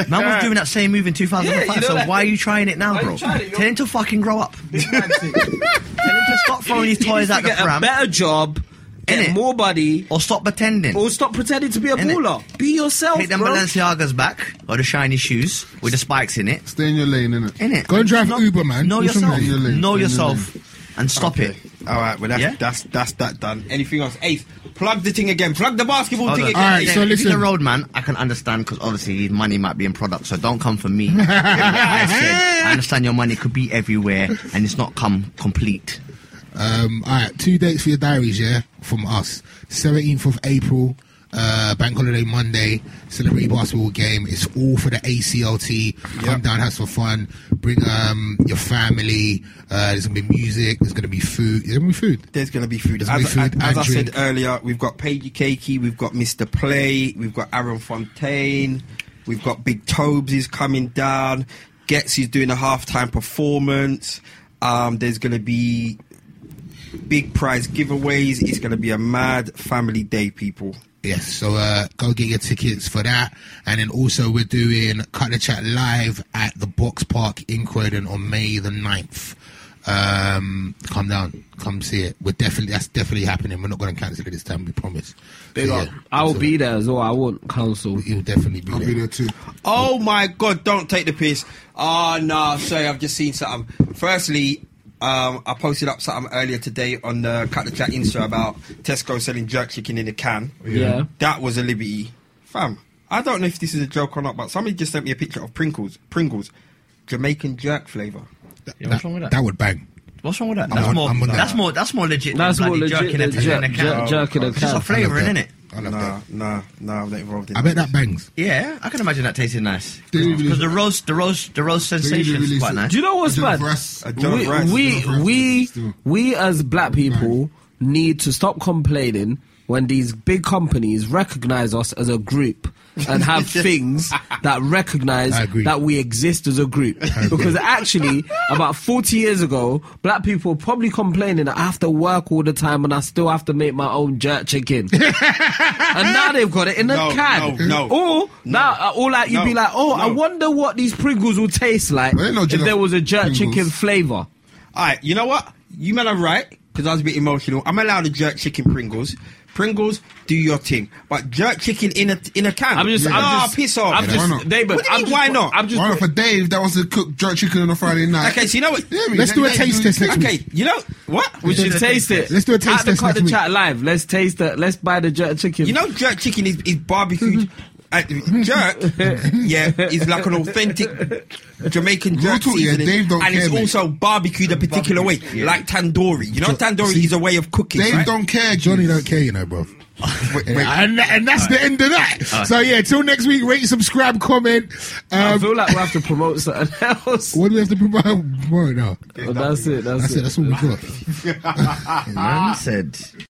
Speaker 3: Man was doing that same move in 2005.
Speaker 6: Yeah, you know
Speaker 3: so
Speaker 6: that-
Speaker 3: why are you trying it now,
Speaker 6: Why you
Speaker 3: bro?
Speaker 6: trying it? You're-
Speaker 3: Tell him to fucking grow up. Tell him to stop throwing his
Speaker 6: He needs
Speaker 3: toys
Speaker 6: to
Speaker 3: out the
Speaker 6: get a
Speaker 3: pram
Speaker 6: better job, get
Speaker 3: Innit?
Speaker 6: more money,
Speaker 3: or stop pretending.
Speaker 6: or stop pretending to be a
Speaker 3: Innit?
Speaker 6: baller. Be yourself,
Speaker 3: Take them
Speaker 6: bro.
Speaker 3: Balenciagas back or the shiny shoes with the spikes in it.
Speaker 2: Stay in your lane, innit?
Speaker 3: In it.
Speaker 5: Go and drive Uber, man.
Speaker 3: Know
Speaker 5: What's wrong
Speaker 3: yourself.
Speaker 5: with you?
Speaker 2: You're late.
Speaker 3: Know
Speaker 2: You're
Speaker 3: yourself and stop it.
Speaker 4: All right, well that's
Speaker 3: Yeah?
Speaker 4: that's that's that done. Anything else? Ace, plug the thing again. Plug the basketball
Speaker 3: Hold
Speaker 4: thing
Speaker 3: on.
Speaker 4: again.
Speaker 5: All right,
Speaker 3: Yeah,
Speaker 5: so
Speaker 3: if he's a
Speaker 5: listen.
Speaker 3: road man, I can understand because obviously his money might be in product, so don't come for me. I, said, I understand your money could be everywhere and it's not come complete.
Speaker 5: Um, all right, two dates for your diaries, yeah, from us. 17th of April, uh, Bank Holiday Monday, celebrity basketball game. It's all for the ACLT. Come down, have some fun. Bring um, your family. Uh, there's going to be music. There's going to be food. There's going to be food.
Speaker 4: There's going to be food. As,
Speaker 5: There's gonna be food
Speaker 4: as, as
Speaker 5: and
Speaker 4: I said
Speaker 5: drink.
Speaker 4: earlier, we've got Paige Keiki, we've got Mr. Play, we've got Aaron Fontaine, we've got Big Tobes is coming down. Gets is doing a halftime performance. Um, there's going to be big prize giveaways. It's going to be a mad family day, people.
Speaker 5: Yes, so uh, go get your tickets for that. And then also we're doing Cut the Chat live at the Box Park in Croydon on May the 9th. Um, come down, come see it. We're definitely that's definitely happening. We're not going to cancel it this time. We promise.
Speaker 1: Big
Speaker 5: So,
Speaker 1: up.
Speaker 5: yeah,
Speaker 1: I will
Speaker 5: so
Speaker 1: be there as well. I won't counsel.
Speaker 5: You'll definitely be
Speaker 2: I'll
Speaker 5: there.
Speaker 2: be there too.
Speaker 4: Oh my god, don't take the piss. Oh no, sorry, I've just seen something. Firstly, um, I posted up something earlier today on the Cut the Chat Insta about Tesco selling jerk chicken in a can.
Speaker 1: Yeah.
Speaker 4: That was a liberty. Fam, I don't know if this is a joke or not, but somebody just sent me a picture of Pringles. Pringles. Jamaican jerk flavour.
Speaker 3: Yeah, what's wrong with that?
Speaker 5: would bang.
Speaker 3: What's wrong with that?
Speaker 5: I'm
Speaker 3: That's
Speaker 5: on-
Speaker 3: more.
Speaker 5: I'm on that.
Speaker 3: That's more. That's more legit.
Speaker 1: That's
Speaker 3: than
Speaker 1: what
Speaker 3: bloody
Speaker 1: legit
Speaker 3: jerking a
Speaker 1: the
Speaker 3: tin in a
Speaker 1: jerk,
Speaker 3: can.
Speaker 1: jerk, jerking a
Speaker 3: It's just a
Speaker 1: can.
Speaker 3: flavouring,
Speaker 5: that.
Speaker 3: isn't it?
Speaker 5: I love
Speaker 4: Nah,
Speaker 5: that.
Speaker 4: nah, nah, I'm not involved in
Speaker 5: I bet
Speaker 4: that.
Speaker 5: that bangs.
Speaker 3: Yeah, I can imagine that tasting nice.
Speaker 2: Dude,
Speaker 3: Because the roast, the roast, the roast sensation is
Speaker 2: release
Speaker 3: quite
Speaker 2: it.
Speaker 3: nice.
Speaker 1: Do you know what's
Speaker 2: Is it
Speaker 1: bad?
Speaker 2: for us?
Speaker 4: A jar of
Speaker 1: We
Speaker 4: rice.
Speaker 1: we
Speaker 2: jar of rice,
Speaker 1: we,
Speaker 2: still.
Speaker 1: we as black people need to stop complaining when these big companies recognize us as a group and have things that recognize
Speaker 5: I agree.
Speaker 1: that we exist as a group because actually about 40 years ago black people were probably complaining that I have to work all the time and I still have to make my own jerk chicken and now they've got it in a
Speaker 4: No,
Speaker 1: can
Speaker 4: no, no.
Speaker 1: or now uh, all like you'd
Speaker 4: No,
Speaker 1: be like oh I
Speaker 4: no.
Speaker 1: wonder what these Pringles will taste like
Speaker 2: Well, they're not
Speaker 1: if
Speaker 2: just
Speaker 1: there was a jerk
Speaker 2: Pringles.
Speaker 1: chicken flavor
Speaker 4: Alright, you know what? You men are right, because I was a bit emotional. I'm allowed a jerk chicken Pringles. Pringles, do your thing. But jerk chicken in a in a can.
Speaker 1: I'm just,
Speaker 4: nah,
Speaker 1: I'm just,
Speaker 4: piss off.
Speaker 1: I'm
Speaker 2: Yeah, why
Speaker 1: just,
Speaker 2: not?
Speaker 1: they, but
Speaker 4: What do you
Speaker 1: I'm
Speaker 4: mean,
Speaker 1: just,
Speaker 4: why not?
Speaker 1: I'm just,
Speaker 2: Why not for Dave that wants to cook jerk chicken on a Friday night?
Speaker 4: Okay, so you know what?
Speaker 2: Yeah, we-
Speaker 5: Let's do a taste test next
Speaker 4: Okay,
Speaker 5: week.
Speaker 4: you know what?
Speaker 1: we should taste it.
Speaker 5: Let's do a taste
Speaker 1: At the
Speaker 5: test
Speaker 1: Cut
Speaker 5: next
Speaker 1: the
Speaker 5: week.
Speaker 1: chat live. Let's taste it. Let's buy the jerk chicken.
Speaker 4: You know, jerk chicken is, is barbecued. Uh, jerk, yeah, is like an authentic Jamaican jerk
Speaker 2: talk, yeah,
Speaker 4: seasoning,
Speaker 2: Dave don't
Speaker 4: and it's
Speaker 2: care, mate.
Speaker 4: also barbecued a particular way, like tandoori. You know, tandoori is a way of cooking.
Speaker 2: Dave
Speaker 4: right?
Speaker 2: don't care.
Speaker 5: Johnny don't care, you know, bro. and, and that's the end of that. So yeah, till next week. Rate, subscribe, comment.
Speaker 1: I
Speaker 5: Um,
Speaker 1: feel like we have to promote something else.
Speaker 5: what do we have to promote? Well, no.
Speaker 1: But that's it. That's,
Speaker 5: That's it. That's all we got.
Speaker 3: Man said.